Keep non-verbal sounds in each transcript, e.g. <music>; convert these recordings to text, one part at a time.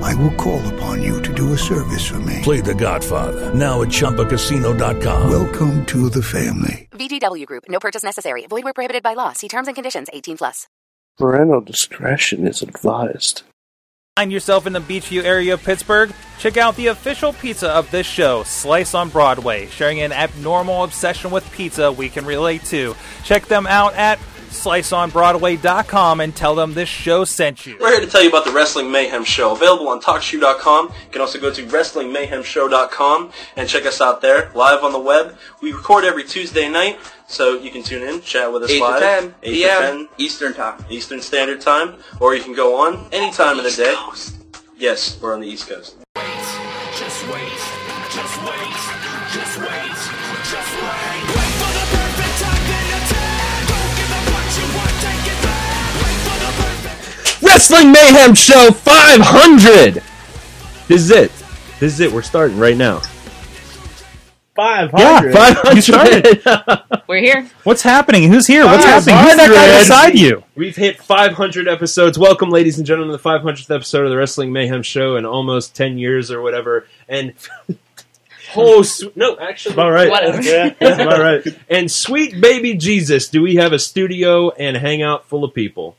I will call upon you to do a service for me. Play The Godfather now at ChumbaCasino.com. Welcome to the family. VGW Group. No purchase necessary. Void where prohibited by law. See terms and conditions. 18 plus. Parental discretion is advised. Find yourself in the Beachview area of Pittsburgh? Check out the official pizza of this show, Slice on Broadway, sharing an abnormal obsession with pizza we can relate to. Check them out at sliceonbroadway.com and tell them this show sent you. We're here to tell you about the Wrestling Mayhem Show, available on TalkShoe.com. You can also go to WrestlingMayhemShow.com and check us out there, live on the web. We record every Tuesday night, so you can tune in, chat with us 8 live. to 10 8 p.m. to 10 Eastern Time. Eastern Standard Time, or you can go on any time of the East day. Coast. Yes, we're on the East Coast. Just wait, just wait, just wait, just wait. Wait for the perfect time, then attack. Don't give up what you want, take it back. Wait for the perfect. Wrestling Mayhem Show 500. This is it. This is it. We're starting right now. 500. 500. <laughs> We're here. What's happening? Who's here? What's Five happening? Who's that guy hundred. beside you? We've hit 500 episodes. Welcome, ladies and gentlemen, to the 500th episode of the Wrestling Mayhem Show in almost 10 years or whatever. <laughs> And oh, su- no, actually, all right, Whatever. <laughs> all right. And sweet baby Jesus, do we have a studio and hangout full of people?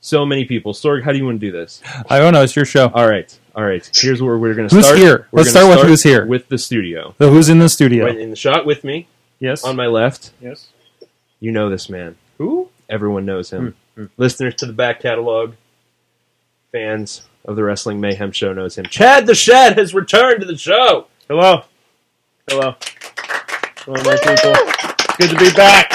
So many people. Sorg, how do you want to do this? I don't know. It's your show. All right, all right. Here's where we're going to Who's start. here? We're Let's gonna start with who's here. With the studio, So who's in the studio? right in the shot with me yes. on my left. yes. You know this man. Who? Everyone knows him. Hmm, Listeners to the back catalog, fans of the Wrestling Mayhem show knows him. Chad the Shad has returned to the show. Hello. Hello. Hello, my people. Good to be back.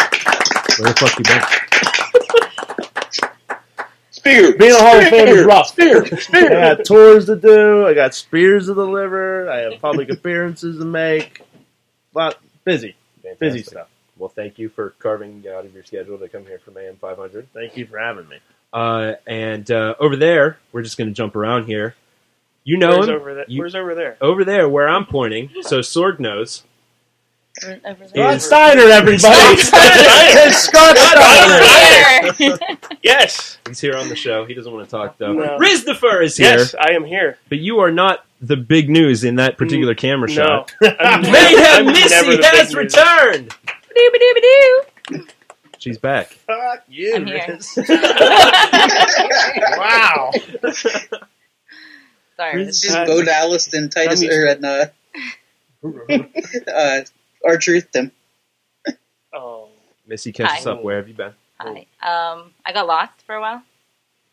Where the fuck you been? Spear! Being a Hall of Fame is rough. I got tours to do. I got spears to deliver. I have <laughs> public appearances to make. Lot busy, busy Fantastic. stuff. Well, thank you for carving out of your schedule to come here from AM 500. Thank you for having me. Uh, and uh, over there, we're just going to jump around here. You know Where's him. over there? You- Where's over there? over there, where I'm pointing, so Sorg knows. We're over there. Is Steiner, everybody. Scott Steiner. Here. Yes, He's here on the show. He doesn't want to talk though. No. Rizdafur is here, yes, I am here. but you are not the big news in that particular camera No, shot. I'm never- Mayhem I'm never Missy the big has news. returned. Ba-doo-ba-doo-ba-doo. She's back. Fuck you, I'm here. <laughs> Riz. Wow. Sorry. Who's- Just Bo Dallas and Titus I'm used- or and uh, <laughs> uh, Archer them. Oh, Missy, catch Hi. us up. Where have you been? Hi. Um, I got lost for a <laughs> while,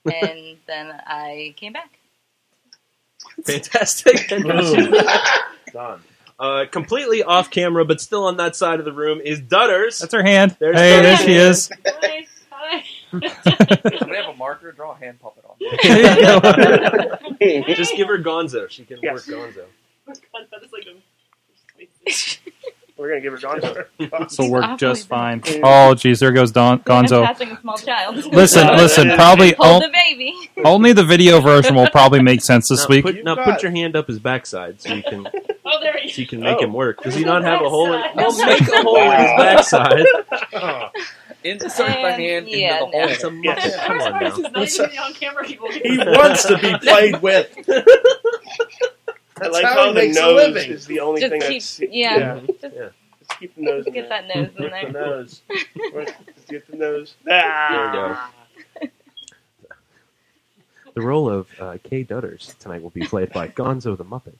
and then I came back. Fantastic. <laughs> Done. uh, completely off camera, but still on that side of the room is Dutters. That's her hand. There's hey, her there hand. she <laughs> is. Hi. Hi. <laughs> <laughs> we have a marker. Draw a hand puppet <laughs> on. There you go. <laughs> Just give her Gonzo. She can Yes. work Gonzo. We're gonna give <laughs> her Gonzo. This will work awfully just big. fine. Oh, geez, there goes Don- I'm Gonzo. passing a small child. Listen, Uh, listen. yeah. Probably Hold o- the baby. <laughs> only the video version will probably make sense this Now week. put, now got put it. your hand up his backside so you can Oh, there he so you can make Oh. him work. <laughs> Does he not have a hole? In, Backside. I'll make a hole in his Wow. backside. <laughs> <laughs> Insert my hand yeah, into the no. hole. It's a much. Yes. Come on now. <laughs> He wants to <laughs> be played with. I That's like how how, he the makes a nose living. is the only thing Just that's keep, yeah, just Just keep the nose. in get there. that nose in The there. <laughs> nose. Just get the nose. Ah. There The role of uh, Kay Dutters tonight will be played by Gonzo the Muppet.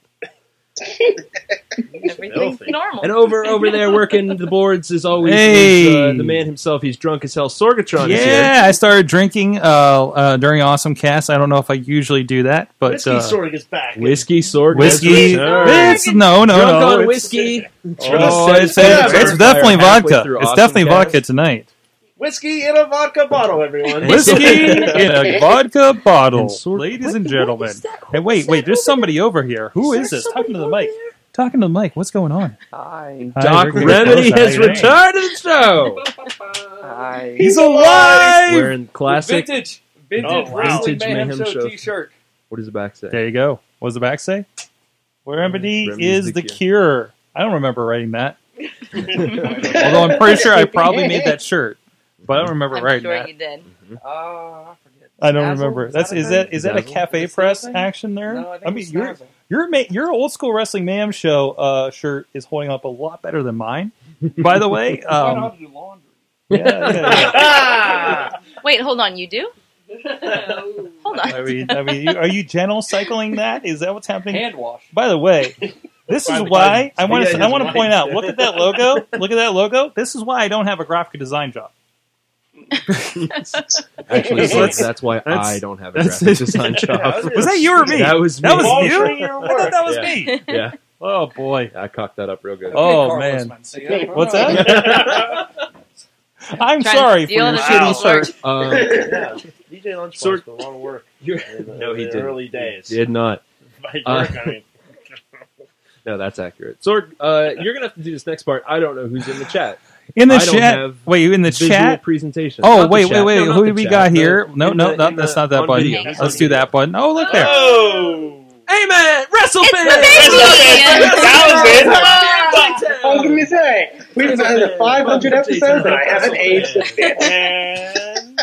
Everything's normal. And over over there, working the boards as always, Hey. is, uh, the man himself. He's drunk as hell. Sorgatron is here. Yeah, I started drinking uh, uh, during Awesome Cast. I don't know if I usually do that, but Whiskey uh, Sorg is back. Whiskey Sorg. whiskey. Drunk It's no, no, no. on it's- whiskey. Oh, it's, it's, it's definitely vodka. It's definitely vodka tonight. Whiskey in a vodka bottle, <laughs> everyone. Whiskey in a <laughs> vodka bottle, And sort- ladies what and the- what gentlemen. is that? Hey, wait, wait. There's somebody over here. Who Is is there this? Talking to the mic. Talking to the mic. What's going on? Hi. Hi, Doc Ricky. Remedy How has you doing? returned to the show. Hi. He's alive! Wearing Wearing classic- vintage, vintage Oh, wow. wrestling Vintage mayhem, Mayhem show Show. T-shirt. What does the back say? There you go. What does the back say? Remedy Remedy's is the the cure. I don't remember writing that. Although I'm pretty sure I probably made that shirt, but I don't remember I'm writing sure that. you did. Oh, I forget. I don't Dazzle? remember. That's is a that thing? is that a Dazzle? cafe Is that a press thing? action there? No, I think mean it's your Dazzle. your ma- your old school wrestling ma'am show uh, shirt is holding up a lot better than mine. By the <laughs> way, Why um, not do laundry? yeah, yeah, <laughs> <laughs> Wait, hold on. You do? hold yeah. on. <laughs> I mean, I mean, you- are you gentle cycling that? Is that what's happening? Hand wash. By the <laughs> way, this By is the why way, I want yeah, to I his want to wife. point out. Look at that logo. Look at that logo. This is why I don't have a graphic design <laughs> job. Actually, That's- that's, that's why that's- I don't have a that's- <laughs> graphic design job. Was that you or me? That was me. That was you? I thought that was Yeah. me. Yeah. Oh boy, I cocked that up real good. Oh man, what's that? I'm Trying to sorry for steal your the shitty Wow. shirt. Um, yeah, DJ Lunchbox Sort- did a lot of work. in the- <laughs> no, in he the didn't. Early days. <laughs> He did not. By work, Uh, I mean. <laughs> no, that's accurate. Sorg, uh, you're gonna have to do this next part. I don't know who's in the chat. In the I don't chat- have wait, you in the visual chat? presentation. Oh Not the wait, wait, chat. wait! No, not Who the do we chat. got The- here? No, in no, the- no in that's the- not that on button. video. Uh, That's Let's on do that button. Oh, look there. oh. Hey man, wrestle It's the baby! That's it! I was gonna Oh, say, we've done 500 episodes and I haven't aged a bit.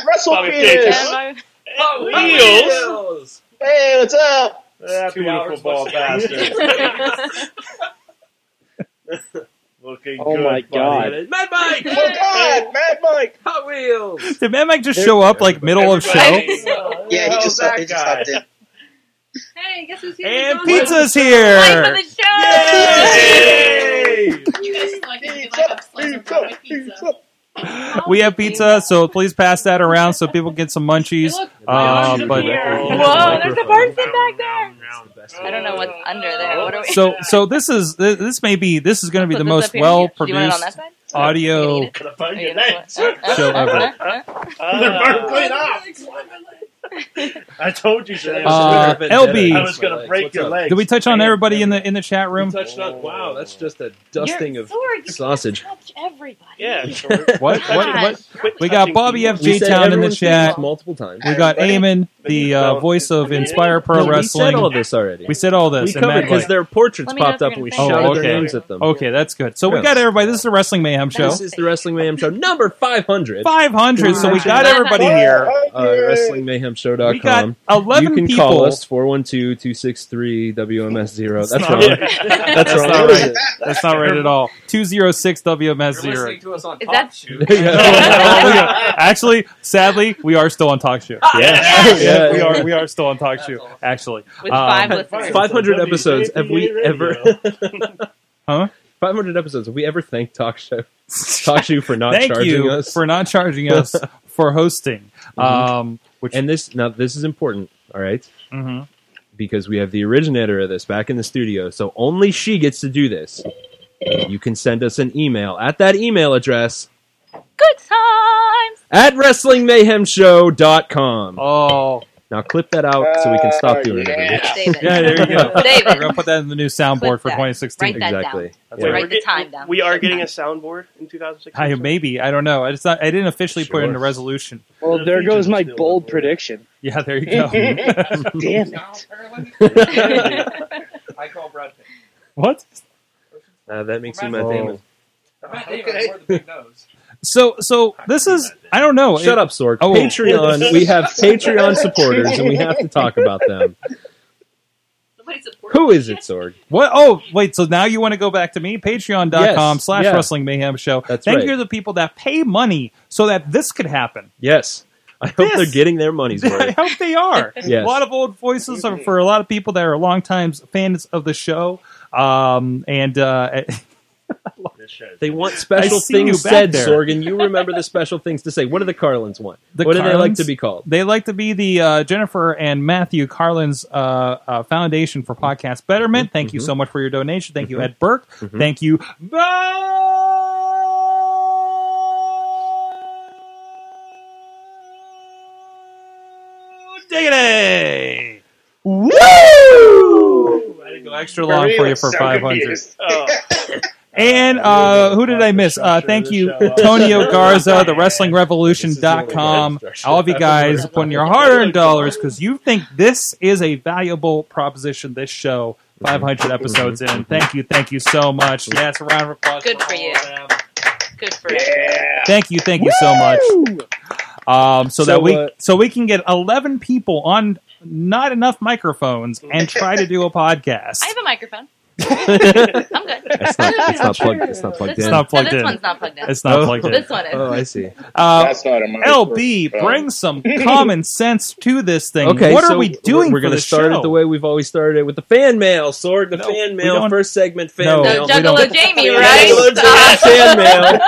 Wrestle Bobby Phoenix. Phoenix. Wheels. Hey, what's up? That beautiful ball <laughs> bastard. Looking Oh good, my God. buddy. Mad Mike! Oh God, Mad Mike! Hot Wheels! Did Mad Mike just show up like middle of show? <laughs> Yeah, he How's just, that stopped, he just stopped in. Hey, guess who's here? And We're going pizza's to- <laughs> here. Life of the show. <laughs> We have pizza, so please pass that around so people get some munchies. Uh, but Whoa, there's a person back there. Oh. I don't know what's under there. What are we? so so this is this this may be this is going to be Put the this most up here. well Do you want it on that produced side? audio show Uh, ever. I told you so. Uh, LB, I was going to break your legs. Did we touch on everybody in the in the chat room? touched Oh. on. Wow, that's just a dusting of sausage. Everybody. Yeah. <laughs> What? What? What? We got Bobby We FJ said Town in the everyone's seen this chat. multiple times. We got Eamon, the uh, voice of Inspire No, Pro we Wrestling. said all this already. We said all this. We covered because their portraits Let me know popped if up and you're we gonna shouted say it. their Okay. names at them. Okay, that's good. So we Yes. got everybody. This is the Wrestling Mayhem show. This is the Wrestling Mayhem Show number 500. 500. So we got everybody here. Uh, <laughs> WrestlingMayhemShow.com. We got 11 You can people. call us 412-263-WMS0. That's <laughs> That's wrong. not right. That's wrong. not What is right. it? That's not right at all. 206 WMS0. You're listening to us on Is Talk that- Shoe. <laughs> <laughs> actually, sadly, we are still on talk show. <laughs> Yeah. Yeah. we are. We are still on talk show. Actually, Um, With five listeners. 500 episodes. Have we ever... <laughs> huh? 500 episodes. Have we ever thanked Talk Show, Talk Show for not Thank charging you us? for not charging <laughs> us for hosting. Um, which and this now this is important. All right? mhm. because we have the originator of this back in the studio, so only she gets to do this. You can send us an email at that email address Oh, Good times. at wrestlingmayhemshow.com. Oh. Now clip that out so we can stop doing it. Uh, yeah. every Save <laughs> week. it. Yeah, there you go. <laughs> Save We're it. gonna put that in the new soundboard Clip for that. 2016. Write that Exactly. down. Yeah. Write the time down. We are getting a soundboard in 2016. I maybe I don't know. I just not, I didn't officially put it into resolution. Well, there goes my bold prediction. <laughs> Yeah, <laughs> there you go. Damn <laughs> it. I call Brad Pitt. What? Uh, that makes you Right. Matt Damon. Matt Damon wore the big nose. <laughs> So so this is I don't know. Shut It- up, Sork. Oh. Patreon. We have Patreon supporters, and we have to talk about them. Who is it, Sorg? What? Oh, wait. So now you want to go back to me? Patreon.com Yes, slash yeah. Wrestling Mayhem Show. That's Thank right. you to the people that pay money so that this could happen. Yes, I hope Yes. they're getting their money's I worth. hope they are. Yes. A lot of old voices are, for a lot of people that are longtime fans of the show. Um, and uh, <laughs> They want <laughs> special I see you things back said, there. Sorgan. You remember the special things to say. What do the Carlins want? The what do they like Carlins? to be called? They like to be the uh, Jennifer and Matthew Carlin's uh, uh, Foundation for Podcast Betterment. Thank Mm-hmm. you so much for your donation. Thank you, Ed Burke. Thank you. Diggity! Woo! I didn't go extra long for you Maria's for so 500. confused. And uh, who did I miss? Uh, thank you, Tonio Garza, the WrestlingRevolution.com. All of you guys putting your hard earned dollars because you think this is a valuable proposition, this show. 500 episodes in. Thank you, thank you so much. Yes, a round of applause. Good for you. Good for you. Thank you, thank you so much. Um, so, So, that we uh, so we can get 11 people on not enough microphones and try to do a podcast. I have a microphone. <laughs> I'm good. It's not- it's not plugged- it's not plugged This in. one- It's not plugged no, this in. one's not plugged in. It's not plugged in. This one is. Oh, I see. <laughs> Uh, That's not a microphone. LB, <laughs> bring some common sense to this thing. Okay, what so are we we're- doing? We're going gonna to start show? it the way we've always started it with the fan mail. Sword the fan mail. don't- First segment fan No, mail. No, we Juggalo don't- Jamie, Juggalo right? Jamie <laughs> fan mail.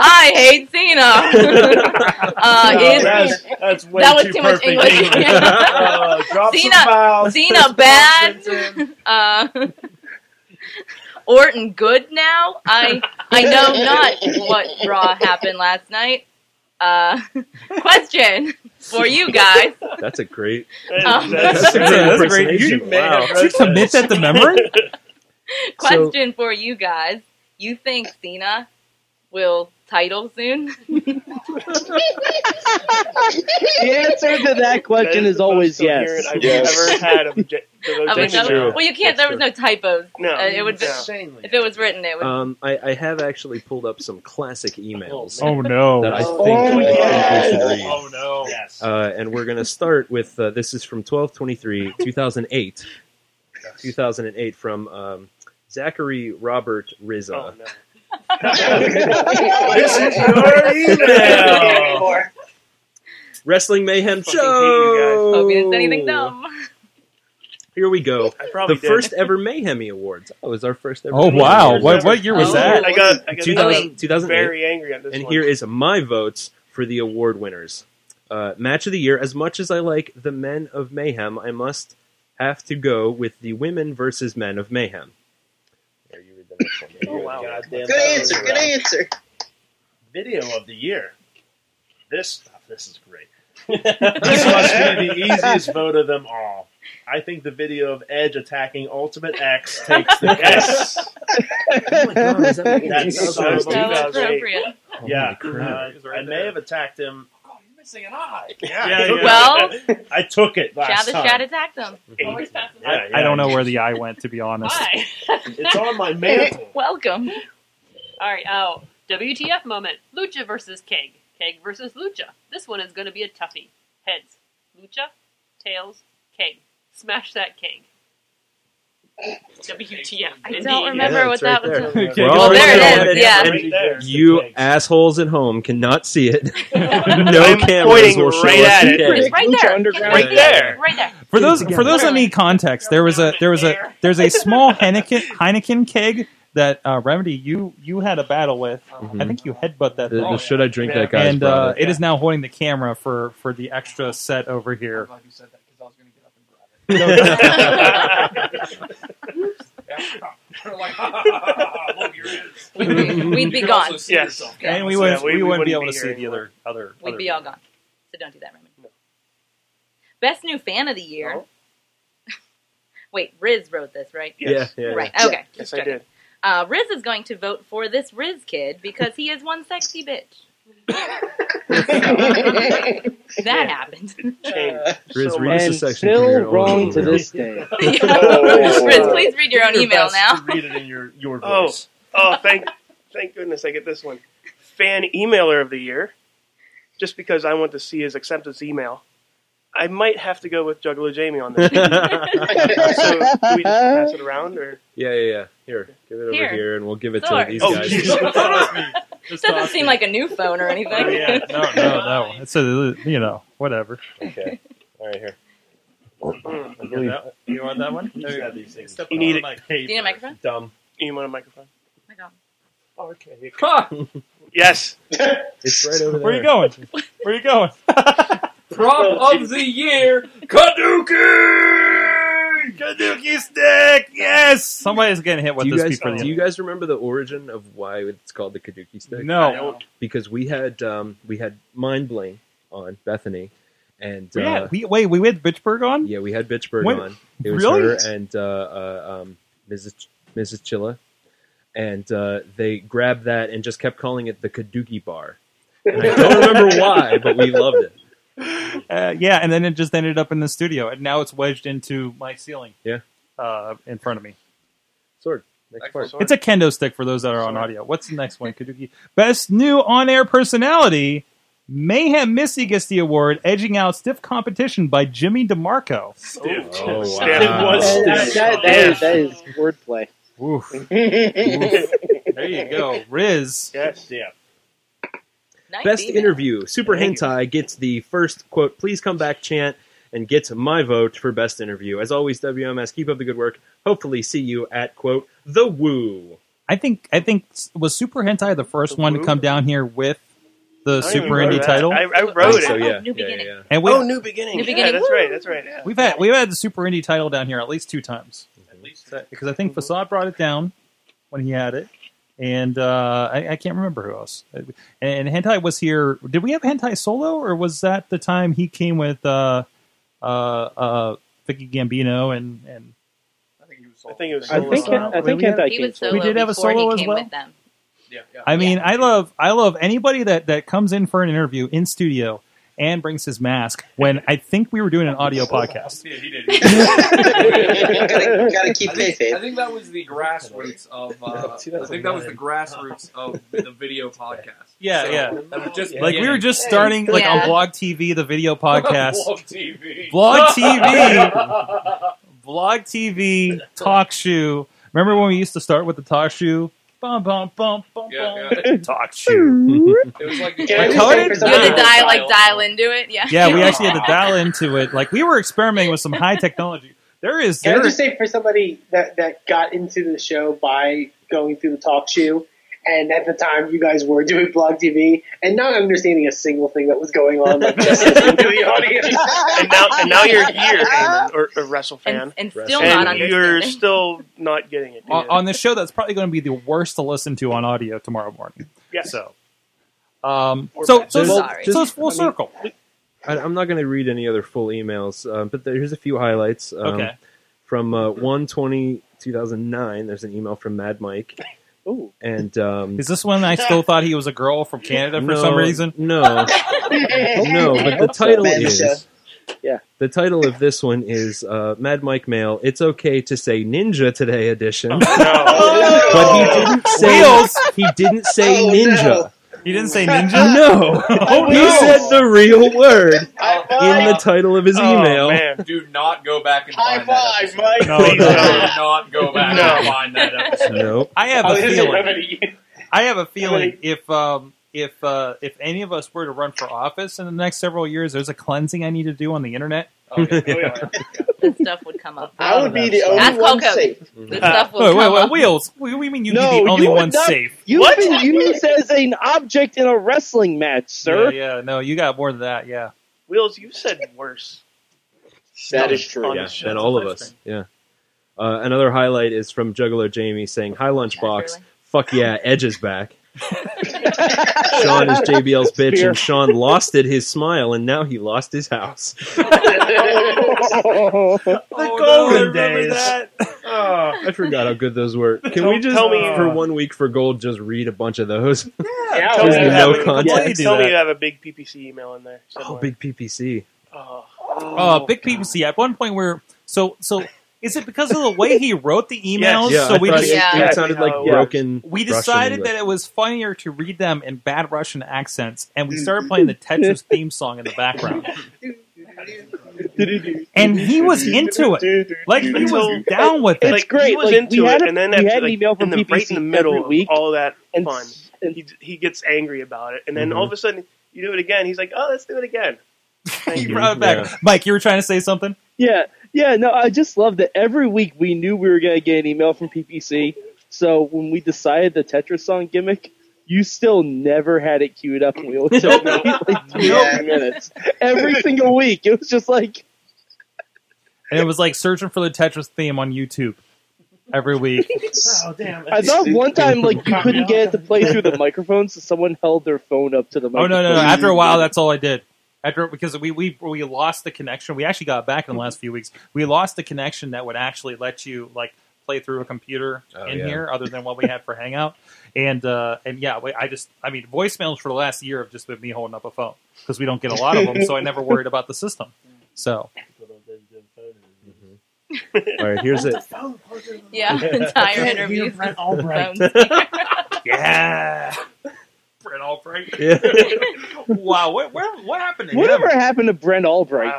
I hate Cena. <laughs> uh, No, is that's- that's way that was too too, much perfect English. <laughs> English. Uh, drop some Cena, vowels, Cena bad. <laughs> Uh, Orton good now. I I know not what Raw happened last night. Uh, <laughs> question for you <laughs> guys. That's <laughs> a great. Um, That's a great That's a great- impersonation. you- wow. Did you commit that to memory? Question for you guys. You think Cena will title soon? The answer to that question is always yes. I've ever had of Ja- I Juggalo would Jamie. know- true. Well, you can't. there was no typos. No. Uh, Uh, it would Insanely. if it was written. It would. Um, I, I have actually pulled up some classic emails. Oh, no. That I think, Oh, I think we should yes. read. Oh no! Uh, and we're gonna start with uh, this is from twelve <laughs> twenty three two thousand eight, two thousand and eight from um, Zachary Robert Rizza. Oh, This <laughs> is your email. Wrestling Mayhem Show. Hope you didn't say anything <laughs> dumb. Here we go. probably The did. first ever Mayhem Awards. Oh, it was our first ever. Oh, Mayhem wow. Awards What- ever. what year was Oh. that? I got- I got- 2000 I'm 2008. very angry at this And one. here is my votes for the award winners. Uh, match of the year. As much as I like the Men of Mayhem, I must have to go with the Women versus Men of Mayhem. Oh, wow. Goddamn Good answer, good answer. Video of the year. This stuff, this is great. this must be the easiest vote of them all. I think the video of Edge attacking Ultimate X takes the case. That's so That was bad. appropriate. Yeah, Oh my crap. uh, I may have attacked him. You're missing an eye. I took it. Well- I took it last Shadow time. Shad attacked them. Yeah, I don't know where the eye went, to be honest. It's on my mantle. <laughs> Welcome. All right. Oh, WTF moment. Lucha versus Keg. Keg versus Lucha. This one is going to be a toughie. Heads. Lucha. Tails. Keg. Smash that keg. WTF. I indeed. don't remember what that was. We're Well, all there it right is, now. yeah. And Right there. You assholes at home cannot see <laughs> it. no I'm cameras pointing will show right us at the it. keg. It's right there. Underground. Right there. Right there. For those for those that need context, there was a there was a there's <laughs> a small Heineken Heineken keg that uh, Remedy you you had a battle with. I think you headbutt that. The- thing. the Mm-hmm. Uh, should I drink that guy's And uh, product. it is now holding the camera for for the extra set over here. <laughs> We'd be- we'd be gone. Yes. And we wouldn't- we wouldn't be able to see the other other. We'd be all gone. So don't do that, Raymond. Best new fan of the year. <laughs> Wait, Riz wrote this, right? Yes. Yeah, yeah, yeah. Right. Yeah. Okay. Yes, Just I checking. did. Uh, Riz is going to vote for this Riz kid because he is one sexy <laughs> bitch. <laughs> that happened. Riz So reads the much. section. Still from your own wrong email. to this day. <laughs> <laughs> Riz, please read your own Do your email best now. Read it in your, your Oh, voice. oh, thank, thank goodness I get this one. Fan emailer of the year, just because I want to see his acceptance email. I might have to go with Juggalo Jamie on this. one. so, do we just pass it around, or Yeah, yeah, yeah. Here, give it over Here. here, and we'll give it Sorry. to these Oh, <laughs> guys. Doesn't seem like a new phone or anything. Oh, <laughs> no, no, no. It's a, you know whatever. Okay. All right, here. believe- that You want that one? you need it? Do you need a microphone? Dumb. You want a microphone? I don't. Okay. Yes. It's right over there. Where you going? Where <laughs> you going? Prop of the year, Kaduki! Kaduki stick! Yes, somebody's getting hit with do you this guys, before the do you guys remember the origin of why it's called the Kaduki stick? No. I don't. because we had um, we had Mind Bling on Bethany, And We had- uh, we, wait, we had Bitchberg on. Yeah, we had Bitchberg When- on. It was Really? her and uh, uh, um, Mrs. Ch- Mrs. Chilla, and uh, they grabbed that and just kept calling it the Kaduki Bar. And I <laughs> don't remember why, but we loved it. Uh, yeah, and then it just ended up in the studio, and now it's wedged into my ceiling. Yeah, uh, in front of me. Sword. Next part. It's a kendo stick for those that are on audio. What's the next one? Could you best new on-air personality? Mayhem Missy gets the award, edging out stiff competition by Jimmy DeMarco. Oh, wow. That, that- that is, that is wordplay. <laughs> There you go, Riz. Yes, yeah. Best interview. Super Hentai gets the first quote, please come back chant, and gets my vote for best interview. As always, WMS, keep up the good work. Hopefully, see you at quote, the woo. I think I think was Super Hentai the first one to come down here with the I Super remember Indie that. title. I, Oh, I wrote it. Oh, And we, oh, New Beginning. New Yeah, Beginning, that's woo! right. That's right. Yeah. We've had we've had the Super Indie title down here at least two times. because I think Mm-hmm. Facade brought it down when he had it, and uh, I, I can't remember who else. And Hentai was here. Did we have Hentai solo, or was that the time he came with uh, uh, uh, Vicky Gambino and and I think it was. I think- solo. I think Hentai He was came solo. We did have a before solo he as came well? With them. I mean, I love I love anybody that that comes in for an interview in studio and brings his mask. When I think we were doing an audio podcast. Oh, Yeah, he did. Gotta- gotta keep I think, kayfabe. I think that was the grassroots <laughs> of. Uh, I think that was the grassroots of the video podcast. <laughs> <laughs> Yeah, So, yeah. that was just like we were beginning. just starting, like on Blog TV, the <laughs> video podcast. Blog TV. Blog <laughs> TV. Blog TV. Talk shoe. Remember when we used to start with the talk <laughs> shoe? Bum bum bum bum bum. Talk shoe. It was <laughs> like Like coded? You had to dial like dial into it. Yeah. Yeah, we actually <laughs> had to dial into it. Like we were experimenting with some high technology. There is Can I there just is say for somebody that, that got into the show by going through the talk show, and at the time you guys were doing blog TV and not understanding a single thing that was going on, like just listening to the audience. and now, and now you're <laughs> here, Heyman, or, or WrestleFan, And- and still not And You're understanding. still not getting it. on, on this show that's probably going to be the worst to listen to on audio tomorrow morning. Yes. So, um, so so, Well, just- so it's full I mean, circle. I, I'm not going to read any other full emails, um, but there, here's a few highlights. Um, Okay. From uh, 120 2009, there's an email from Mad Mike. Ooh. And um, Is this one I still thought he was a girl from Canada for some No, reason? <laughs> No. no, but the title is Yeah. the title of this one is uh, Mad Mike Mail. It's okay to say Ninja Today edition, Oh, <laughs> but he didn't say Wheels. he didn't say Ninja. He didn't say ninja? No, Oh, <laughs> he no. said the real word in the title of his Oh, email. man. Do not go back and High find that. five, Mike. episode. No, no. Do not go back and find that episode. Nope. I have Oh, a this is feeling. I have a feeling if um, if uh, if any of us were to run for office in the next several years, there's a cleansing I need to do on the internet. That stuff would come up. I would be the only Ask one Hulk safe. Hogan. <laughs> This stuff will <laughs> wait, wait, come wait, up. wheels. What do you mean you no, be the only you one would not- safe? You've been used as an object in a wrestling match, sir. Yeah, yeah, no, you got more than that. Yeah, Wheels, you said worse. That is true. Yeah, than all of us. Yeah. Uh, another highlight is from Juggalo Jamie saying, "Hi, Lunchbox. Fuck yeah, Edge is back." Sean <laughs> is <laughs> JBL's bitch, Spear. and Sean lost it his smile, and now he lost his house. Oh, the golden days. Oh, I forgot how good those were. Can Tell- we just, tell me- for one week for gold, just read a bunch of those? <laughs> Yeah, Just tell me you have no a- context. Tell me you have a big PPC email in there. Oh, somewhere. big PPC. Oh. uh, big PPC. At one point, we're so so. Is it because of the way he wrote the emails? Yeah, so I we thought just, it- it sounded like broken. We Russian decided English. that it was funnier to read them in bad Russian accents, and we started <laughs> playing the Tetris theme song in the background. And he was into it, like he <laughs> was down with it. It's great. He was like, into we had it, a- and then we after, had an like, email from in the, right PPC in the middle every of week. all that fun, he, he gets angry about it, and then Mm-hmm. all of a sudden you do it again. He's like, "Oh, let's do it again." He brought it back. Mike, you were trying to say something. Yeah, yeah. No, I just love that every week we knew we were gonna get an email from PPC. So when we decided the Tetris song gimmick, you still never had it queued up. and We only took like <laughs> three minutes <laughs> every single week. It was just like And it was like searching for the Tetris theme on YouTube every week. Oh damn! I thought one time like you couldn't <laughs> get it to play through the microphone, so someone held their phone up to the Oh microphone. no, no, no! After a while, that's all I did. After because we we we lost the connection. We actually got back in the last few weeks. We lost the connection that would actually let you like play through a computer Oh, in yeah. here, other than what we had for <laughs> Hangout. And uh, and yeah, we- I just I mean voicemails for the last year have just been me holding up a phone because we don't get a lot of them, so I <laughs> never <laughs> worried about the system. So All right, here's it. Yeah, <laughs> <laughs> entire interview. Brent Albright. <laughs> yeah. Brent Albright. Yeah. <laughs> wow, what, where, what happened to Whatever him? happened to Brent Albright?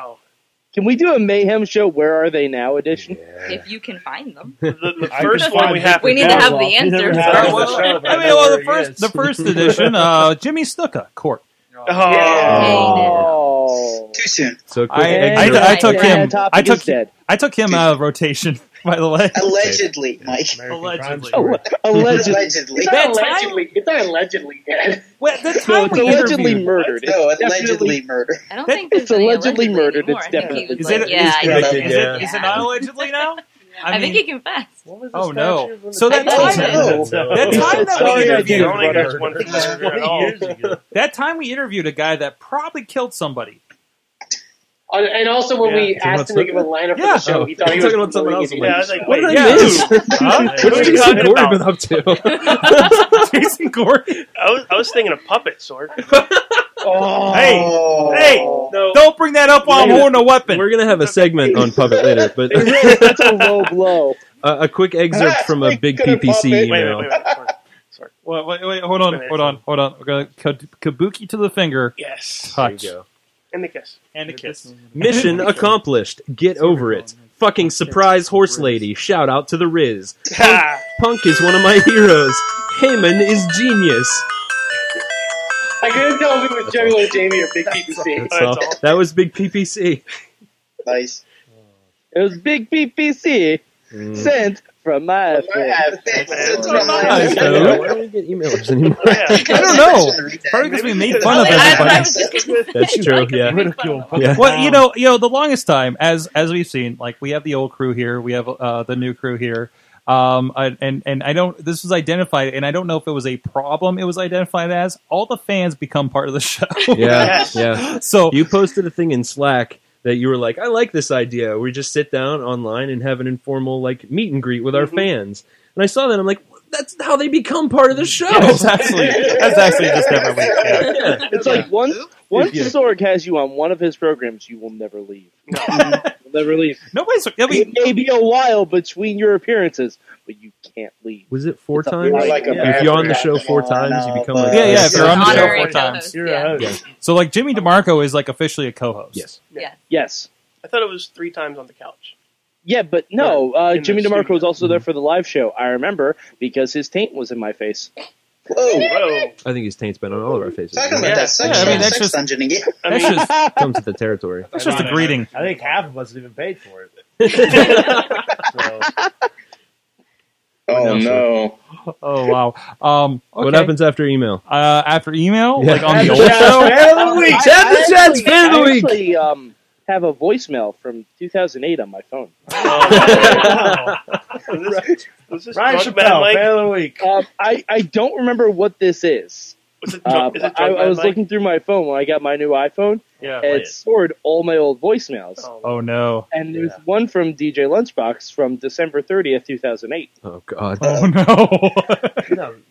Can we do a Mayhem show? Where are they now edition? if you can find them. <laughs> the I first just one we wanted- have We to need to have follow the up. answer. Yeah, Oh. I well, mean, well, I the first, the first edition, <laughs> uh, Jimmy Snuka, court. Too soon. So Oh. I, quick I, I exit. took him. Topic I is took. dead. I took him out of rotation. <laughs> By the way, Allegedly, Mike. Allegedly. Oh, <laughs> Allegedly. It's That not time- allegedly. It's not allegedly dead. Well, the <laughs> No, it's allegedly murdered. No, It's allegedly definitely- murdered. I don't think it's allegedly murdered. It's definitely was like, murdered. yeah, I did Correct, it. yeah. Yeah. Is it not allegedly now? <laughs> I, think he confessed. Oh no! So that I time, know. that time that Sorry, we I interviewed, don't think there's one murder at all. that time we interviewed a guy that probably killed somebody. And- Uh, And also, when Yeah. we So asked let's him to look- give a lineup for Yeah. the show, Oh, he thought I'm he was Oh. talking about someone promoting else. it. I'm like, wait, did I <laughs> yeah. <laughs> miss? Huh? What's What are you Jason talking Gore about? been up to? Jason Gore. I was, I was thinking of <laughs> puppet sword. Hey, hey! Don't bring that up while I'm holding a weapon. We're gonna have a segment on puppet later, but that's a low blow. <laughs> a quick excerpt from a big Wait, PPC wait, email. wait, wait. Wait, wait, wait, hold on, hold on, hold on. We're gonna ka- kabuki to the finger. Yes. Touch. There you go. And the kiss. And the kiss. Mission accomplished. Get over it. Fucking surprise horse lady. Shout out to the Riz. Punk, Punk is one of my heroes. Heyman is genius. I couldn't tell if it was Juggalo Jamie or Big PPC. That's all. That was big <laughs> PPC. Nice. It was big PPC Mm. sent from my friend. Nice, though. Why don't we get emailers anymore? I don't know. Probably because we made fun of everybody. That's true. Yeah. <laughs> Yeah. Well, Um, you know, you know, the longest time, as as we've seen, like we have the old crew here, we have uh, the new crew here, um, I- and and I don't. This was identified, and I don't know if it was a problem. It was identified as all the fans become part of the <laughs> show. <laughs> Yeah, yeah. So you posted a thing in Slack that you were like, "I like this idea. We just sit down online and have an informal like meet and greet with Mm-hmm. our fans." And I saw that. I'm like, "That's how they become part of <laughs> the show." that's <laughs> actually that's actually just every week. Yeah. It's like once once Yeah. Sorg has you on one of his programs, you will <laughs> never leave. You'll never leave. Nobody's. it may be a while between your appearances, but you can't leave. Was it four It's a times? like a if you're on the bad show four times, you become a yeah, yeah. If you're on the show Honorary four co-host, times, You're a yeah. host. So like Jimmy DeMarco is like officially a co-host. Yes. Yeah. Yes. I thought it was three times on the couch. Yeah, but no, Right, uh, in the Jimmy DeMarco was studio. also Mm-hmm. there for the live show. I remember because his taint was in my face. Whoa. I think his taint's been on all of our faces. Talking about that sex, I mean, sex that's just dungeon again. <laughs> that's <laughs> just comes with the territory. That's just a greeting. I think half of us even paid for it. Oh no! Oh wow. Um, What okay. happens after email? Uh, after email, Yeah. like on <laughs> the old show. After chat's fan of the week. I- Chat I the chat's actually- fan of the I week. actually, um, have a voicemail from 2008 on my phone. Was this Ryan drunk Chappelle, man, Mike? fan of the week. Um, I, I don't remember what this is. Uh, is it but I, Drunk I Man was Mike? looking through my phone when I got my new iPhone, Yeah. and it stored all my old voicemails. Oh no. And there's one from DJ Lunchbox from December 30th, 2008. <laughs> Oh God. Oh no.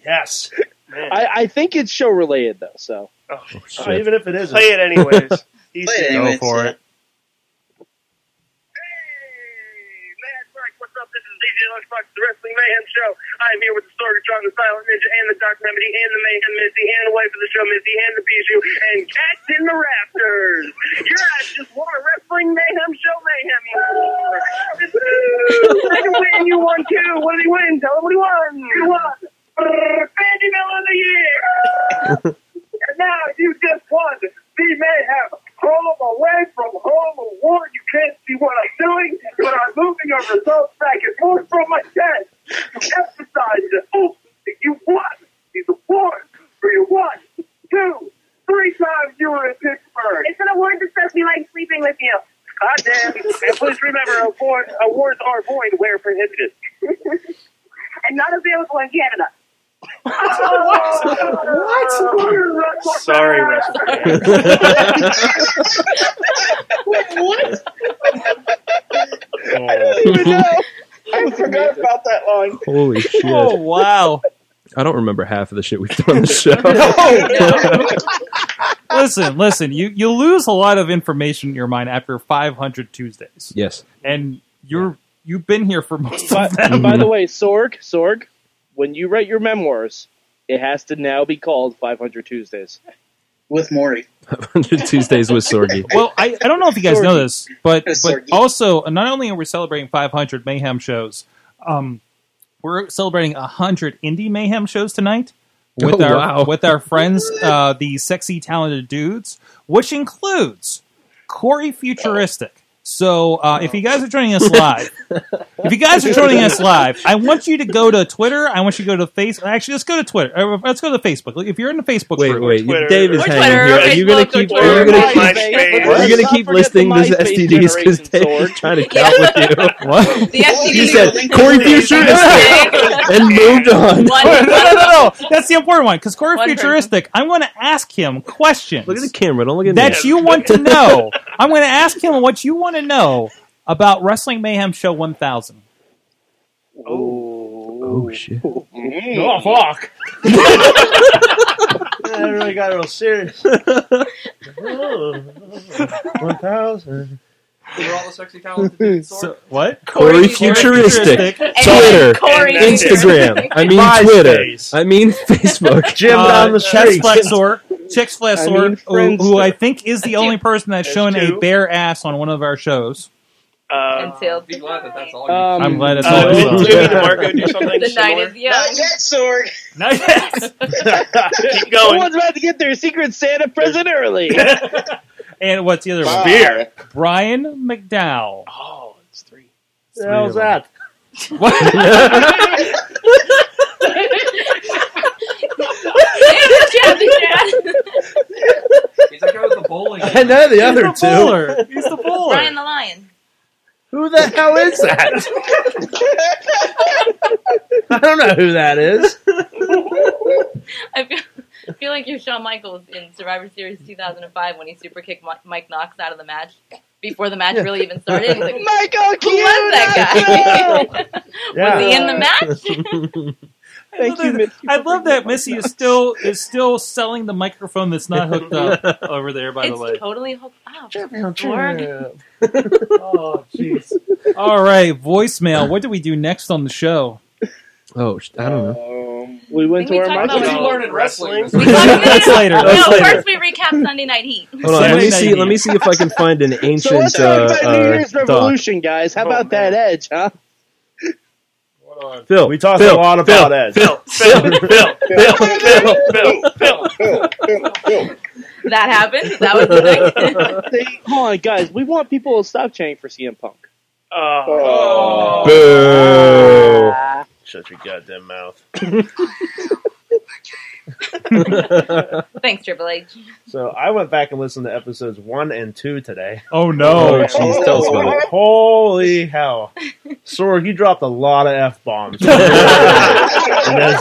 yes. I, I think it's show related though, so. Oh, Oh, even if it isn't. Play it anyways. <laughs> Play it anyways, <laughs> for it. What's up? This is DJ Lunchbox, the Wrestling Mayhem Show. I am here with the Sorgatron, the Silent Ninja, and the Dark Remedy, and the Mayhem Missy, and the wife of the show Missy, and the Bijou, and Cats in the Rafters. Your ass just won a Wrestling Mayhem Show Mayhem. <laughs> I can win. You won too. What did he win? Tell him what he won. He won. Fan email of the year. <laughs> and now you just won the Mayhem. Home away from home award. You can't see what I'm doing, but I'm moving our results back and forth from my desk. Emphasize the hope that you won these awards for your one, two, three times you were in Pittsburgh. It's an award that says we like sleeping with you. God damn. And please remember, award, awards are void where prohibited. and not available in Canada. what? Sorry, wrestling. Wait, what? I don't even know. I forgot about that line. Holy shit! Oh, wow! I don't remember half of the shit we've <laughs> done on the show. <laughs> listen, listen. You you lose a lot of information in your mind after 500 Tuesdays, Yes. and you're you've been here for most By, of them. by the way, Sorg, Sorg, when you write your memoirs, it has to now be called 500 Tuesdays. With Maury. Tuesdays with Sorgi. well, I, I don't know if you guys know Sorry. this, but but Sorry. also not only are we celebrating 500 mayhem shows, um, we're celebrating 100 indie mayhem shows tonight with Oh, our wow. with our friends, uh, the sexy talented dudes, which includes Corey Futuristic. So uh, if you guys are joining us live, if you guys are joining <laughs> us live, I want you to go to Twitter. I want you to go to Facebook. Actually, let's go to Twitter. Uh, Let's go to Facebook. If you're in the Facebook wait, group, wait, Dave is Or hanging Twitter, here. Are you gonna Facebook, keep- or Are are you you going gonna to Twitter, keep- MySpace. are you gonna keep listing these STDs 'cause Dave is <laughs> trying <laughs> to count with you? What? The STD <laughs> You said, link Corey is Futuristic, okay. and moved on. <laughs> No, <laughs> One- no, no, no. That's the important one because Corey One Futuristic. I'm going to ask him questions. Look at the camera. Don't look at that you want to <laughs> know. I'm going to ask him what you want to know about Wrestling Mayhem Show 1000. Oh, shit. Mm. Oh, fuck. <laughs> I really got real <laughs> serious. Oh, Oh. One thousand. They're all the sexy <laughs> talented dudes. So, what? Corey Futuristic, <laughs> Twitter, Instagram. I mean Twitter. I mean <laughs> Facebook. Uh, Chicks Flexor, Chicks Flexor, I mean who, who I Friendster. think is <laughs> the only person that's shown a bare ass on one of our shows. Uh, Concealed. Be glad that that's all you I'm glad it's Uh, all over. did Jimmy DeMarco <laughs> do something The night <laughs> is young. Not yet, Sorg. Not <laughs> yet. Keep going. Someone's about to get their Secret Santa present <laughs> early. And what's the other one? Spear. Brian McDowell. Oh, it's three. The hell's that? <laughs> What? He's that guy with the bowling. I know the other He's the two. bowler. He's the Brian the Lion. Who the hell is <laughs> that? <laughs> I don't know who that is. I feel, <laughs> I feel like you're Shawn Michaels in Survivor Series 2005 when he super kicked Mi- Mike Knox out of the match before the match really even started. He's like, Michael, who was that guy? <laughs> Was he in the match? match? Thank you. I love that Missy is still is still selling the microphone that's not hooked up over there. By the it's way, totally oh. hooked up. Dorg. oh jeez. All right, voicemail. What do we do next on the show? Oh, sh- I don't know. <laughs> we went to our <laughs> wrestling. <laughs> That's later. No, That's later. first we recap Sunday Night Heat. Hold on. Let me see. Let me see if I can find an <laughs> So ancient let's talk uh, about New uh, Year's doc. Revolution, guys. Oh, How about that edge, <laughs> huh? Phil, we talked a Phil, lot Phil, about Ed. Phil, <laughs> Phil, Phil, Phil, Phil, Phil, That happened. That was the thing. <laughs> See, hold on, guys. We want people to stop chanting for CM Punk. Uh, Oh. Boo. Shut your goddamn <laughs> mouth. <laughs> Thanks, Triple H. so I went back and listened to episodes one and two today. Oh no! Oh, jeez, tell us about it. Holy hell. Sorg, you dropped a lot of F <laughs> bombs in those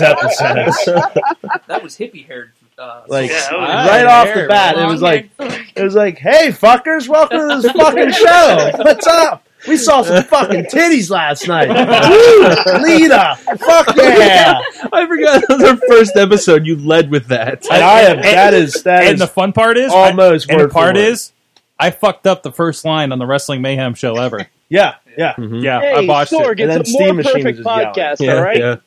episodes. That was hippie haired. Uh, Like Sorg. right off the bat, it was like it was like, "Hey fuckers, welcome to this fucking show. What's up? We saw some fucking titties last <laughs> night. Woo, Lita, fuck yeah!" I forgot the first episode. You led with that. And I am- that is- that and is the fun part is almost I, and the word for part word. is I fucked up the first line on the Wrestling Mayhem show ever. yeah, yeah, yeah. Hey, I botched Sorg, it. it's Mm-hmm. And then a more Steam Machine perfect was just yelling. podcast, all right?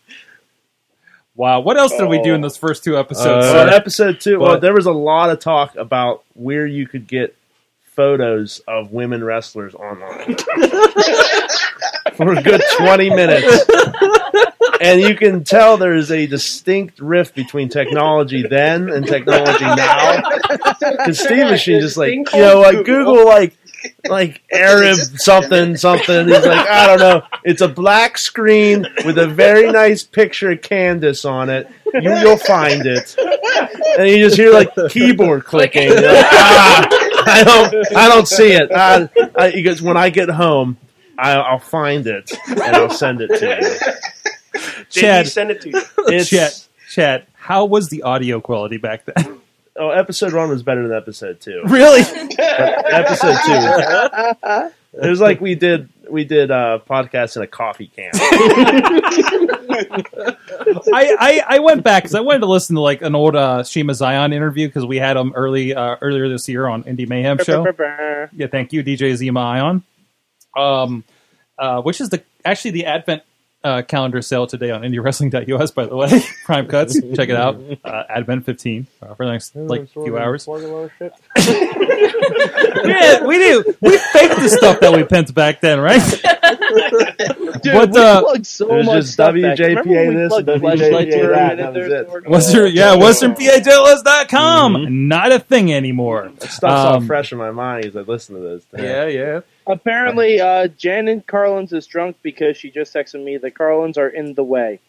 Wow. What else did we do in those first two episodes? So in Oh. Uh, episode two, well, but- there was a lot of talk about where you could get photos of women wrestlers online for a good twenty minutes, and you can tell there is a distinct rift between technology then and technology now. Because Steve Machine just like you know, like Google like like Arab something something. He's like I don't know. It's a black screen with a very nice picture of Candace on it. You, you'll find it, and you just hear like keyboard clicking. You're like, ah, I don't I don't see it. I, I, he goes when I get home. I, I'll find it and I'll send it to you. Did he send it to you? It's, Chet, Chat, how was the audio quality back then? Oh, episode one was better than episode two. Really? But episode two. It was like we did we did uh, podcasts in a coffee <laughs> can. I, I, I went back because I wanted to listen to like an old uh, Shima Zion interview because we had him early uh, earlier this year on Indie Mayhem show. Yeah, thank you, DJ Zima Ion. Um, uh, which is the actually the Advent uh, calendar sale today on IndieWrestling.us. By the way, <laughs> Prime Cuts, check it out. Uh, Advent fifteen uh, for the next like few hours. <laughs> yeah, we do. <laughs> We faked the stuff that we pinned back then, right? <laughs> Dude, What, we uh, plugged so It was much just stuff back. WJPA Remember when we this, plugged WJPA Flashlight that, Tournament that in was there? Western, yeah, WesternPHLS.com. Not a thing anymore. Stuff's all Um, fresh in my mind as I listen to this. yeah. Apparently, uh, Janet Carlins is drunk because she just texted me the Carlins are in the way.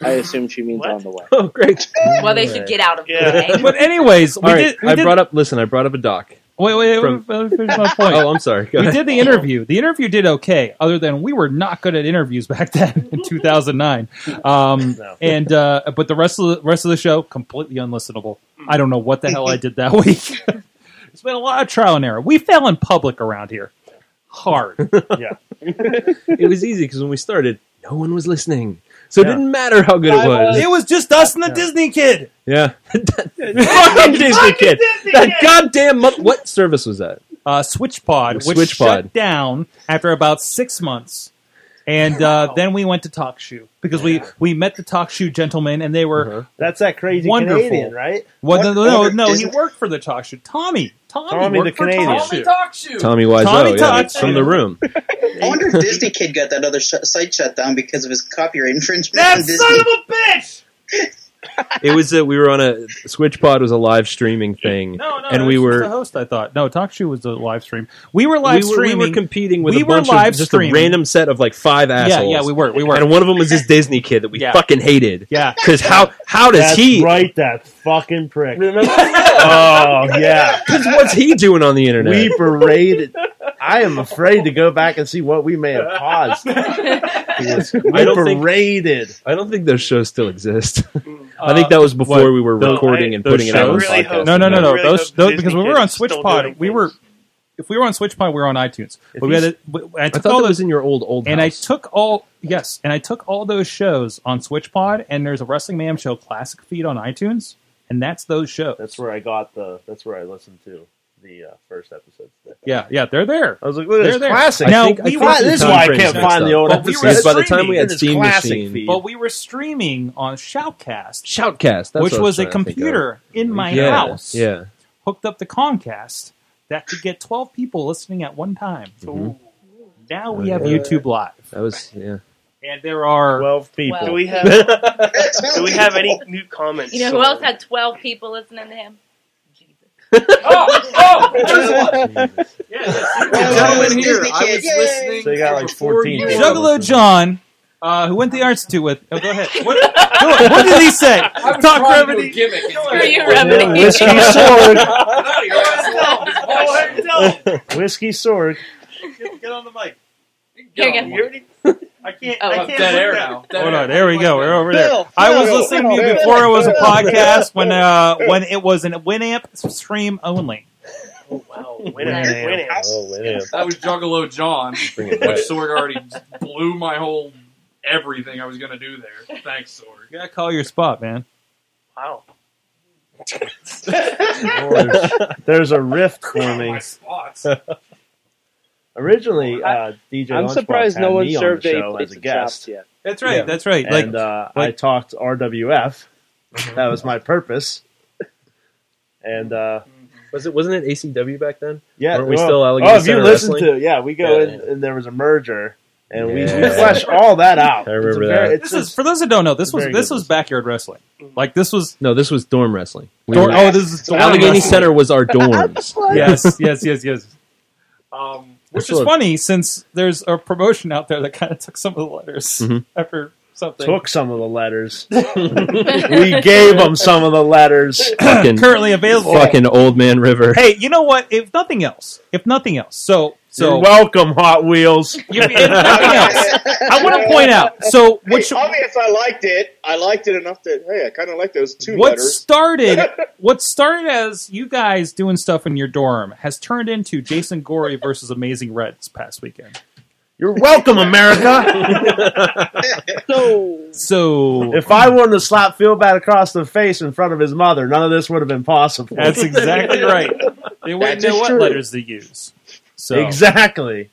I assume she means on the way. Oh, great. Well, they should get out of <laughs> the way. but anyways, we All right, did. We I did, <laughs> brought up. Listen, I brought up a doc. Wait, wait, wait, from- let me finish my point. Oh, I'm sorry. Go we ahead. did the interview. The interview did okay, other than we were not good at interviews <laughs> back then in 2009. Um, And uh, but the rest of the rest of the show completely unlistenable. I don't know what the hell I did that <laughs> week. it's been a lot of trial and error. We fell in public around here, <laughs> hard. yeah, it was easy because when we started, no one was listening, so it didn't matter how good it I was. It was just us and the Disney kid. yeah. <laughs> fucking Disney kid. That goddamn mu- <laughs> what service was that? Uh, SwitchPod, which SwitchPod. shut down after about six months. And uh, then we went to Talk Shoe because we, we met the Talk Shoe gentlemen and they Uh-huh. were That's that crazy wonderful, Canadian, right? Well, What no, no, other no, he Disney- worked for the Talk Shoe. Tommy, Tommy, Tommy worked the for Canadian. Talk Shoe. Tommy Wiseau, Tommy yeah, Todd. it's from the <laughs> room. I wonder if Disney Kid got that other sh- site shut down because of his copyright infringement. That on Disney. son of a bitch! It was a, we were on a SwitchPod was a live streaming thing, No, no, and we it was just were the host. I thought no, Talk Shoe was the live stream. We were live we were, streaming. We were competing with We a were bunch live of just streaming. a random set of like five assholes. yeah, we were, we were. And one of them was this Disney kid that we Yeah. fucking hated. Yeah, because how how does That's he? right? That fucking prick. <laughs> oh <laughs> yeah. Because what's he doing on the internet? We berated. I am afraid to go back and see what we may have <laughs> paused. <laughs> I I don't think- berated. I don't think those shows still exist. <laughs> I Uh, think that was before we were recording and putting it out on podcast. No, no, no, no. Really those, hope those Disney because when we were on Kid's still SwitchPod, doing we were. If we were on SwitchPod, we were on iTunes. But we had he's- it, but I, took thought all that those, was in your old old And I took all yes, and I took all those shows on SwitchPod, and there's a Wrestling Mayhem Show classic feed on iTunes, and that's those shows. That's where I got the. That's where I listened to the uh, first episode. Today. Yeah, yeah, they're there. I was like, look at They're this there. classic. Now, I think- I we think were, the This is why I timeframe's can't messed find up. the old But we were episodes. By the time we streaming had in this Steam classic Machine. feed. but we were streaming on Shoutcast, Shoutcast, that's which what was I was a trying to think of. computer in my Yeah, house, yeah. hooked up to Comcast that could get 12 people listening at one time. Mm-hmm. Now we have YouTube Live, That was yeah. and there are 12 people. Do <laughs> we have- do we have any new comments? You know who else had 12 people listening to him? <laughs> oh, gentleman here, I was listening So you got like fourteen. people. Juggalo <laughs> John, uh, who went to the Arts Institute with. Oh, go <laughs> ahead. What, go on. What did he <laughs> <laughs> say? I'm Talk trying to remedy. do a gimmick. Screw you, Remedy. <laughs> Whiskey sword. <laughs> Whiskey sword. Get, get on the mic. Here you go. I can't. Oh, I I'm can't dead look air down. now. Oh, <laughs> Hold on, there we go. We're over there. Bill, I was Bill, listening to you Bill, before it was a Bill. podcast when uh when it was an Winamp stream only. Oh, <laughs> Oh, Winamp. That was Juggalo John, Bring which it back. Sorg already blew my whole everything I was going to do there. Thanks, Sorg. You gotta <laughs> call your spot, man. Wow. <laughs> There's a rift forming. Originally, uh, DJ I'm Lunchbox surprised had no one me on served the a show as pizza a guest. chops yet. That's right, that's right. And Like- uh, I like- talked <laughs> RWF. that was my purpose. And uh, Was it wasn't it ACW back then? yeah, weren't we well- still Alligator Oh, if you Center listen Wrestling? to, yeah, we go Yeah. in, and there was a merger, and we, we Yeah. flesh all that out. I remember It's a that. very- it's This is for those that don't know. This was very this good was backyard wrestling. <laughs> Like this was no, this was dorm wrestling. We Dorm- were- oh, this is dorm Allegheny wrestling. Center was our dorms. <laughs> yes, yes, yes, yes. Um, which That's is what- funny since there's a promotion out there that kind of took some of the letters Mhm. after something. Took some of <laughs> the letters. <laughs> we gave them some of the letters. <coughs> Fucking- Currently available. Fucking old man river. Hey, you know what? If nothing else, if nothing else, so so You're welcome, <laughs> Hot Wheels. I want to point out. So Hey, obvious, I liked it. I liked it enough that hey, I kind of like those two what letters. <laughs> started <laughs> what started as you guys doing stuff in your dorm has turned into Jason Gory versus Amazing Red this past weekend. You're welcome, America. <laughs> So so if I wouldn't have slapped Phil Bat across the face in front of his mother, none of this would have been possible. That's <laughs> exactly right. They wouldn't That is know what true. letters to use. So Exactly.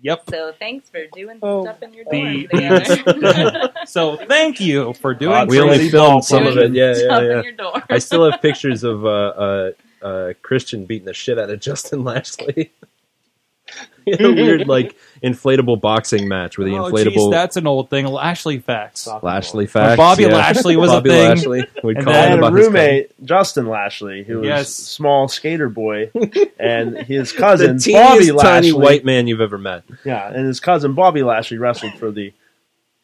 Yep. So thanks for doing stuff in your dorm <laughs> together. The- Oh. so thank you for doing. Uh, we only crazy filmed ballpark. some of it. Yeah, Stuff in yeah, your yeah. dorm. I still have pictures of uh, uh, uh, Christian beating the shit out of Justin <laughs> Lashley. in a weird, like, inflatable boxing match with the Oh, inflatable geez, that's an old thing. Lashley facts. Lashley When facts. Bobby yeah. Lashley was Bobby a thing. Lashley. We And called then- I him had a about his cousin. roommate, Justin Lashley, who was Yes. small skater <laughs> boy, and his cousin <laughs> the teeniest Bobby Lashley. tiny white man you've ever met. Yeah, and his cousin Bobby Lashley wrestled for the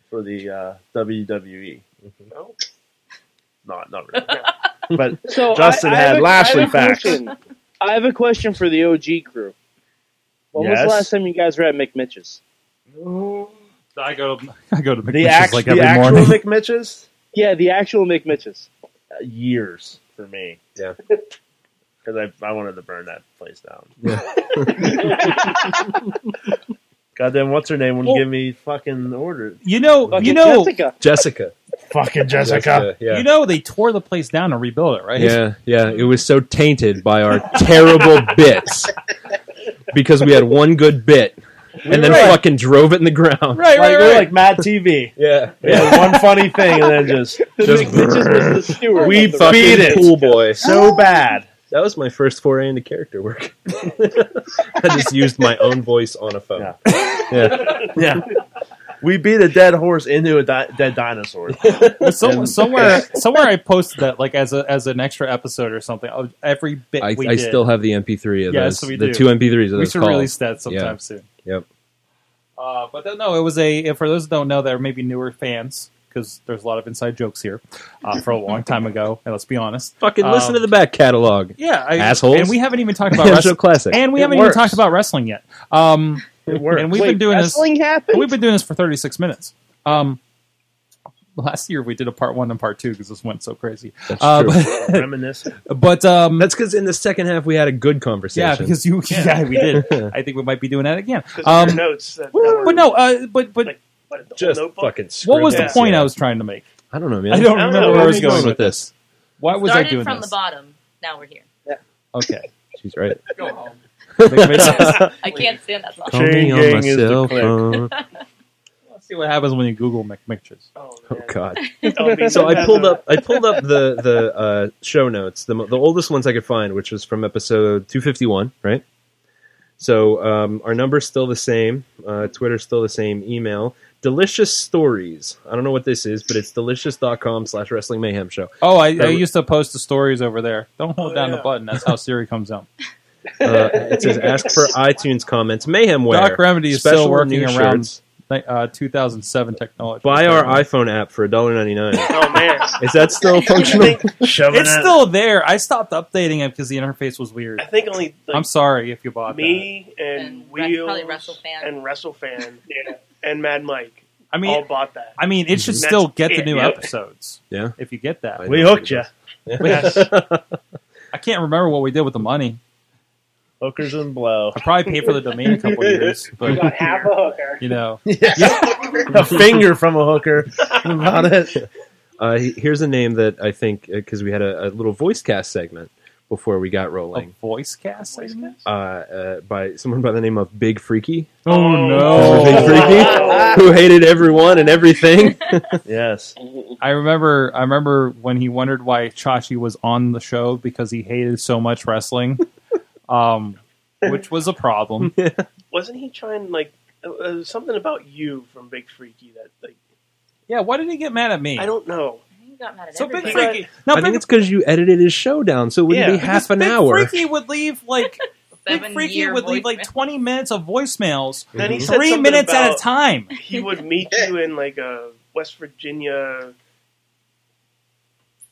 for the uh, WWE. Mm-hmm. Not not really, but So Justin I- I have had a- I Lashley have a facts. question. I have a question for the OG crew. When was Yes? the last time you guys were at McMitch's? I go. <laughs> I go to The, act, like the every actual morning. <laughs> McMitches Yeah, the actual McMitch's. Uh, years for me. Yeah, <laughs> because I I wanted to burn that place down. <laughs> Goddamn, what's her name? Wouldn't give me fucking orders. You know, Fucking you know, Jessica. Jessica. Fucking Jessica. yeah. You know, they tore the place down and rebuilt it, right? Yeah, yeah. It was so tainted by our <laughs> terrible bits because we had one good bit and then Right. fucking drove it in the ground. like, We're like Mad TV. Yeah. Yeah, one funny thing, and <laughs> then just Just we fucking beat it Pool boy. so bad. That was my first foray into character work. <laughs> I just used my own voice on a phone. Yeah. <laughs> <laughs> Yeah, we beat a dead horse into a di- dead <laughs> dinosaur. Well, some, somewhere, somewhere, I posted that like as a as an extra episode or something. of Every bit I, we I did. still have the MP3 of Yes, those. we the do. two MP3s of We those should calls. release that sometime Yeah. soon. Yep. Uh, but th- no, it was a. For those who don't know, they're maybe newer fans because there's a lot of inside jokes here uh, for a long <laughs> time ago. And let's be honest, Um, Fucking listen to the back catalog. yeah, I, assholes. And we haven't even talked <laughs> about Yeah, wrestling. so classic. And we It haven't works. even talked about wrestling yet. Um, And we've been Wait, doing wrestling this. happened? We've been doing this for 36 minutes. Um, last year we did a part one and part two because this went so crazy. That's Uh, true. but- <laughs> Reminiscent. But um, that's because in the second half we had a good conversation. Yeah, because you. <laughs> Yeah, we <laughs> did. I think we might be doing that again. Because Um, your notes. That, that were- but no, uh, but but just fucking. what was the scribbles. point Yeah. I was trying to make? I don't know, man. I don't remember where I was going with this. Why was Started I doing from this? the bottom. Now we're here. okay, she's right. Go home. Make- make sense. I can't stand that song. Call me on my Changing is the cell click. phone. Let's see what happens when you Google McMictures. Oh <laughs> God! <laughs> Don't be so I bad, pulled though. up I pulled up the the uh, show notes, the mo- the oldest ones I could find, which was from episode two fifty one, right? So um, our number's still the same. Uh, Twitter's still the same. Email delicious stories. I don't know what this is, but it's delicious.com slash wrestling mayhem show. Oh, I, I That- used to post the stories over there. Don't hold down the button. That's how Siri comes <laughs> out. Uh, it says ask <laughs> for iTunes comments. Mayhem wear. Doc Remedy is Special still working new around shirts. uh, 2007 technology. Buy our iPhone app for $1.99. Oh man, is that still functional? Shoving It's still there. I stopped updating it because the interface was weird. I think only like, I'm sorry if you bought that. me and, Wheels probably WrestleFan. and WrestleFan and Mad Mike. I mean- all bought that. I mean, it should Mhm. still That's get the it, new yep. episodes Yeah. if you get that. We hooked you. Yes. <laughs> I can't remember what we did with the money. Hookers and blow. I probably <laughs> paid for the domain a couple <laughs> years, You got but half a hooker. you <laughs> know, a finger from a hooker. About it. <laughs> Uh, he- here's a name that I think because we had a, a little voice cast segment before we got a rolling voice cast. I think? uh, uh, by someone by the name of Big Freaky, Oh Big no! Freaky, who hated everyone <laughs> and everything. Yes. I remember. I remember when he wondered why Chachi was on the show because he hated so much <laughs> wrestling, um, which was a problem. Wasn't he trying like uh, uh, something about you from Big Freaky? That like Yeah, why did he get mad at me? I don't know. You got mad at So Big everybody. Freaky. <laughs> I Now, think Big, it's because you edited his show down, so it wouldn't Yeah, be because half an Big <laughs> hour. Freaky would leave like Big Freaky would leave like 20 minutes of voicemails, Then he said three something minutes at a about- time. <laughs> He would meet you in like a West Virginia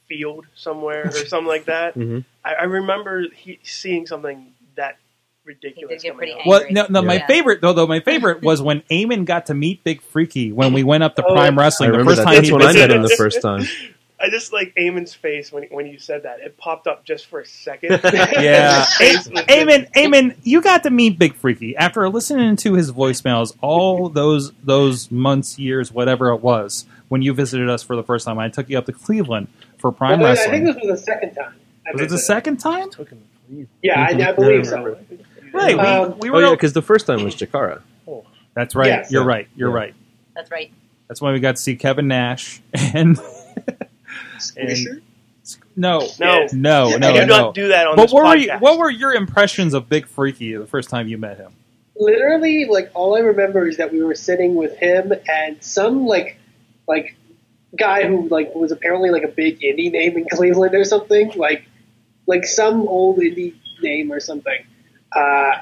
field somewhere or something like that. Mhm. I, I remember he seeing something that ridiculous. coming out. Well, no, no my favorite though, though <laughs> my favorite was when Eamon got to meet Big Freaky when we went up to Oh, Prime Wrestling I the remember first that. time That's he when I met visited him the us. first time. <laughs> I just like Eamon's face when when you said that. It popped up just for <laughs> a second. <laughs> yeah, His face was- A- Eamon, Eamon, you got to meet Big Freaky after listening to his voicemails all those those months, years, whatever it was when you visited us for the first time. I took you up to Cleveland for Prime Well, Oh, I Wrestling. think this was the second time. I Was it the visited. second time? Yeah, I, I believe so. Right, we- Um, we oh were yeah, all- because the first time was Jakara. That's right. Yes. You're right. You're Yeah. right. That's right. That's when we got to see Kevin Nash <laughs> and. Squisher? No, No. no, Yeah. no, You no. do not do that on But this what were you- podcast. what were your impressions of Big Freaky the first time you met him? literally like all I remember is that we were sitting with him and some like like guy who like was apparently like a big indie name in Cleveland or something like like some old indie name or something. Uh,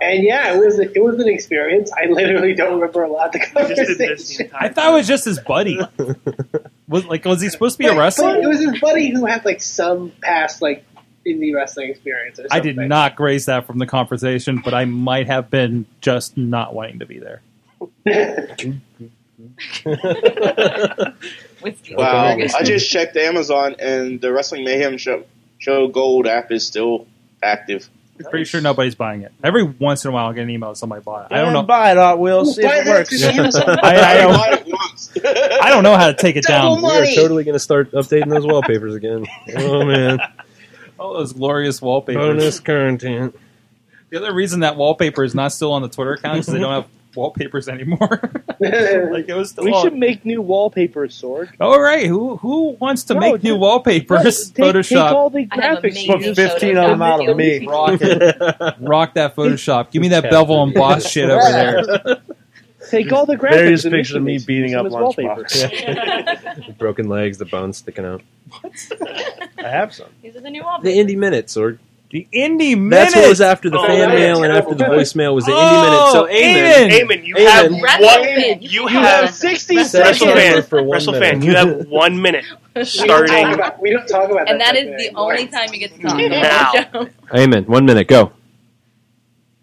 and yeah, it was it was an experience. I literally don't remember a lot of the conversation. I thought it was just his buddy. was like, was he supposed to be a But wrestler? it was his buddy who had like some past like indie wrestling experience. Or something. I did not graze that from the conversation, but I might have been just not wanting to be there. <laughs> Wow. I just checked Amazon and the Wrestling Mayhem show, show Gold app is still active. Pretty sure nobody's buying it. Every once in a while, I get an email that somebody bought it. I don't know. Buy it, Art Will. See if it works. <laughs> I, I don't, I don't know how to take it down. We are totally going to start updating those wallpapers again. <laughs> Oh man, All those glorious wallpapers. bonus content. The other reason that wallpaper is not still on the Twitter account is they don't have wallpapers anymore. <laughs> like it was still we on. should make new wallpapers, Sorg. All right, who who wants to No, make new wallpapers? take- take Photoshop. all the I have graphics. amazing Put fifteen of them out of <laughs> me. Rock, it. rock that Photoshop. Give me that Bevel and <laughs> Boss <laughs> shit over there. <laughs> Take all the graphics. Various and pictures of me make them beating as up wallpaper. <laughs> The <laughs> broken legs, the bones sticking out. <laughs> I have some. These are the new wallpapers. The indie minutes, or the indie That's what was Minute! after the Oh, fan that is mail and after the voicemail was the indie minute. Oh, So Amen, Eamon, you have one. You have WrestleFan. WrestleFan, you have one <laughs> minute starting. We don't talk about And that is the only time you get to talk. Now. <laughs> Amen. One minute, go.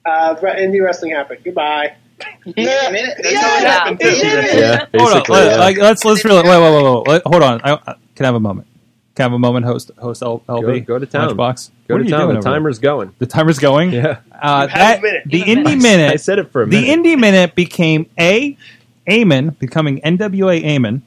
Uh, indie wrestling happened. <laughs> Goodbye. <laughs> Yeah, that's how it happened, too. Yeah, Hold on, basically, let, yeah. like, let's let's really wait, wait, wait, wait. Let- hold on. I, I, can I have a moment? Can I have a moment, host host L, LB? go to town. Lunchbox. Go What to are you town. doing The over there? timer's going. The timer's going. Yeah. Uh, You have that a minute. the You have a indie minute. minute. I said it for a The indie minute became a Amen becoming NWA Amen.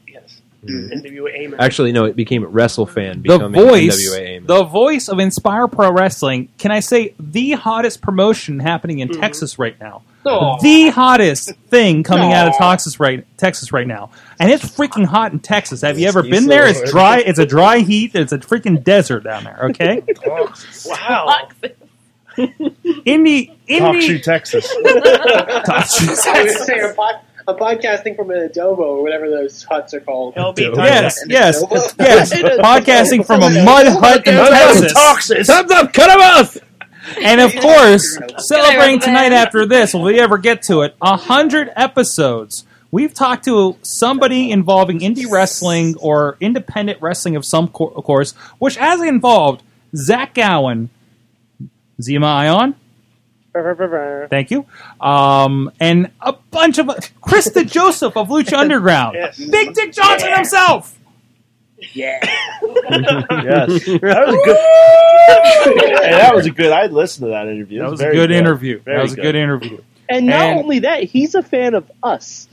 NWA Eamon. Actually, no, it became WrestleFan. The becoming voice, NWA Amen. the voice of Inspire Pro Wrestling. Can I say the hottest promotion happening in Texas right now? Aw. The hottest thing coming out of Texas right Texas right now, and it's freaking hot in Texas. Have you ever been there? It's dry. It's a dry heat. It's a freaking desert down there. Okay, Wow. indie Talkshoe, indie Texas. <laughs> Talkshoe, I was Texas. saying, I'm, pod- I'm podcasting from an adobo or whatever those huts are called. Yes, yes, yes. <laughs> Podcasting from a mud hut in Mud hut in Texas. Texas. Thumbs up, cut him off. And of course, celebrating Good tonight after this, will we ever get to it? A hundred episodes. We've talked to somebody involving indie wrestling or independent wrestling of some co- course, which has involved Zach Gowen, Zima Ion, Thank you. Um, and a bunch of Krista Joseph of Lucha <laughs> Underground. Big Dick Johnson himself. Yeah. yes, that was a good. Hey, that was a good. I listened to that interview. That was a very good interview. Very That was a good interview. <laughs> And not <laughs> <laughs> And- only that, he's a fan of us.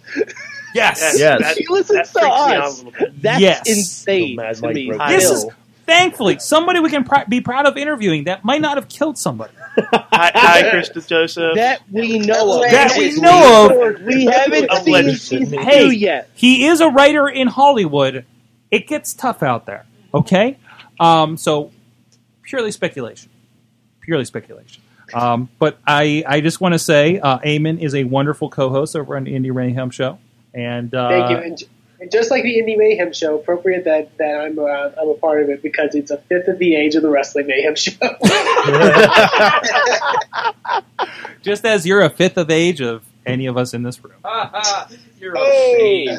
Yes. Yes. he listens to us. That's Yes. insane. to me. This is Still. thankfully somebody we can pr- be proud of interviewing that might not have killed somebody. <laughs> Hi, hi, Krista Joseph. that we know of. That we know of. We haven't seen season two yet. He is a writer in Hollywood. It gets tough out there. Okay? Um, so purely speculation. Purely speculation. Um, but I, I just want to say, uh, Eamon is a wonderful co-host over on the Indie Mayhem Show, and uh, Thank you. And And just like the Indie Mayhem show, appropriate that, that I'm, uh, I'm a part of it because it's a fifth of the age of the Wrestling Mayhem show. <laughs> <laughs> Just as you're a fifth of the age of any of us in this room. You're hey. I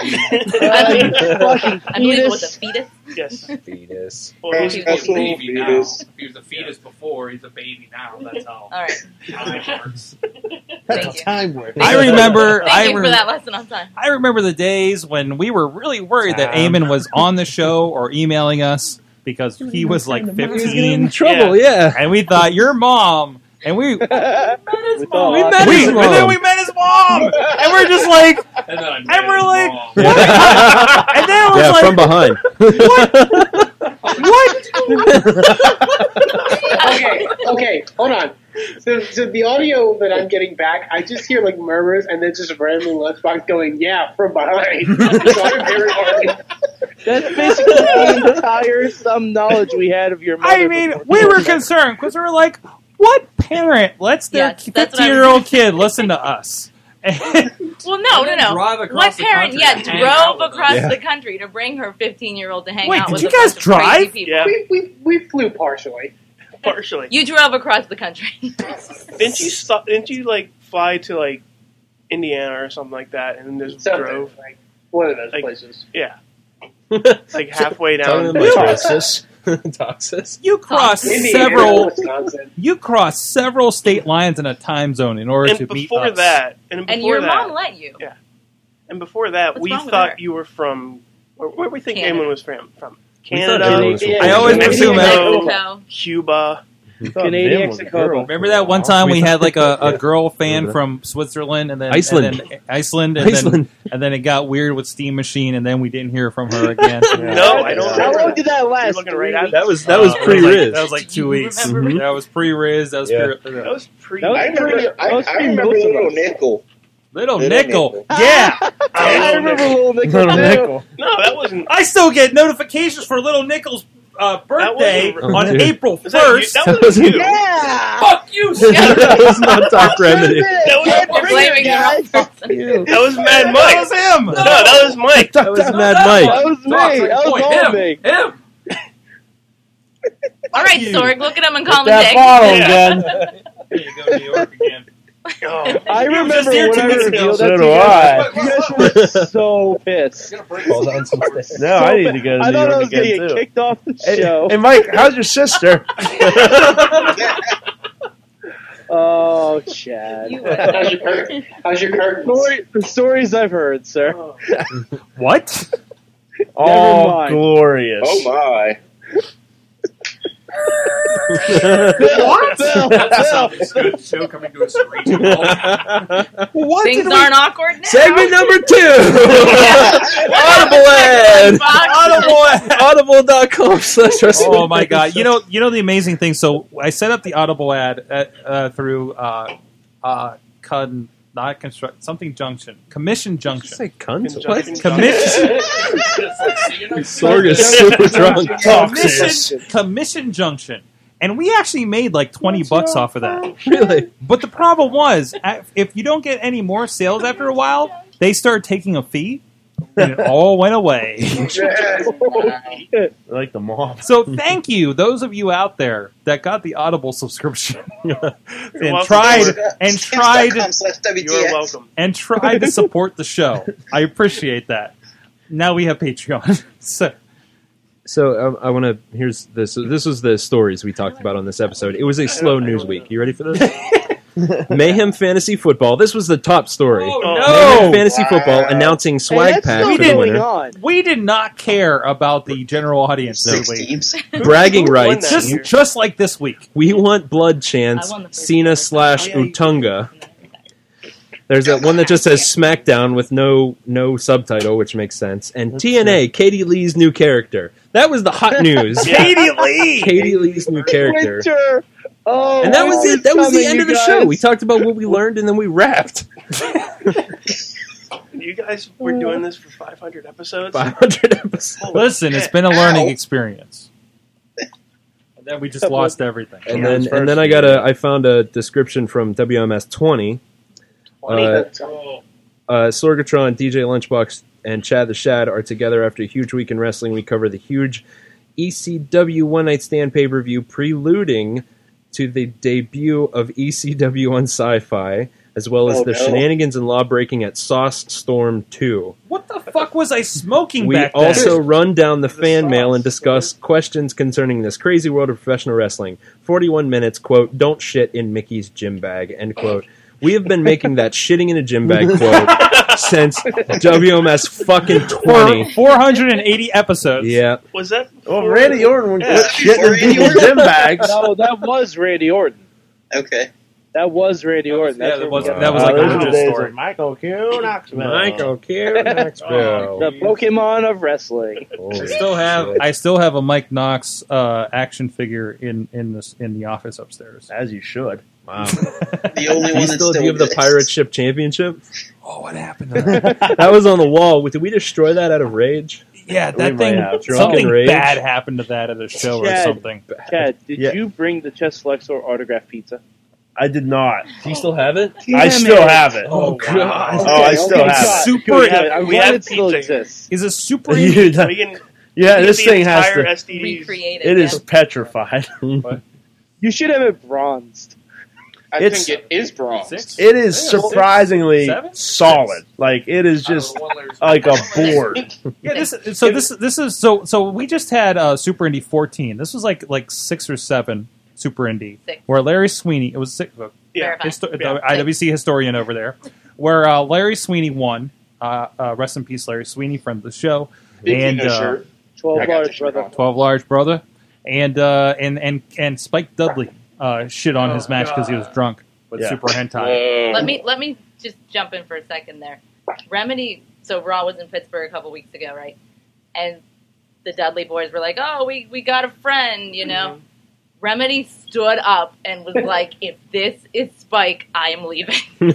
believe it was a fetus. <laughs> Yes. fetus. Or he's a Russell baby now. fetus. If he was a fetus before, he's a baby now. That's how All right. time works. Thank you. Time I remember. Thank I you for remember- that lesson on time. I remember the days when we were really worried that Time. Eamon was on the show or emailing us because he was like 15. was getting in trouble, yeah. And we thought, your mom. And <laughs> we, we met his mom. We met his mom. And then we met his mom. And we're just like, and, we're like, <laughs> and then it was yeah, like, from behind. <laughs> okay, okay, hold on. So, so the audio that I'm getting back, I just hear like murmurs and then just randomly lunchbox going, "Yeah, from behind." <laughs> So I'm very hard. That's basically the entire some knowledge we had of your mother. I mean, we were concerned because we were like, what parent lets their Yes, that's what I 15 year old kid listen to us? Well, no, no, And no. drive across What the parent, country yeah, to hang out drove with us. across Yeah. the country to bring her 15 year old to hang Wait, out did with you a bunch guys of crazy drive? people. We, we, we flew partially. Partially. You drove across the country. <laughs> Didn't you stop? Didn't you like fly to like Indiana or something like that, and then just Something, drove like one of those places? Yeah, like halfway <laughs> down. Toxus. Toxus. You crossed Oh, several. You crossed several state lines in a time zone in order And to before meet us. that, and before And your that, mom let you. Yeah. and before that, What's we wrong with her? thought you were from. Where, where we think Canada. Damon was from? From We Canada. thought Damon was from I always Mexico, presume Mexico. Cuba. Canadian Damon was a Mexico. girl. Remember that one time we had like a, a girl fan Remember that. from Switzerland and then Iceland. and then Iceland, and, Iceland. Then, and then it got weird with Steam Machine, and then we didn't hear from <laughs> her again. No, I don't. How remember long did that last? right at Uh, That was- that was like- pre-Riz. Uh, That was like two weeks. That was pre Riz. That was pre. That was pre. That was I remember, I, I remember Little Nickel. Little Little Oh, Nickel. <laughs> Yeah. I remember Little Nickel. Little too. Nickel. No, that wasn't. I still get notifications for Little Nickel's uh, birthday wasn't- on Oh, dude. April Is that you- 1st. That was you. Yeah. Fuck you. <laughs> that was not top remedy. That was, You're blaming the wrong person. that was Mad Mike. That was him. No, that was Mike. That was Mad Mike. That was me. That was all me. Him. All right, Sorg, look at him and call him that Dick. bottle <laughs> There you go, New York <laughs> again. Oh, I You were just remember here when two I minutes ago. revealed So that to do you I. guys. You guys <laughs> were so pissed. No, I need to go to I New thought York I was again, gonna get too. kicked off the Hey, show. hey, Mike, how's your <laughs> sister? Oh, Chad. You How's your would. curtain? How's your curtains? Story, the stories I've heard, sir. What? Never Oh, mind. glorious. Oh my! what? Phil, That's Phil, how this good show coming to a screeching halt. What Things did we- aren't awkward now. Segment number two. Audible ad. Audible.com slash wrestling. Oh my god! You know, you know the amazing thing. So I set up the Audible ad at, uh, through uh, uh, con, not construct something junction, commission junction, Say cunt. What? commission, <laughs> Sorg is super drunk. commission, commission junction, and we actually made like twenty bucks off of that. Really? But the problem was, a- if you don't get any more sales after a while, they start taking a fee, and it all went <laughs> away. I like the mom. So thank you, those of you out there that got the Audible subscription <laughs> and welcome. tried and tried Stamps.com slash You're WTF. welcome. and tried to support the show. I appreciate that. Now we have Patreon. <laughs> So So um, I want to. Here's this. This was the stories we talked about on this episode. It was a slow news week. You ready for this? Mayhem Fantasy Football. This was the top story. Mayhem Fantasy Football announcing swag that's pack still for the going winner. on. we did not care about the general audience this Six week. teams. <laughs> Bragging Who won rights. that? Just just like this week. We want blood I chance. won the first Cena one. slash Oh, yeah, you- Utunga. There's that one that just says SmackDown with no no subtitle, which makes sense. And TNA, Katie Lee's new character. That was <laughs> the hot news. <laughs> Katie Lee. Katie Lee's new character. Winter. Oh, And that was winter's it. That was the coming, end you of the guys. show. We talked about what we learned and then <laughs> we wrapped. You guys were doing this for 500 episodes. 500 episodes. Listen, it's been a learning Ow. experience. And then we just lost everything. And Yeah, then it's and then first. I got a I found a description from WMS 20. Uh, uh, Sorgatron, DJ Lunchbox, and Chad the Shad are together after a huge week in wrestling. We cover the huge ECW One Night Stand pay per view, preluding to the debut of E ECW on Sci Fi, as well as Oh, the no. shenanigans and law breaking at Sauce Storm 2. What the fuck was I smoking We back then? <laughs> also run down the fan mail and discuss questions concerning this crazy world of professional wrestling. 41 minutes, quote, don't shit in Mickey's gym bag, end quote. We have been making that shitting in a gym <laughs> bag quote since WMS fucking 20. 480 episodes. Yeah. Was that? Well, Randy Orton would quit shitting in Randy people's Orton? gym bags. No, oh, that was Randy Orton. Okay. That was Randy Orton. That's that what was, we got. that was like a legit Uh, days story. of Michael Q. Knoxville. Michael <laughs> Q. Knoxville. The Pokemon of wrestling. <laughs> I still have I still have a Mike Knox uh, action figure in in this in the office upstairs. As you should. Wow. the Do you still, do you have the pirate ship championship? Oh, what happened? <laughs> that was on the wall. Did we destroy that out of rage? <laughs> <laughs> Yeah, We that might thing. have. something Drunken rage. bad happened to that at a show Chad, or something. Chad, did Yeah. you bring the Chess Flexor autograph pizza? I did not. Do you still have it? I still have it. Oh god! Oh, I still have it. Super. We have- we have pizza. exists. Is a super. <laughs> You know- yeah, we this can thing the has entire to. SDEs. Recreate It is petrified. You should have it bronzed. I It's- think it is bronze. <laughs> It is surprisingly <laughs> solid. Like it is just <laughs> like a board. Yeah, this, so this this is so so we just had uh, Super Indy 14. This was like like six or seven Super Indy Six. where Larry Sweeney. It was six. uh, Yeah. histo- the IWC historian over there, where uh, Larry Sweeney won. Uh, uh, rest in peace, Larry Sweeney, friend of the show, Big and Dino uh, shirt. 12 I got large, the shirt brother. on. Twelve large brother, and uh, and and and Spike Dudley uh, shit on his match because he was drunk with Yeah. Super Hentai. Let me let me just jump in for a second there. Remedy. So Raw was in Pittsburgh a couple weeks ago, right? And the Dudley boys were like, "Oh, we we got a friend," you know. Remedy stood up and was like, "If this is Spike, I am leaving." I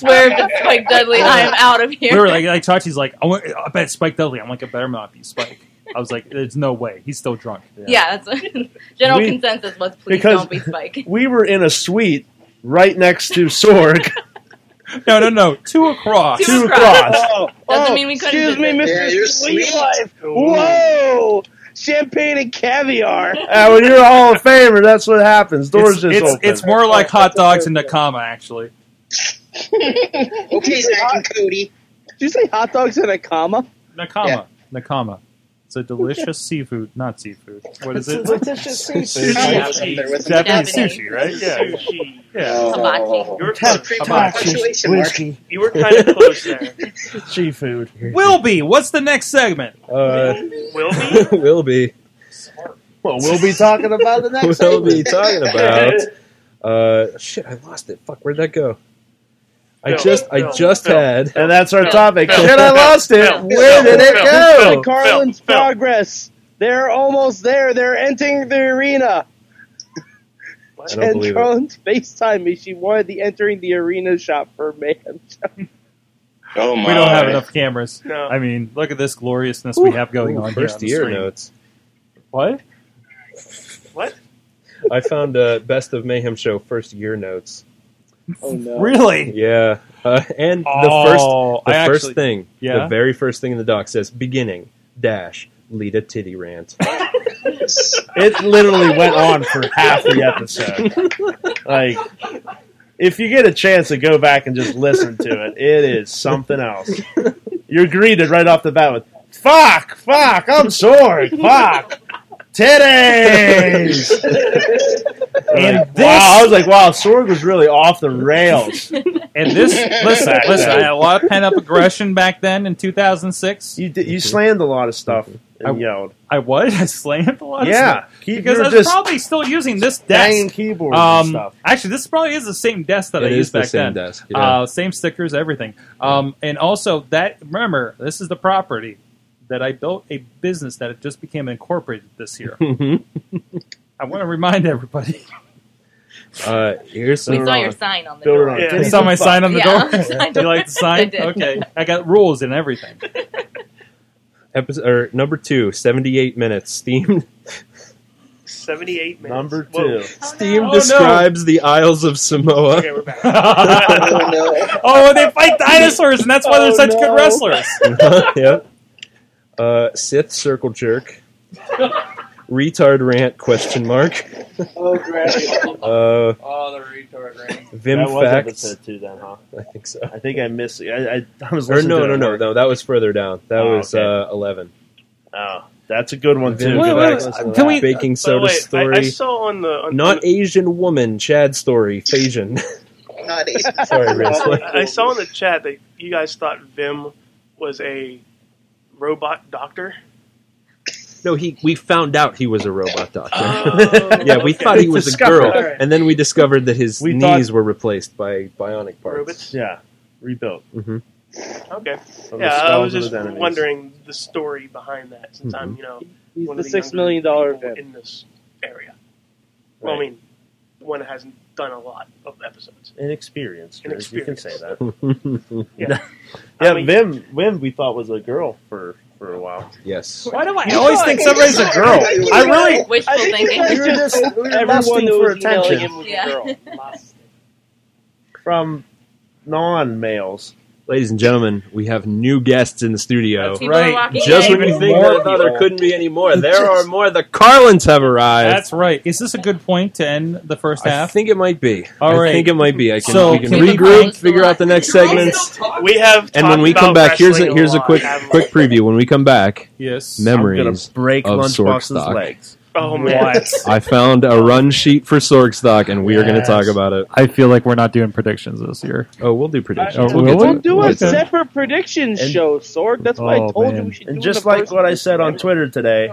swear, if it's Spike Dudley, I am out of here. We were like, like Chachi's like, I, want, I bet Spike Dudley. I'm like, it better not be Spike. I was like, there's no way. He's still drunk. <laughs> yeah, that's <laughs> general We- consensus was please because don't be Spike. we were in a suite right next to <laughs> Sorg. no, no, no. Two across. Two across. <laughs> Doesn't mean we couldn't. Oh, Excuse me, do this. Mr. Sweet Life. Whoa! Champagne and caviar. Uh, when you're a Hall of Famer, that's what happens. Doors it's, just it's, open. it's more like hot dogs in the comma, actually. okay, Zach and Cody. Did you say hot dogs in a comma? Nakama. Nakama. It's a delicious seafood, not seafood. What is it? <laughs> Delicious Sushi. Japanese, Japanese sushi, right? Yeah. Yeah. Oh. Tamaki. You're Oh. Tamaki. Whiskey. You were <laughs> kind of close there. Seafood. Will be. What's the next segment? Uh, will be. <laughs> will be. Well, we'll be talking about the next. <laughs> we'll be segment. talking <laughs> about. Uh, shit, I lost it. Fuck, where'd that go? I Bill, just, I Bill, just Bill, had, and that's our topic. Shit, I lost it. Where did it go? Carlin's progress. They're almost there. They're entering the arena. I don't and believe it. Carlin's FaceTime me. She wanted the entering the arena shot for <laughs> man. Oh We don't have enough cameras. I mean, look at this gloriousness we have going Ooh, on first here. year on the screen. notes. What? What? I found uh, best of Mayhem show first year notes. Oh no! Really? Yeah, uh, and Oh, the first, the I first actually- thing, yeah? the very first thing in the doc says beginning dash Lita <laughs> titty rant. It literally went on for half the episode. Like, if you get a chance to go back and just listen to it, it is something else. You're greeted right off the bat with "fuck, fuck, I'm sorry, fuck, titties." And wow, I was like, wow, Sorg was really off the rails. And <laughs> this, listen, listen, I had a lot of pent up aggression back then in 2006. You, did, you slammed a lot of stuff and Mm-hmm. I, yelled. I was? I slammed a lot of Yeah, stuff. keep- because you're I was just probably still using this banging desk. keyboards and um, stuff. Actually, this probably is the same desk that It I is used the back same then. desk, yeah. uh, same stickers, everything. Um, and also, that remember, this is the property that I built a business that it just became incorporated this <laughs> year. Mm-hmm. I want to remind everybody. uh, here's We some- saw your sign on the Build it door. on. Yeah. I saw my sign on the <laughs> Yeah, on the door. <laughs> sign Do you door. like the sign? I did. <laughs> <laughs> Okay, I got rules and everything. episode or number two, 78 minutes steamed 78 minutes. Number two. Whoa. Steam Oh, no. describes the Isles of Samoa. Okay, we're back. Oh, they fight dinosaurs, and that's why they're Oh, such no. good wrestlers. <laughs> yep. Uh, Sith circle jerk. Retard rant question mark. Oh, great. Uh, oh, the retard rant. Vim that was facts. episode two, then, huh? I think so. I think I missed. I, I, I was Or listening no, to it no, at no, work. no. That was further down. That Oh, was okay. uh, eleven. Oh, that's a good one too. Vim Good facts. one. Can we- baking soda wait, I- I story? saw on the- on- not Asian woman Chad story. Fajin. Not easy. Sorry, Riz. I saw in the chat that you guys thought Vim was a robot doctor. <laughs> No, he. We found out he was a robot doctor. Oh, <laughs> yeah, we thought he We was a discovered. girl, Alright. and then we discovered that his We thought- knees were replaced by bionic parts. Robots? Yeah, rebuilt. hmm Okay. Of the Yeah, I was skulls of just his enemies. wondering the story behind that since I'm, you know, one the of six younger million dollar people in this area. Well, I Right. mean, one that hasn't done a lot of episodes. Inexperienced, Riz, you can say that. Yeah. <laughs> yeah, Vim, Vim, we thought was a girl for for a while. Yes. Why do I always think somebody's a <laughs> girl? I really- Wishful thinking. We were just we were lusting for attention <laughs> from non males. Ladies and gentlemen, we have new guests in the studio. That's People right. are walking Just in. when you Even think more there, there people. couldn't be any more, there are more. The Carlins have arrived. That's right. Is this a good point to end the first I half? think it might be. All I right. think it might be. I can, So- we can People regroup, figure out the next segments, We have and when we talked come about back, here's a wrestling here's a lot, quick haven't we? quick preview. When we come back, Yes. memories I'm gonna break of Lunchbox's Sorkstock. legs. Oh man. I found a run sheet for Sorgstock, and we are going to Yes. talk about it. I feel like we're not doing predictions this year. Oh, we'll do predictions. Oh, will get to we? it. Do We'll a get to it. separate predictions show, Sorg. That's why I Oh, told you man. we should do and it just in the like what I said on Twitter today,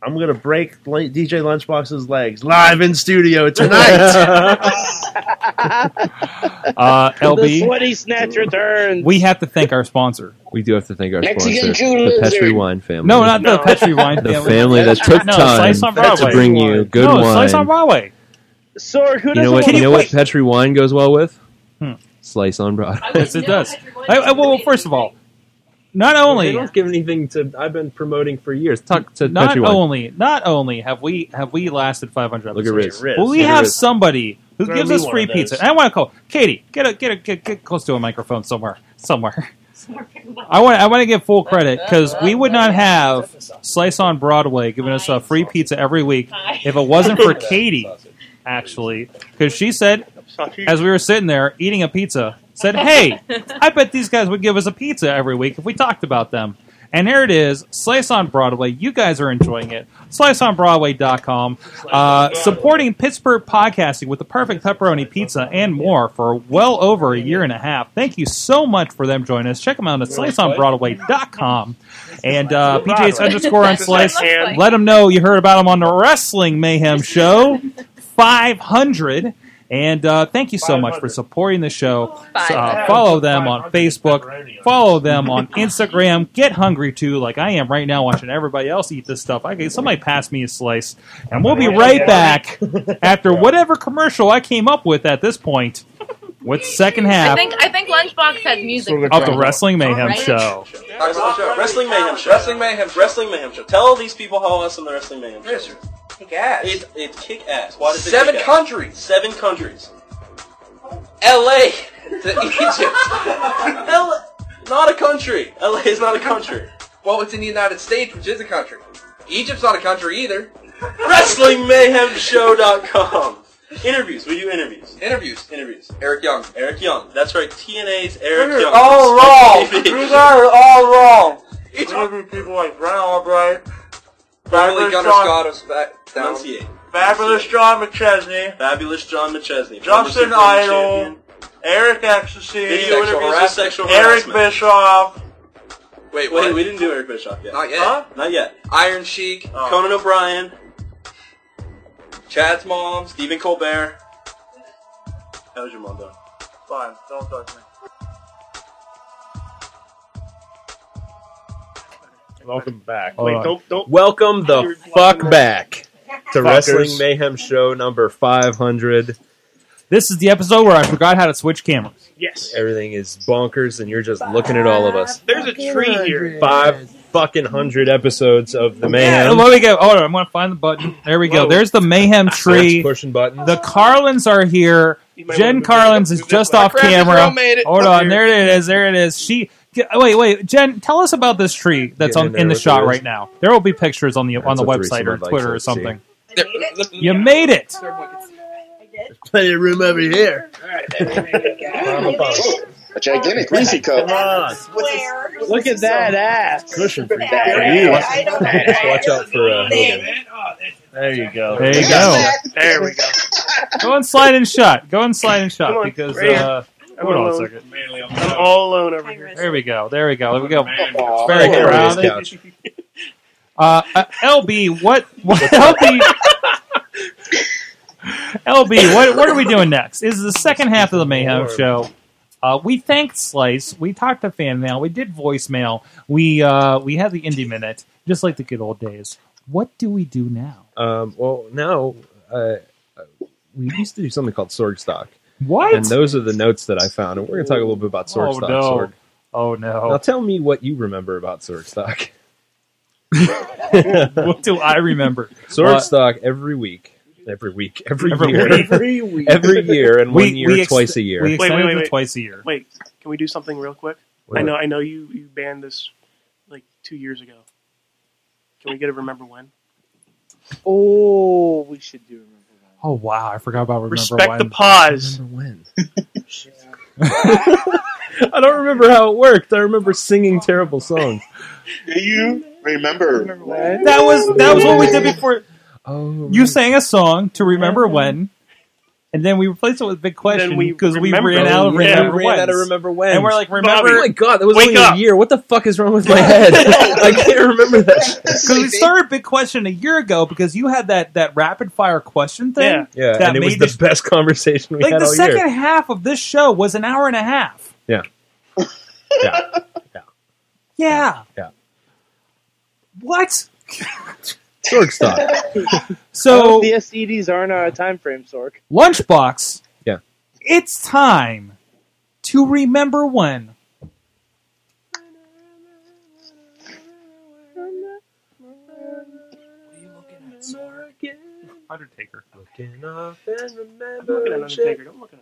I'm gonna break L- DJ Lunchbox's legs live in studio tonight. <laughs> Uh, <laughs> The LB, sweaty snatch returns. we have to thank our sponsor. We do have to thank our Mexican sponsor, Jew the Petri lizard. Wine family. No, not the Petri Wine <laughs> the family. family that took No, time Slice on to Broadway. bring you good no, wine. Slice on Broadway. Sorg, who You know doesn't what? want You know to what? Petri wine goes well with Hmm. slice on Broadway. Yes, it does. I, I- well, first of all, not they only don't give anything to. I've been promoting for years. Talk to not Petri wine. only not only have we have we lasted 500 Look episodes. at Riz. Well, we Look at have Riz. somebody who Throw gives me us one free of those. pizza. And I want to call Katie. Get a get a get, get close to a microphone somewhere somewhere. I want I want to give full credit because we would not have Slice on Broadway giving us a free pizza every week if it wasn't for Katie, actually, because she said as we were sitting there eating a pizza, said, "Hey, I bet these guys would give us a pizza every week if we talked about them." And here it is, Slice on Broadway. You guys are enjoying it. SliceOnBroadway.com. Uh, supporting Pittsburgh podcasting with the perfect pepperoni pizza and more for well over a year and a half. Thank you so much for them joining us. Check them out at SliceOnBroadway.com. And uh, PJ's underscore on Slice. Let them know you heard about them on the Wrestling Mayhem show. 500. And uh, thank you so much for supporting the show. Uh, follow them on Facebook. Follow them on Instagram. Get hungry too, like I am right now, watching everybody else eat this stuff. I can, somebody pass me a slice, and we'll be right back after whatever commercial I came up with at this point with second I half think I think Lunchbox has music. of the Wrestling Mayhem Right. All show. right, so let's go. Wrestling Mayhem Show. Wrestling Mayhem Show. Wrestling Mayhem Show. Tell all these people how awesome the Wrestling Mayhem Show is. Kick ass. It, it kick ass. <laughs> Why does it Seven kick ass? countries. Seven countries. <laughs> L.A. to Egypt. L- not a country. LA is not a country. well, it's in the United States, which is a country. Egypt's not a country either. WrestlingMayhemShow.com. Interviews. We do interviews. Interviews. Interviews. Eric Young. Eric Young. That's right. TNA's Eric Young. All wrong. You guys are all wrong. It's going to be people like Brian Albright. Only Gunnar Scott is back down. Enunciate. Fabulous John McChesney. Fabulous John McChesney. Justin former Supreme Idol. Champion. Eric Ecstasy. Video interviews with sexual harassment. Bischoff. Wait, Wait, what? we didn't do Eric Bischoff yet. Not yet. Not yet. Iron Sheik. Conan O'Brien, Chad's mom. Stephen Colbert. How's your mom doing? Fine. Don't touch me. Welcome back. Hold Wait, on. don't don't. Welcome the fuck back to Fuckers. Wrestling Mayhem Show number 500. This is the episode where I forgot how to switch cameras. Yes. Everything is bonkers, and you're just looking at all of us. There's a tree here. Five fucking hundred episodes of the Yeah, man. let me go. Hold on, I'm gonna find the button. There we go. Whoa. There's the mayhem tree. That's pushing buttons. The Carlins are here. Jen Carlins is just off Crap, the camera. girl made it. Hold Look on, here. there it is. There it is. She. g- Wait, wait, Jen. Tell us about this tree that's Get in on there in the with shot the right rest. now. There will be pictures on the on That's the a website threesome or I'd like Twitter to or see. <laughs> something. You made <laughs> it. Plenty of room over here. A gigantic Reese cup. Look at that ass. Cushion for you. I don't know. Just watch out for uh, Hogan. There you go. There you go. There we go. Go and slide and shot. Go and slide and Come shot on, because. right here. Uh, I'm hold on a alone. second. I'm all alone over here. There we go. There we go. There we go. Aw. Very Poor crowded. Ray's Uh, uh, LB, what, what <laughs> LB? LB, what, what are we doing next? This Is the second half of the Mayhem show? Uh, we thanked Slice. We talked to fan mail. We did voicemail. We uh, we had the indie minute, just like the good old days. What do we do now? Um, well, now uh, we used to do something called Sorg Stock. What? And those are the notes that I found, and we're going to talk a little bit about Sorg Oh, Stock. no. Sorg. Oh no! Now tell me what you remember about Sorg Stock. <laughs> <laughs> what do I remember? Sword Uh, stock every week, every week, every, Every year, week. every week, <laughs> every year, and We- one year we ex- twice a year. we Wait, wait, wait, wait. twice a year. Wait, can we do something real quick? What? I know, I know you, you banned this like two years ago. Can we get a remember when? Oh, we should do. Oh wow! I forgot about remember Respect when. the pause. I don't remember how it worked. I remember singing terrible songs. Do you remember? That was that was what we did before. Oh. you sang a song to remember when, and then we replaced it with a big question we because we, remember- ran out of Yeah, we remember ran when. out of remember when. and we're like, Bobby, remember? oh my God, that was only a year. What the fuck is wrong with <laughs> my head? I can't <laughs> remember <laughs> that. Because we started big question a year ago because you had that that rapid fire question thing. Yeah, that and it made was the best conversation <laughs> we like had the all second year. half of this show was an hour and a half. Yeah, yeah, Yeah. yeah. <laughs> What? Sorg stock. So- Oh, the SEDs aren't on a time frame, Sork. <laughs> Lunchbox. Yeah. It's time to remember when. Undertaker. Looking Look at an Undertaker. Don't look at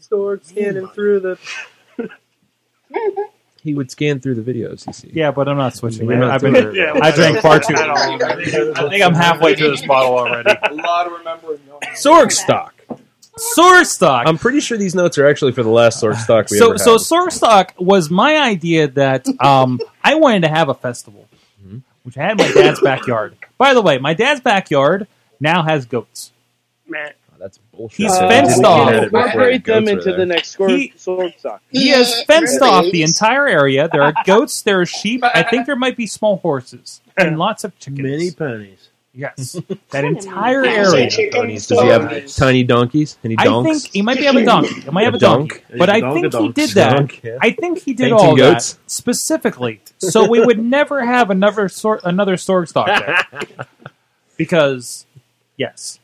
Sword scanning through the. He would scan through the videos. You see. Yeah, but I'm not switching. You're not I've doing been, it. Yeah, I drank far too. I don't I think I'm halfway through this bottle already. A lot of remembering. No. Sorg stock. Sorg stock. I'm pretty sure these notes are actually for the last sword stock <laughs> we so ever so had. Sorstock was my idea that um, I wanted to have a festival, Mm-hmm. which I had in my dad's backyard. By the way, my dad's backyard now has goats. Man. Oh, that's bullshit. He's Uh, fenced we off. can Incorporate them into the next score, He- sword sock. He has fenced off the entire area. There are goats, there are sheep. I think there might be small horses and lots of chickens. Many ponies. <laughs> Yes, that entire area. Does he have tiny donkeys? Any I donks? think he might be have a donkey. He might A have a donk? donkey. But I Donk, a think he donk. did that. Donk, yeah. I think he did Painting all goats? that specifically, so we <laughs> would never have another sort another sword stock there. because yes,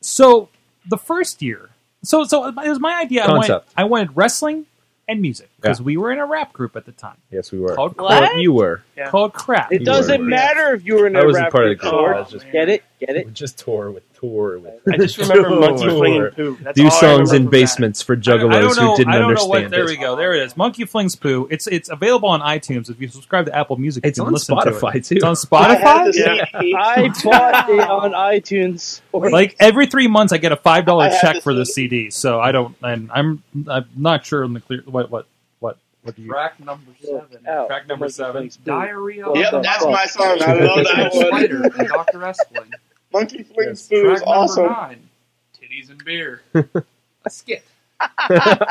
so the first year, so so it was my idea. I wanted, Concept. I wanted wrestling and music because Yeah. we were in a rap group at the time Yes, we were. Called Well, Crap. You were. called Crap. It You doesn't were. matter if you were in a I wasn't rap part of the group, group. Sork. I was just- get it, get it. Just tour with tour with. I just remember monkey flinging poop. That's Do all I songs in remember from basements for I don't juggalos know. who didn't I don't know understand what. There it. we go. There it is. Monkey flings poo. It's it's available on iTunes. If you subscribe to Apple Music, It's you can on listen to Spotify, it. too. It's on I, Spotify. had this- <laughs> I bought it on iTunes. Like every three months, I get a five dollar I have check this for the CD. So I don't. And I'm I'm not sure on the clear. What what what what do you? Track number seven. Ow. Track number seven. Thanks, dude. Diarrhea. Yep, of the that's Mouth. my song. I love that one. Spider <laughs> and Dr. <laughs> Espling. Monkey Fling Yes. Spoon Track is number awesome. nine. Titties and beer. A skit.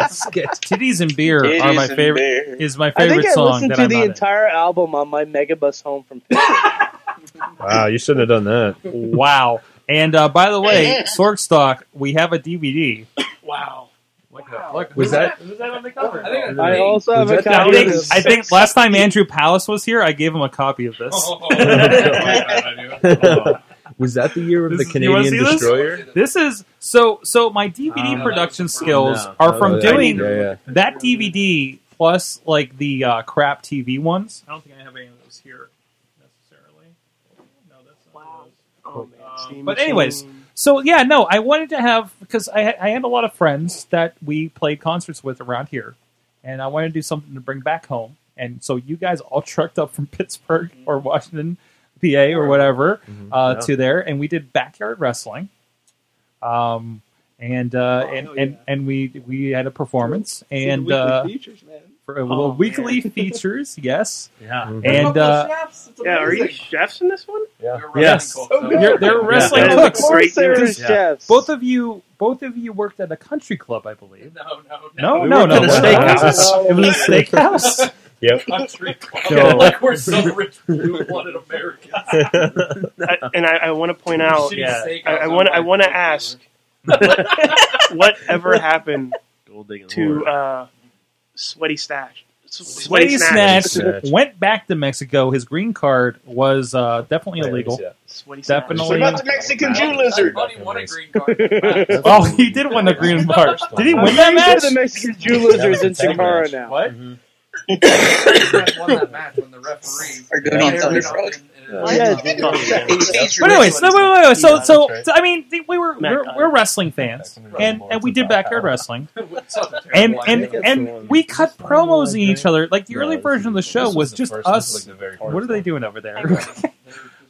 Skit. Titties and beer are Titties my and favorite. beer. Is my I favorite think I song listened that to I'm the not in. entire album on my megabus home from Wow, you shouldn't have done that. Wow. And uh, by the way, Sorkstock, we have a DVD. Wow. Look, Was that- Was that on the cover? I also Was have a that- I copy. think, of I think last time Andrew Palace was here, I gave him a copy of this. <laughs> Was that the year of the You wanna Canadian see this? destroyer? This? is so. So my DVD production skills No. are Oh, from yeah. doing Yeah, yeah. that DVD plus like the uh, crap TV ones. I don't think I have any of those here. Oh, Oh, But anyways, so yeah, no, I wanted to have because I I had a lot of friends that we played concerts with around here, and I wanted to do something to bring back home. And so you guys all <laughs> trucked up from Pittsburgh or Washington, PA or whatever, uh, Yeah. to there, and we did backyard wrestling. Um. And uh, and, and and we we had a performance and uh, for uh, well, weekly features, yes, Yeah. Mm-hmm. and uh, yeah, are you chefs in this one? Yeah. yes, You're- they're wrestling Yeah. cooks. Of course there is Yeah. chefs. Both of you, both of you worked at a country club, I believe. No, no, no, We no, worked no. at a steakhouse. It was a steakhouse. <laughs> Yep. Country club. No. Like we're some rich blue-blooded Americans. <laughs> I, and I, I want to point out, Shitty yeah, steakhouse I want I on my want to ask, whatever happened to uh, sweaty stash? S- Sweaty Snatch went back to Mexico. His green card was uh, definitely illegal. Sweaty Snatch. Definitely. What about the Mexican Jew lizard? Buddy won a green <laughs> oh, he did win the green card. Did he win that I'm pretty match? sure the Mexican Jew lizards in Chikara now. What? But anyways, no, wait, wait, wait. So, so, so, I mean, th- we were we're, we're wrestling fans, and and we did backyard wrestling, uh, <laughs> <laughs> and and and we cut promos in each other. Like the early version of the show was just us. What are they doing over there?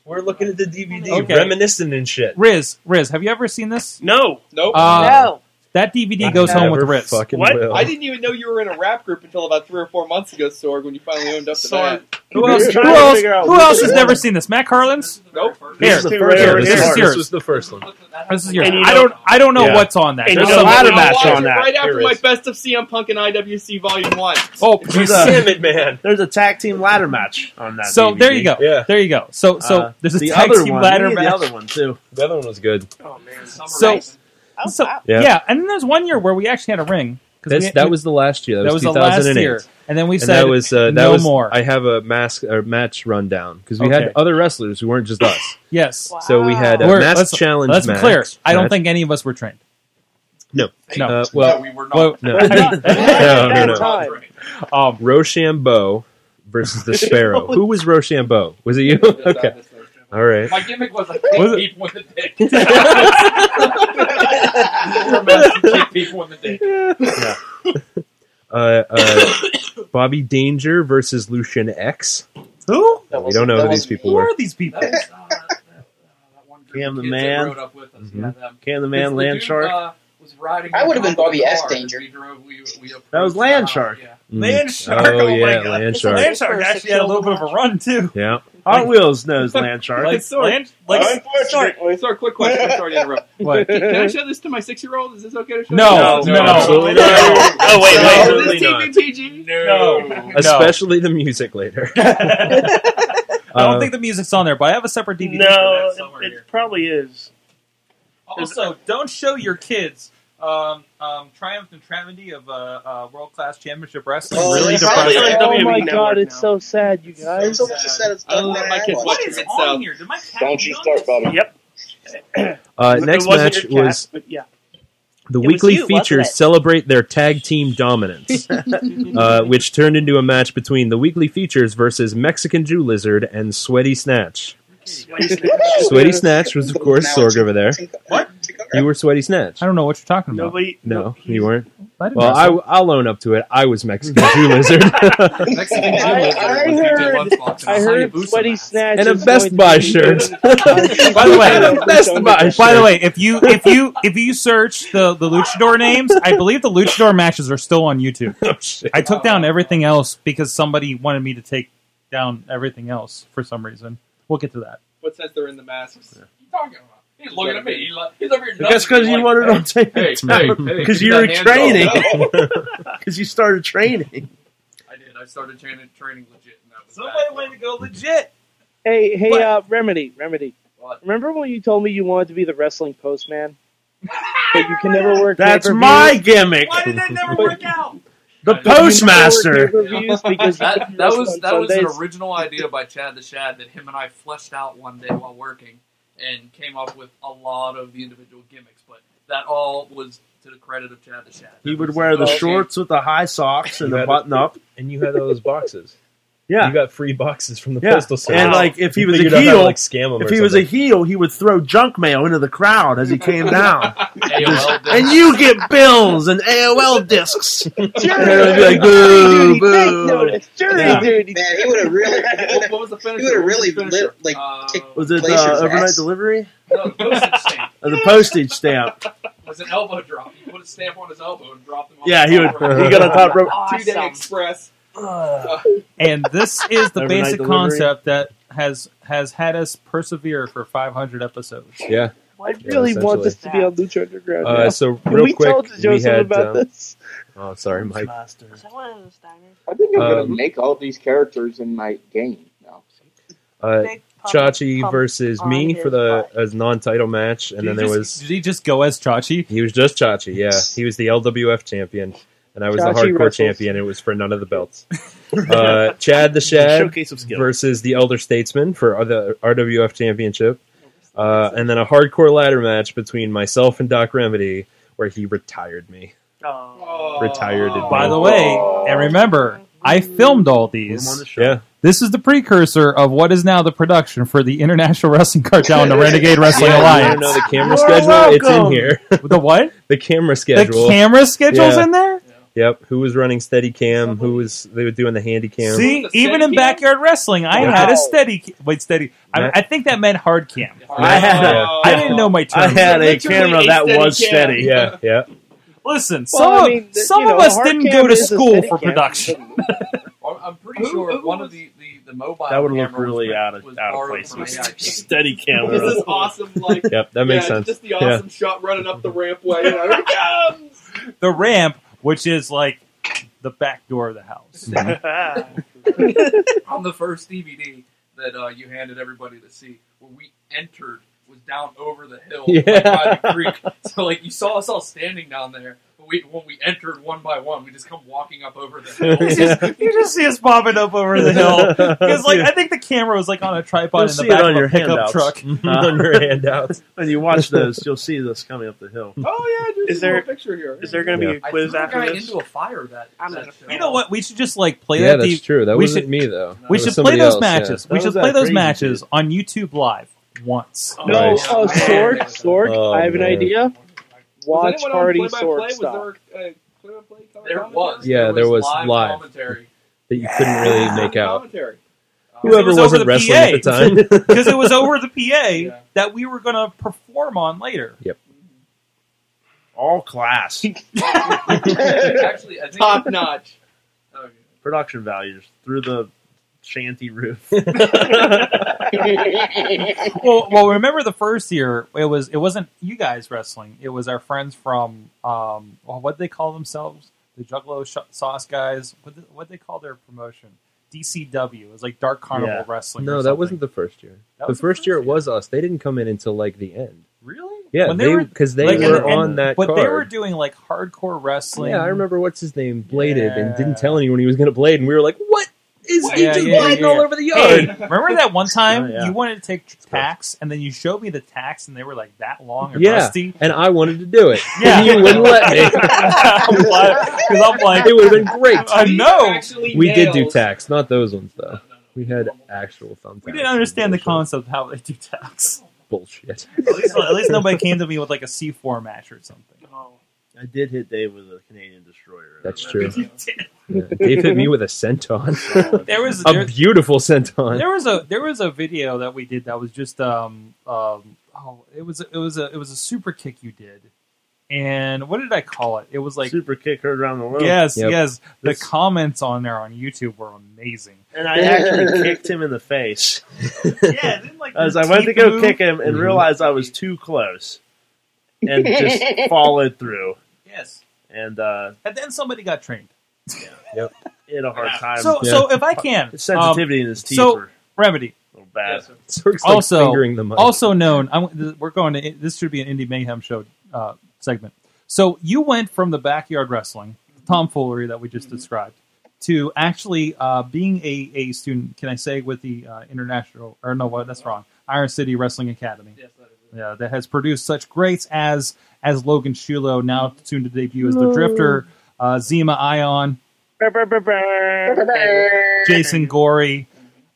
We're looking at the DVD, <laughs> Okay. reminiscing and shit. Riz, Riz, have you ever seen this? No, Nope. Uh, That DVD goes home with Riz. I didn't even know you were in a rap group until about three or four months ago, Sorg, when you finally owned up to Sorg. that. Who else? Who else? Who else has never seen this? Matt Carlin's. Nope. Here, This is the here, first- here, this this is is the yours. first- the first one. This is yours. And you I know- don't. I don't know Yeah. what's on that. And you There's know- some Ladder weird- match Why is on it that? Right Here after it my is. Best of CM Punk and IWC Volume 1. Oh, There's a- man. There's a tag team ladder match on that. So DVD. there you go. There you go. So so Uh, there's a the tag other team one. ladder We need the match. other one, too. The other one was good. So, so Yeah. yeah. and then there's one year where we actually had a ring. 'cause That's, we- that was the last year. That, That was, was the last 2008. year. And then we that said, was, uh, that "No was- more." I have a mask or match rundown because we Okay. had other wrestlers who weren't just us. yes. So we had a We're- mask let's, challenge. Let's be match. clear. I don't Match- think any of us were <laughs> trained. no. No. Uh, well, No, we were not. Well, no. at <laughs> no, that no, no. time. Rochambeau versus the Sparrow. Who was Rochambeau? Was it you? okay. All right. My gimmick <laughs> was I Was kick it- people in the <laughs> <laughs> dick. <laughs> I kick people in the dick. Yeah. Uh, uh, <coughs> Bobby Danger versus Lucian X. Who? we don't know who these people Who were. are these people? uh, <laughs> Cam the They man. rode up with us. Mhm. Yeah, them. Cam the Because man. the Land dude, shark. Uh, was riding I would've the been top of Bobby the Ass car Danger. as We drove, we, we That was Land Shark. Mm. Land Shark. Oh, Oh my yeah, God. Land It's a Shark. Land Shark actually had a little bit of a run too. <laughs> Yeah. Hot Wheels knows Land Shark. Like, Land- Sorry, sorry, sorry, quick question. I'm sorry to interrupt. What? Can, can I show this to my six-year-old? Is this okay to show? No, this? No, no, no. absolutely not. Oh wait, wait. Is Absolutely not. this TVPG? No. Especially the music later. I Uh, don't think the music's on there, but I have a separate DVD. No, for that somewhere it here. probably is. Also, don't show your kids um, um, Triumph and Travity of uh, uh, World Class Championship Wrestling. Oh, really it's probably depressing. on Oh my WWE God, it's so sad, you guys. So sad. I don't let my kids What watch is it, on so- here? Did my cat Don't you start, Bubba. Yep. Uh, It next wasn't match your cat, was but <laughs> <laughs> yeah. the It was weekly you, wasn't features it? celebrate their tag team <laughs> dominance, <laughs> uh, which turned into a match between the weekly features versus Mexican Jew Lizard and Sweaty Snatch. Sweaty Snatch was, of course, Sorg over there. What? You were Sweaty Snatch. I don't know what you're talking about. Nobody. No, you weren't. I didn't Well, I, wrestle. I'll own up to it. I was Mexican <laughs> Jew Lizard. I, I heard, I heard sweaty snatch And a is Best going Buy to be- shirt. <laughs> By the way, <laughs> Best Buy By the shirt. way, if you if you if you search the the luchador names, I believe the luchador matches are still on <laughs> YouTube. Oh, I took down everything else because somebody wanted me to take down everything else for some reason. We'll get to that. What sense they're in the masks? He's looking at me. He lo- He's over here. That's nuts. because you wanted on tape. Hey, hey, hey, Because keep you were that hand training. <laughs> off. Because you started training. I did. I started training, training legit. And that was Somebody wanted to go legit. Hey, hey, uh, remedy, remedy. Remember when you told me you wanted to be the wrestling postman? But you can never work. That's pay-per-views? my gimmick. The postmaster. because you that, couldn't that wrestle was on that was an Sundays. original idea by Chad the Shad that him and I fleshed out one day while working and came up with a lot of the individual gimmicks, but that all was to the credit of Chad the Shad. Oh, He would wear the shorts with the high socks and the button up. And you had all those boxes. Yeah. you got free boxes from the Yeah. postal service. And like if he You was a figured out how to, heel, like scam him. if or he was a something. heel, he would throw junk mail into the crowd as he came down. AOL Just, and you get bills and AOL discs. and it'd be like Jury duty, boo, boo. Yeah. Man, he would <laughs> have really. What, was the finisher? He would have really lit, like kicked Was it Glaciers' uh, overnight ass. delivery? postage stamp. Or <laughs> the postage stamp. It was an elbow drop. He put a stamp on his elbow and dropped him off. Yeah, he would. He got on top rope. Two day express. and this is the Overnight basic delivery. concept that has has had us persevere for 500 episodes. Yeah. I really want this to be on Lucha Underground. Uh, now. <laughs> so Can real we quick, tell Joseph we had about um, this. Oh, sorry, Mike. I think I'm Um, gonna make all these characters in my game now. Uh, Big pump- Chachi pump versus on me his for the as non-title match, and Did then he there just- was Did he just go as Chachi? he was just Chachi. Yeah, he was the LWF champion, and I was the Chachi hardcore wrestles. champion. It was for none of the belts. uh, Chad the Shad Showcase of skill. versus the Elder Statesman for the RWF championship, uh, and then a hardcore ladder match between myself and Doc Remedy, where he retired me. Retired. By the way, Oh. and remember, I filmed all these. Yeah. This is the precursor of what is now the production for the International <laughs> Wrestling Cartel and the Renegade Wrestling <laughs> Yeah, you wanna Alliance. know the camera schedule? It's in here. <laughs> The what? The camera schedule. The camera schedule's Yeah. in there? Yep. Who was running steady cam? Who was they were doing the handy cam? See, even in backyard wrestling, I Yeah. had a steady. ca- Wait, steady. I, Yeah. I think that meant hard cam. <laughs> I had a- I didn't know my I terms. had a Literally camera that was steady. cam. Yeah, yeah. Listen, Well, some I of, mean, th- some you know, of us hard didn't cam go to is a school steady for cam. production. I'm I'm pretty sure one of the, the, <laughs> the mobile That would look camera was- really out of was out of borrowed place. from AIP. Steady camera. This is <laughs> awesome. Like, Yep, that makes yeah, sense. Just the awesome shot running up the rampway. You know, <laughs> here it comes. The ramp, which is like the back door of the house. Mm-hmm. <laughs> on the first DVD that uh, you handed everybody to see, where we entered was down over the hill like, Yeah. by the creek. <laughs> So like you saw us all standing down there. But we, when we entered one by one, we just come walking up over the hill. you, just, you just see us bobbing up over the hill because, like, I think the camera was like on a tripod You'll in the see back it on of a your pickup handouts. <laughs> truck. Uh, <laughs> when you watch those, you'll see this coming up <laughs> the hill. Oh yeah, Is there picture here? Is there going to Yeah. be a I quiz threw a after guy this? into a fire that. that show. You know what? We should just like play Yeah, that. that's the- true. That we wasn't should, me, though. We That should was play somebody those else, yeah. matches. That We was should that play those crazy matches on YouTube Live once. No, <laughs> oh, Sorg, Sorg, Oh, I have an idea. Watch anyone on Hardy Play by Play? Sorg Was stop. There was. Yeah, there was live, live commentary. that you couldn't really make out. Commentary. Whoever was not wrestling at the <laughs> time. because it was over the PA that we were going to perform on later. Yep. <laughs> All class. Actually, I think Top notch. <laughs> Production values through the shanty roof. <laughs> well, well, remember the first year it was it wasn't you guys wrestling. It was our friends from um, well, what they call themselves, the Juggalo Sh- Sauce guys. What th- what they call their promotion? DCW. It was like Dark Carnival Yeah. Wrestling. No, or that something. wasn't the first year. That The was the first year it was us. They didn't come in until like the end. Really? Yeah, When they because they, like, and- were and- on that But card. they were doing like hardcore wrestling. yeah, I remember what's his name bladed and didn't tell anyone he was going to blade, and we were like, "What is he Yeah, just yeah, blading yeah. all over the Hey, yard?" remember that one time <laughs> Oh, yeah. you wanted to take tax, and then you showed me the tax, and they were like that long or yeah, rusty. and I wanted to do it. <laughs> Yeah. and you wouldn't <laughs> let me. <laughs> Because I'm like, it would have been great. I know. We did do tax, not those ones though. We had actual thumbtacks. We didn't understand the concept of how they do tax. Bullshit. at, least, at least nobody came to me with like a C4 match or something. Oh. I did hit Dave with a Canadian destroyer. That's true. <laughs> Yeah, <laughs> Dave hit me with a senton. There was- a there- beautiful senton. There was a there was a video that we did that was just um um oh it was it was a it was a super kick you did. And what did I call it? It was like super kick heard around the world. Yes, Yep. yes. The This- comments on there on YouTube were amazing. and <laughs> I actually kicked him in the face. yeah, like as your I went to teeth go move? kick him and Mhm. realized I was too close, and just <laughs> followed through. Yes. And uh, And then somebody got trained. Yep. he had a hard time. So so if I can His sensitivity um, in his teeth so, were remedy. a little bad. <laughs> also, also known. I'm, we're going to. This should be an indie mayhem show uh, segment. So you went from the backyard wrestling tomfoolery that we just described to actually uh, being a, a student. Can I say with the uh, international or no? What that's wrong. Iron City Wrestling Academy. Yeah, that has produced such greats as as Logan Shulo, now soon to debut as the No. Drifter, uh, Zima Ion, <laughs> Jason Gory,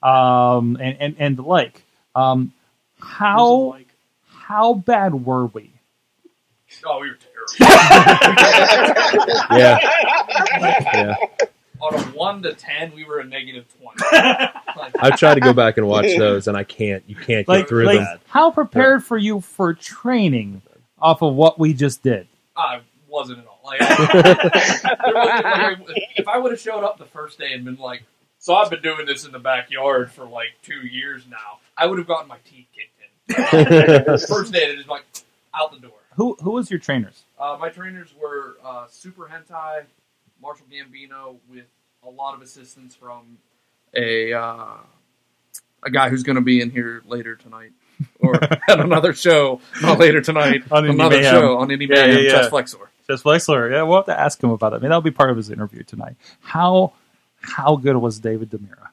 um, and, and and the like. Um, how how bad were we? Oh, we were terrible. <laughs> <laughs> Yeah. Yeah. On a one to ten, we were a negative <laughs> twenty. I've tried to go back <laughs> and watch those, and I can't. You can't get Like, through like, them. how prepared for you for training off of what we just <laughs> did? I wasn't at all. <laughs> Like, there wasn't- like, if I would have showed up the first day and been like, "So I've been doing this in the backyard for like two years now," I would have gotten my teeth <laughs> kicked in. first day, they're just like out the door. Who who was your trainers? Uh, my trainers were uh, Super Hentai, Marshall Gambino, with a lot of assistance from a uh, a guy who's going to be in here <laughs> later tonight. or at another show, not later tonight. On Indie another Mayhem. show on Indie Yeah, Mayhem, yeah, yeah. Chess Flexor. Chess Flexler. Yeah, we'll have to ask him about that. I mean, that'll be part of his interview tonight. How how good was David Demira?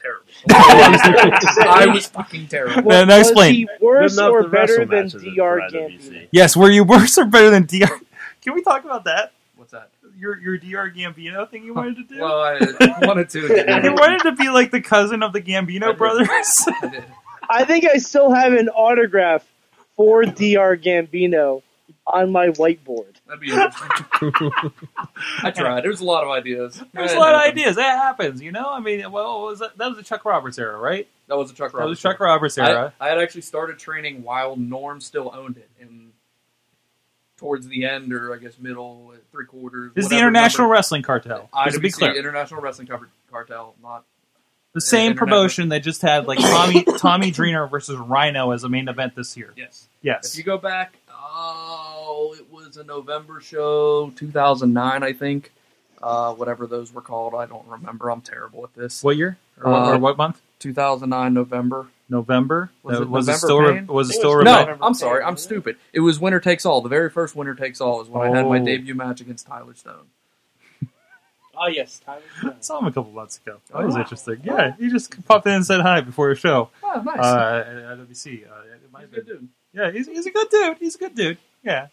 Terrible. I was fucking terrible. Now- now explain. Worse Enough or the better wrestle than matches at DR Pride Gambino? Yes, were you worse or better than DR? Can we talk about that? What's that? Your your DR Gambino thing you wanted to do? Well, <laughs> I <laughs> wanted to. you wanted to be like the cousin of the Gambino <laughs> brothers. I think I still have an autograph for Dr. Gambino on my whiteboard. That'd <laughs> be interesting. I tried. There was a lot of <laughs> ideas. um, There's a lot of ideas. That happens, you know. I mean, well, what was that? that was the Chuck Roberts era, right? That was the Chuck That was Roberts. Chuck Roberts I- era. I, had actually started training while Norm still owned it, and towards the end, or I guess middle, three quarters. This is the whatever International number- Wrestling Cartel. Just to be IWC, clear, International Wrestling Car- Cartel, not the same International- promotion that just had like Tommy Tommy Dreamer versus Rhino as a main event this year. Yes. Yes. If you go back, oh, it was a November show, 2009, I think. Uh, whatever those were called, I don't remember. I'm terrible at this. Uh, What year? Or- or what month? 2009 November. November Was Uh, it was it November still re- Pain? was it still no? November I'm sorry, I'm stupid. It was Winner Takes All. The very first Winner Takes All is when I had my Oh. debut match against Tyler Stone. Oh yes, Tyler. I saw him a couple months ago. That Oh, was wow. interesting. Yeah, he just popped in and said hi before your show. Oh, nice. Uh, at IWC. Uh, it might have been. Yeah, he's, he's a good dude. He's a good dude. Yeah.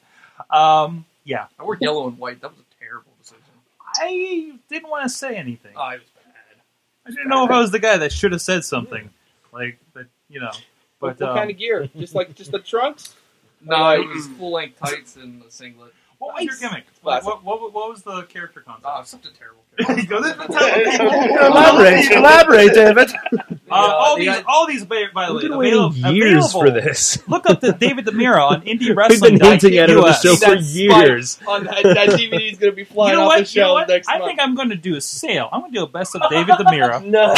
Um, yeah. I wore yellow and white. That was a terrible decision. I didn't want to say anything. I Ah, was bad. I didn't know if I was the guy that should have said something. Like, but you know. But what what um, kind of gear? Just like <laughs> just the trunks? No, it was full length tights and a singlet. What was your gimmick? Like, Classic. what, what, what was the character concept? Oh, such <laughs> a terrible Elaborate, elaborate, David. Uh, all, the- these, all these, by, by the way, been avail- waiting years available. for this. Look up the David Demiro <laughs> on Indie We've Wrestling. E been hinting at it on the show for years. <laughs> On that, that DVD is going to be flying You know off what? the You know shelf what? next I month. think I'm going to do a sale. I'm going to do a best <laughs> of David <laughs> Demiro No. on <laughs>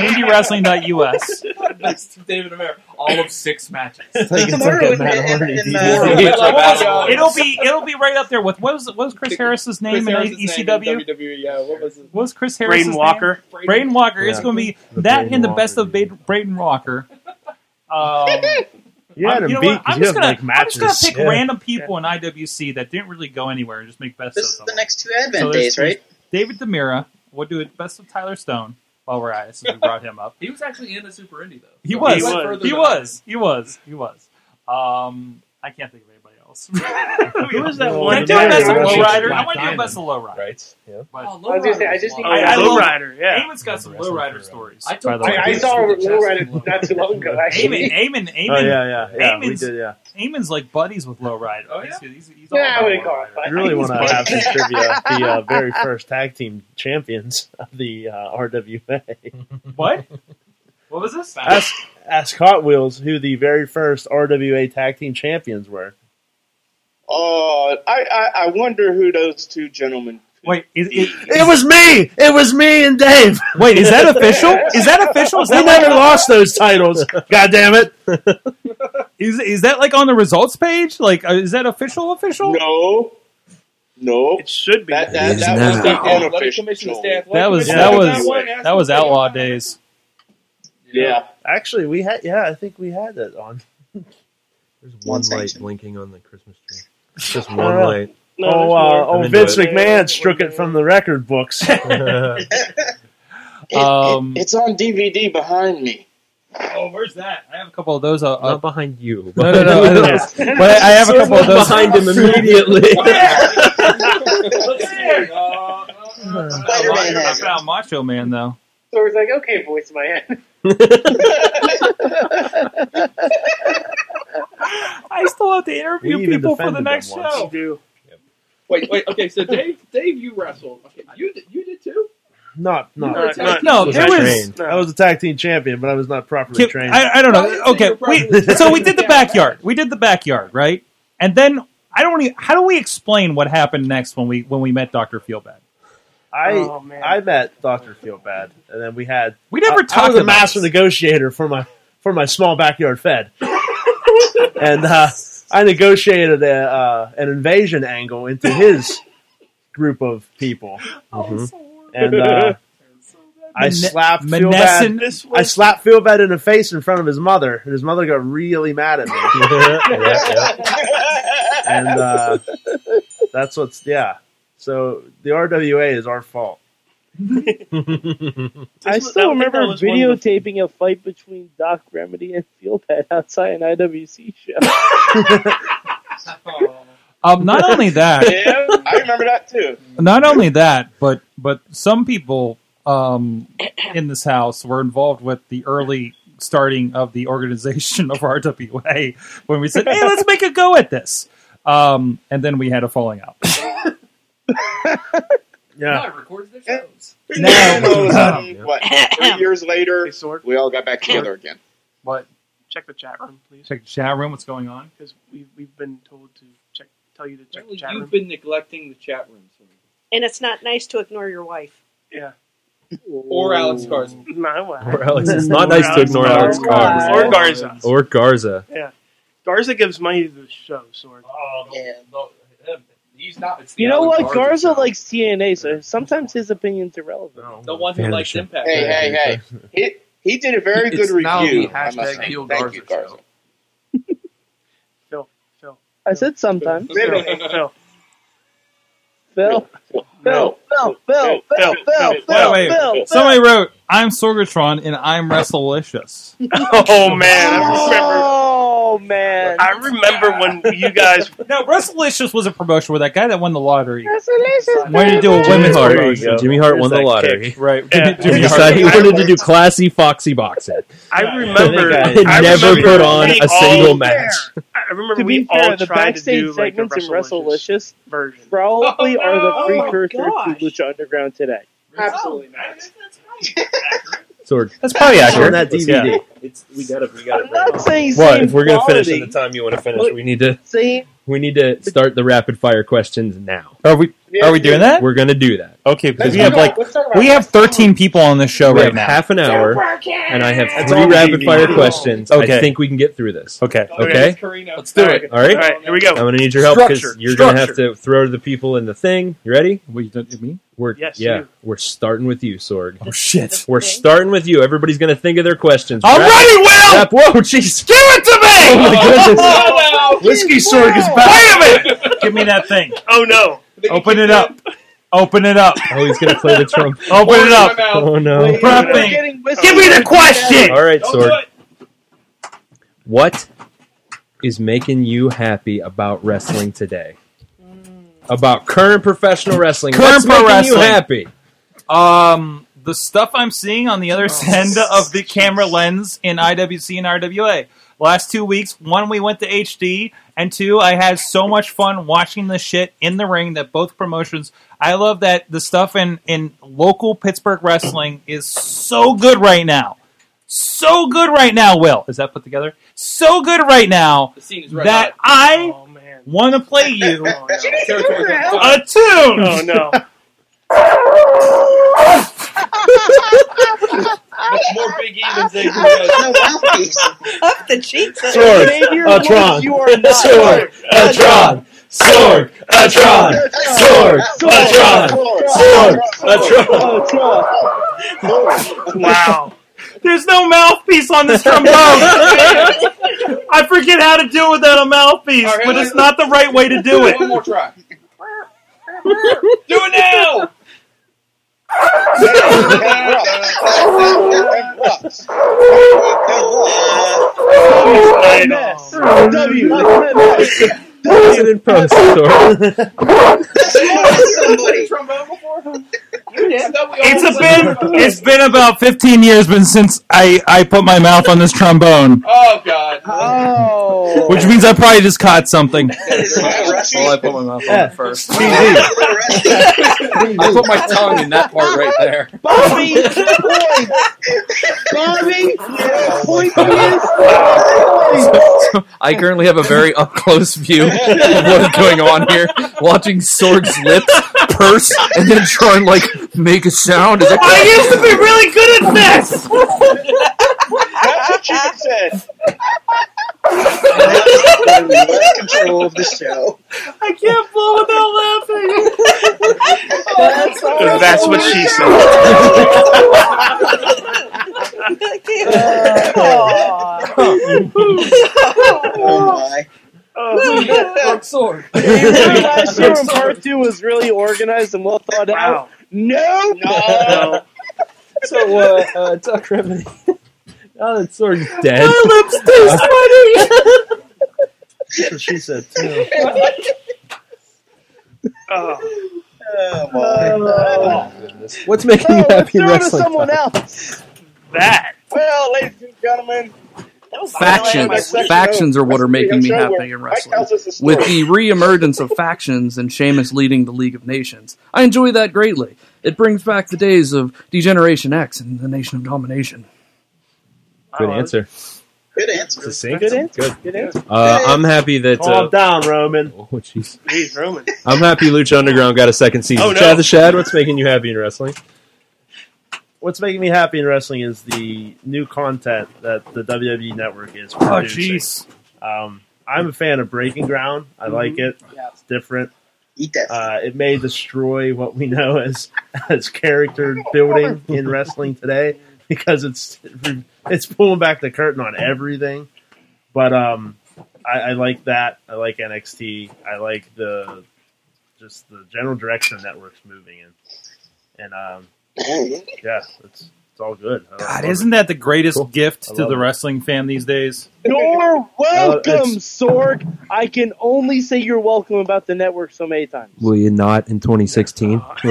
IndieWrestling.us. Best David America. All of six matches. it'll be it'll be right up there with what was what was Chris Harris's name Chris Harris's in ECW? name in WWE, yeah. What was it? What was Chris Braden Harris's name? Walker. Braden Walker. It's Yeah. going to be The that Braden and the Walker best of Bra- Braden <laughs> Walker. Um, <laughs> You I'm- had him know beat what? 'cause I'm you just have, gonna like, I'm just gonna matches. pick Yeah. random people in IWC that didn't really go anywhere and just make best of them. The next two So Advent there's- days, right? there's David Demira. We'll do it best of Tyler Stone while we're at <laughs> it since we brought him up. He was actually in the Super Indie though. He was. He went was. further He than- was. He was. He was. Um, I can't think of anybody else. <laughs> Who is that Can one I do a guy best of that low wrestles rider? I Black want to do a best of Diamond? low rider. Right. Yeah. But, I Oh, was gonna say, I just need I- I low love- rider. Yeah, Eamon's got some low rider stories. I, by the way. I saw a low rider not too long <laughs> ago. Actually, Eamon, Eamon, Eamon. Oh, yeah, yeah, yeah, we Eamon's, did, yeah. Eamon's like buddies with low rider. Oh, yeah? he's, he's, he's all Yeah, I about wouldn't low call it rider. I really want to have <laughs> this trivia. The uh, very first tag team champions of the uh, RWA. What? What was this? Ask, ask Hot Wheels who the very first RWA tag team champions were. Oh, I, I I wonder who those two <laughs> gentlemen. Wait, is It was me. It was me and Dave. Wait, is that official? Is that official? Is we that never lost <laughs> those titles. God damn it! Is is that like on the results page? Like, uh, is that official? Official? No. No, it should be. That, that, that was the unofficial. That was that was that was outlaw days. Yeah. Actually, we had. Yeah, I think we had that on. There's one light blinking on the Christmas tree. <laughs> Just one light. No, there's Uh, oh, more. uh, oh, I'm Vince into it. McMahon struck it from the record books. <laughs> It- it- Um, it's on DVD behind me. Oh, where's that? I have a couple of those. Uh, Not behind you. <laughs> No, <laughs> no, no. I know. But I have a <laughs> Someone couple of those behind him immediately. Let's see. Uh, I found Macho Man though. So it's like, okay, voice in my <laughs> head. <laughs> I still have to interview We even people for the defended next them once. show. Wait, wait, okay. So Dave, Dave, you wrestled. Okay, you did, you did too. Not, not, Not- not- No, Was there I was- trained? I was a tag team champion, but I was not properly Can- trained. I, I don't know. <laughs> Okay, we, so we did the backyard. We did the backyard, right? And then I don't. Even, how do we explain what happened next when we when we met Doctor Feelbad? I Oh, I met Doctor Feelbad, and then we had We never I- I talked was a about master negotiator for my for my small backyard <laughs> fed, and uh, I negotiated a, uh, an invasion angle into his group of people, Mm-hmm. and uh, I Mane- slapped Manessin- Feelbad. I slapped Feelbad in the face in front of his mother, and his mother got really mad <laughs> at me. and uh, that's what's yeah. So the RWA is our fault. <laughs> I I still don't think remember that was one of videotaping a fight between Doc Remedy and Fieldhead outside an IWC show. <laughs> Um, not <laughs> only that, Yeah, I remember that too. not only that, but but some people um, in this house were involved with the early starting of the organization of <laughs> RWA when we said, "Hey, let's make a go at this," um, and then we had a falling out. <laughs> Yeah. No, it records their shows. And all of a sudden, Um, what? <laughs> Three years later, we all got back together again. What? Check the chat room, please. Check the chat room. What's going on? Because we've, we've been told to check, tell you to check the Apparently chat you've room. been neglecting the chat room. And it's not nice to ignore your wife. Yeah. Or Alex Carson. No way. <laughs> Or Alex. It's not nice to ignore Alex Garza. Or Garza. Or Garza. Yeah. Garza gives money to the show, Sword. Oh, he's not. It's the you know Alan what? Garza likes TNA, so sometimes his opinion's irrelevant. The one who likes Impact. Hey, hey, hey. He, he did a very It's good now review. the I must hashtag say. Heel Thank you, Garza. Phil. Phil. I said sometimes. Phil. Phil. Phil. Phil. Phil. Phil. Phil. Phil. Phil. Wait, wait. Phil. Somebody wrote, "I'm Sorgatron and I'm Wrestlelicious." <laughs> Oh man, <laughs> Oh man, I remember. I remember when <laughs> you guys. no, Wrestlelicious was a promotion where that guy that won the lottery wanted to Phil. do a Jimmy women's Hart. promotion. Jimmy Hart won the lottery. Right. Jimmy, Jimmy he Hart. decided he wanted to do classy foxy boxing. I remember. And I never remember put on we a all- single match. I remember To we be fair, all the tried to backstage do like a segments in WrestleLicious version. probably Oh, are the no. precursor Oh, my to Lucha Underground today. Absolutely not. Sword. That's probably accurate. On that DVD. It's, we gotta, we gotta I'm not saying What same if we're gonna finish quality. in the time you want to finish? Look, We need to same we need to start the rapid fire questions now. Are we are we doing that? We're gonna do that. Okay, because Let's we have talk about- like we have 13 people on this show We right have now. half an hour, and I have That's three all we rapid need. fire questions. Okay. I think we can get through this. Okay. Okay. Let's do it. All right. All right, Here we go. I'm gonna need your help because Structure, you're gonna have structure. to throw the people in the thing. You ready? What you did me? We're Yes, yeah. you. We're starting with you, Sorg. Oh shit. We're starting with you. Everybody's gonna think of their questions. All Rap- right, Will! rap- Whoa, jeez. Give it to me! Oh my goodness. Whiskey Sorg is back. Wait a minute. Give me that thing. Oh no. Open it up. Open it up. Oh, he's gonna play the trump. <laughs> Open it up. Oh no. Give me the question. All <laughs> right, Sorg. What is making you happy about wrestling today? Mm. About current professional wrestling. Current What's making pro you wrestling. happy? Um, the stuff I'm seeing on the other Oh. end of the camera lens in IWC and RWA. Last two weeks, one we went to HD, and two I had so much fun watching the shit in the ring that both promotions. I love that the stuff in in local Pittsburgh wrestling is so good right now. So good right now, Will. Is that put together? So good right now scene is red that I Oh, want to play <laughs> you a tune. Oh no. More Big E than Zay Up the cheeks. Sword, Atron, Sword, Atron, Sword, Atron, Sword, Atron, Sword, Atron. Wow. There's no mouthpiece on this trombone. I forget how to do it without a mouthpiece, but it's not the right way to do it. One more try. do it now. President Pro Sword. Somebody. Trombone before? It's a been it's been about 15 years been since I I put my mouth on this trombone, Oh God! Oh, which means I probably just caught something. Well, Oh, I put my mouth on Yeah. it first. I put my tongue in that part right there. Bobby, point. <laughs> Bobby, point. I currently have a very up close view of what is going on here. Watching Sorg's lips purse and then try and like make a sound. Is I used to be really good at this. That's what you said. control of the show. I can't blow without laughing. Because that's what she said. Rock sword. part two was really organized and well thought out. No, no. so, uh, uh, Tuck Remedy. now that Sorg's dead. That's what she said <laughs> too. Oh, my. What's making you happy Throw to wrestling? someone else. That. Well, ladies and gentlemen, Factions. Factions are what are making me happy in wrestling. With the reemergence of factions and Sheamus leading the League of Nations, I enjoy that greatly. It brings back the days of Degeneration X and the Nation of Domination. Good answer. Good answer. Good answer. Good answer. Uh, I'm happy that. Calm Uh, down, Roman. Oh, jeez. Jeez, Roman. I'm happy Lucha Underground got a second season. Oh, no. Chad the Shad, what's making you happy in wrestling? What's making me happy in wrestling is the new content that the WWE Network is Oh, producing. Um, I'm a fan of Breaking Ground. I like it. It's different. Eat that. Uh, it may destroy what we know as <laughs> as character building in wrestling today because it's it's pulling back the curtain on everything. But um, I, I like that. I like NXT. I like the just the general direction the network's moving in, and <laughs> um, yeah, it's it's all good. I love God, it. isn't that the greatest gift I to love the it. wrestling fan these days? You're welcome, it's- Sorg. I can only say you're welcome about the network so many times. Will you not in <laughs> 2016? Will that be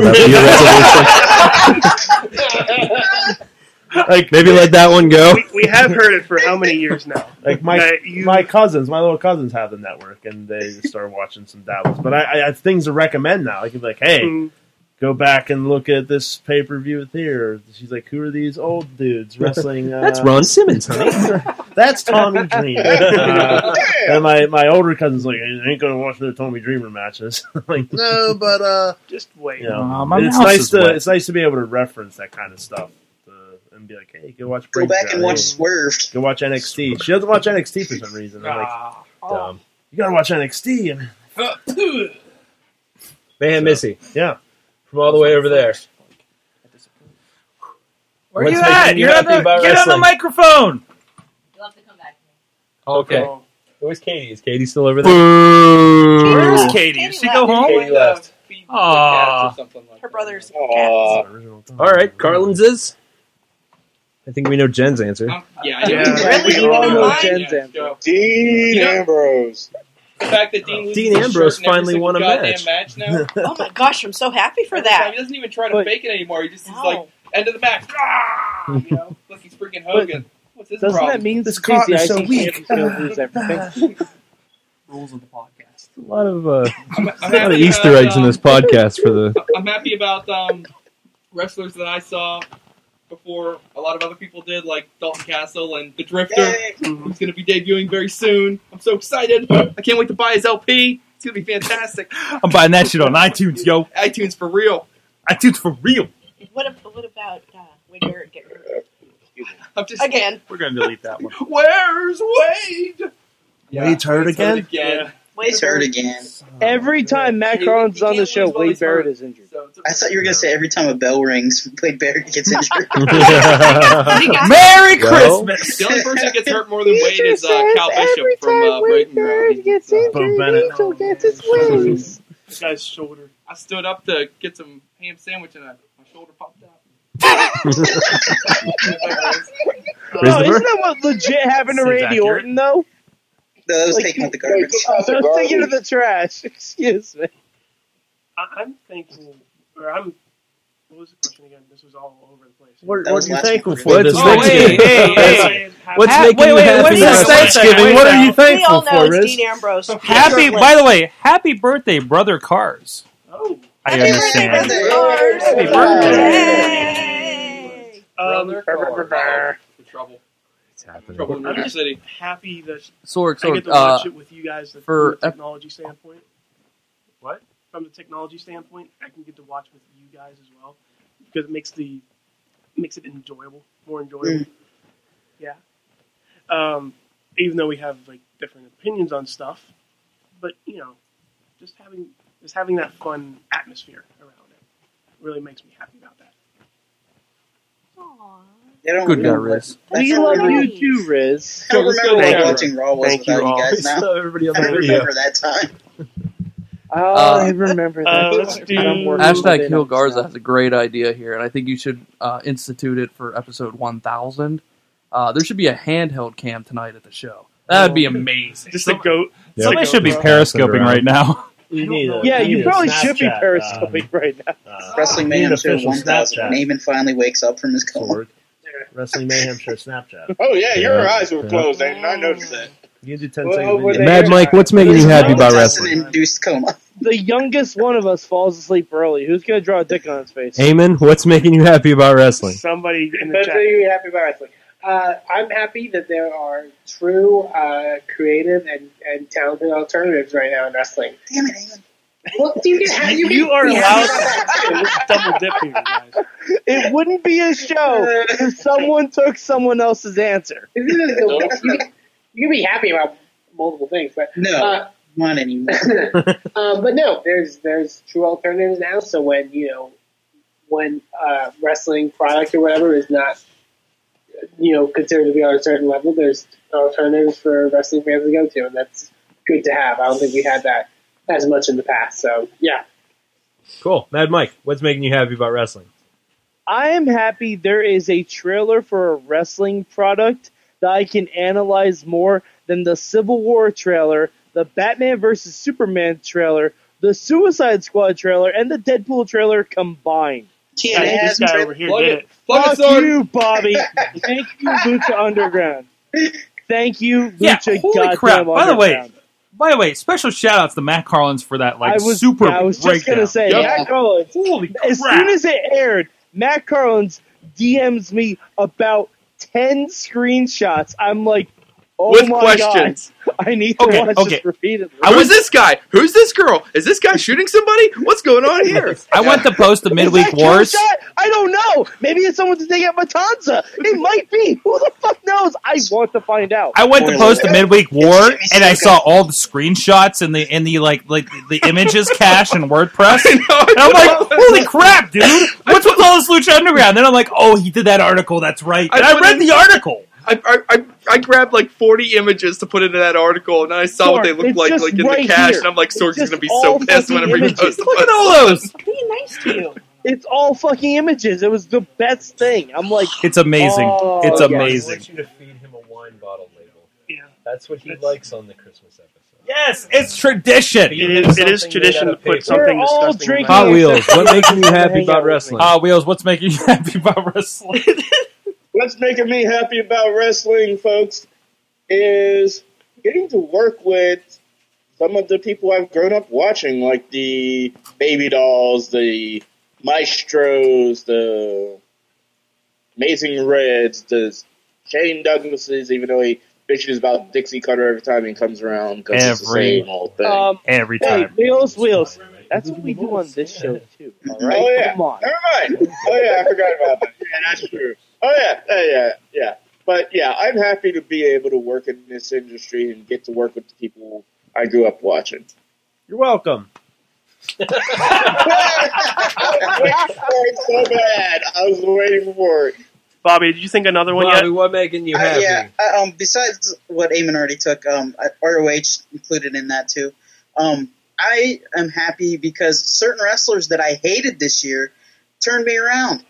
your resolution? <laughs> like maybe let that one go. We have heard it for how many years now? <laughs> like my my cousins, my little cousins have the network, and they start watching some dabbles. But I, I have things to recommend now. I can be like, hey, Mm. go back and look at this pay per view here. She's like, who are these old dudes <laughs> wrestling? Uh, That's Ron Simmons, honey. That's <laughs> Tommy Dreamer. <laughs> <laughs> Uh, and my, my older cousin's like, I ain't gonna watch no Tommy Dreamer matches. <laughs> like, no, but uh, just wait. you know, Uh, Um, and it's nice to it's nice to be able to reference that kind of stuff uh, and be like, hey, go watch. Go back and Breakdown. watch Swerved. Go watch NXT. She doesn't watch NXT for some reason. I'm like, Ah. dumb. You gotta watch NXT. And Mayhem Missy. Yeah. From all the way over there. Where What's you making at? you You're on happy the, about get on the wrestling? microphone. Okay. Where's Katie? Is Katie still over there? Boo. Where's Katie? Did she go home? Katie left. Aww. Her brother's All right, Carlin's is. I think we know Jen's answer. Yeah, Yeah. We Really? all know Why? Jen's answer. Dean Ambrose. The fact that Dean, Dean loses his Ambrose shirt in every finally single won a goddamn match. match now. <laughs> Oh my gosh, I'm so happy for He that. doesn't even try to But- fake it anymore. He just is like end of the match. Ah! You know, look, he's freaking Hogan. What's his Doesn't problem? that mean this cotton is is so weak? Lose everything. Rules of the podcast. A lot of, uh, I'm a lot happy of Easter about, eggs in this um, podcast for the. I'm happy about um, wrestlers that I saw before a lot of other people did, like Dalton Castle and The Drifter, who's going to be debuting very soon. I'm so excited. I can't wait to buy his LP. It's going to be fantastic. I'm buying that shit on iTunes, yo. iTunes for real. iTunes for real. What, ab- what about uh, when Barrett get hurt? I'm just Again. We're gonna delete <laughs> that one. Where's Wade? Wade's hurt again. again. Wade's hurt again. Every time Matt Carlin's on the show, Wade Barrett is injured. I thought you were going to say every time a bell rings, <laughs> Wade Barrett <laughs> gets injured. <laughs> Merry Well- Christmas! The only person who gets hurt <laughs> more than Wade is uh, Cal Bishop from uh, Breaking Ground. <laughs> gets Bo Oh, Bennett. Angel gets his wings. This guy's shoulder. I stood up to get some ham sandwich and I, my shoulder popped out. Oh, isn't that what legit happened to Seems Randy accurate. Orton though? No, that was taken with the garbage. Like, that was taken with the trash. Excuse me. I- I'm thinking, or I'm What was the question again? This was all over the place. What- That what was are you last thankful week. for What's- this oh, Thanksgiving? hey, hey, hey. What's Ha- making wait, you wait, happy what is this this Thanksgiving? Thanksgiving? What are we you all know it's Dean Ambrose. Happy, by the way, happy birthday, brother Cars. Oh, I understand. Happy birthday. Um, The trouble. It's happening. Trouble I'm just happy that Sorg, I Sorg, get to watch uh, it with you guys from for the ep- technology standpoint. What? From the technology standpoint, I can get to watch with you guys as well because it makes the makes it enjoyable, more Mm. Mm. enjoyable. yeah. Um, even though we have like different opinions on stuff, but you know, just having just having that fun atmosphere around it really makes me happy about that. They don't Good guy, remember- Riz. That's We not love really- you too, Riz. I don't remember what watching Raw was Thank you without you, all. guys now. So everybody on I the don't video. remember that time. Oh, I remember that. uh, let's do- I'm working Uh, Hashtag today. Hill Garza has a great idea here, and I think you should uh, institute it for episode 1000. Uh, there should be a handheld cam tonight at the show. That would be amazing. Just a goat. Somebody should be periscoping right now. yeah, you probably should be uh, Snapchat, periscoping right now. Wrestling Need Mayhem Show official 1000 Snapchat. when Eamon finally wakes up from his coma. Wrestling Mayhem Show <laughs> Snapchat. Oh yeah, your Yeah. eyes were Yeah. closed. I, I noticed that. You do 10 Well, seconds. were video. they- Mad Mike, what's making you happy about wrestling? induced coma. The youngest one of us falls asleep early. Who's going to draw a dick on his face? Eamon, what's making you happy about wrestling? Somebody in the That's what you're happy about wrestling. Uh, I'm happy that there are true, uh, creative, and, and talented alternatives right now in wrestling. Damn it, Well, you, can have, you, You can are be happy allowed- about that. <laughs> double dip here, guys. It wouldn't be a show if someone took someone else's answer. This is the- you, can- you can be happy about multiple things, but No, uh, not anymore. um, but no, there's there's true alternatives now. So when you know when uh, wrestling product or whatever is not you know considered to be on a certain level, there's alternatives for wrestling fans to go to, and that's good to have. I don't think we had that as much in the past. So yeah, Cool. Mad Mike, what's making you happy about wrestling? I am happy there is a trailer for a wrestling product that I can analyze more than the Civil War trailer, the Batman vs. Superman trailer, the Suicide Squad trailer, and the Deadpool trailer combined. Yeah, Thank this you. guy over here Fuck did it. it. Fuck it, Fuck son. you, Bobby. Thank you, Lucha <laughs> Underground. Thank you, Lucha Yeah, holy Goddamn crap. By the way, Underground. by the way, special shout outs to Matt Carlins for that like I was super I was just breakdown. gonna say, Matt Carlins. as crap. soon as it aired, Matt Carlins DMs me about ten screenshots. I'm like, oh With my questions. god, I need to Okay, watch okay. this repeatedly. I was this guy. Who's this girl? Is this guy shooting somebody? What's going on here? I went to post the midweek wars. Shot? I don't know. Maybe it's someone to take out Matanza. <laughs> It might be. Who the fuck knows? I want to find out. I went to post the midweek war, and I saw all the screenshots and the and the like like the images cache and WordPress. and I'm like, holy crap, dude! What's with all this Lucha Underground? Then I'm like, oh, he did that article. That's right. And I, put read in- the article. I, I, I, I grabbed like 40 images to put into that article, and I saw what they Sorg, looked it's like just like in right the cache, here. and I'm like, It's Sorg's just gonna be all so pissed fucking whenever he images. posts. Look at all <laughs> those. Being nice to you. It's all fucking images. It was the best thing. I'm like, It's amazing. oh, it's yes. amazing. you to feed him a wine bottle label. Yeah. That's what he likes on the Christmas episode. Yes, it's tradition. It is- it is tradition to put something We're all disgusting drinking Hot on Wheels. Christmas What making you Eve. happy Hang out about with wrestling? me. Hot Wheels. What's making you happy about wrestling? What's making me happy about wrestling, folks, is getting to work with some of the people I've grown up watching, like the Baby Dolls, the Maestros, the Amazing Reds, the Shane Douglases, even though he bitches about Dixie Cutter every time he comes around because it's the Every- same old thing. Um, Every hey, time. wheels, wheels. That's what we do on this show too. All right, Oh yeah, come on. never mind. Oh yeah, I forgot about that. Yeah, that's true. Oh yeah, yeah, yeah, yeah. But yeah, I'm happy to be <laughs> able to work in this industry and get to work with the people I grew up watching. You're welcome. It's so bad. I was waiting for <laughs> it. Bobby, did you think another one Bobby, yet? what making you Uh, happy? yeah. uh, um, besides what Eamon already took, um, uh, ROH included in that too. Um, I am happy because certain wrestlers that I hated this year turned me around.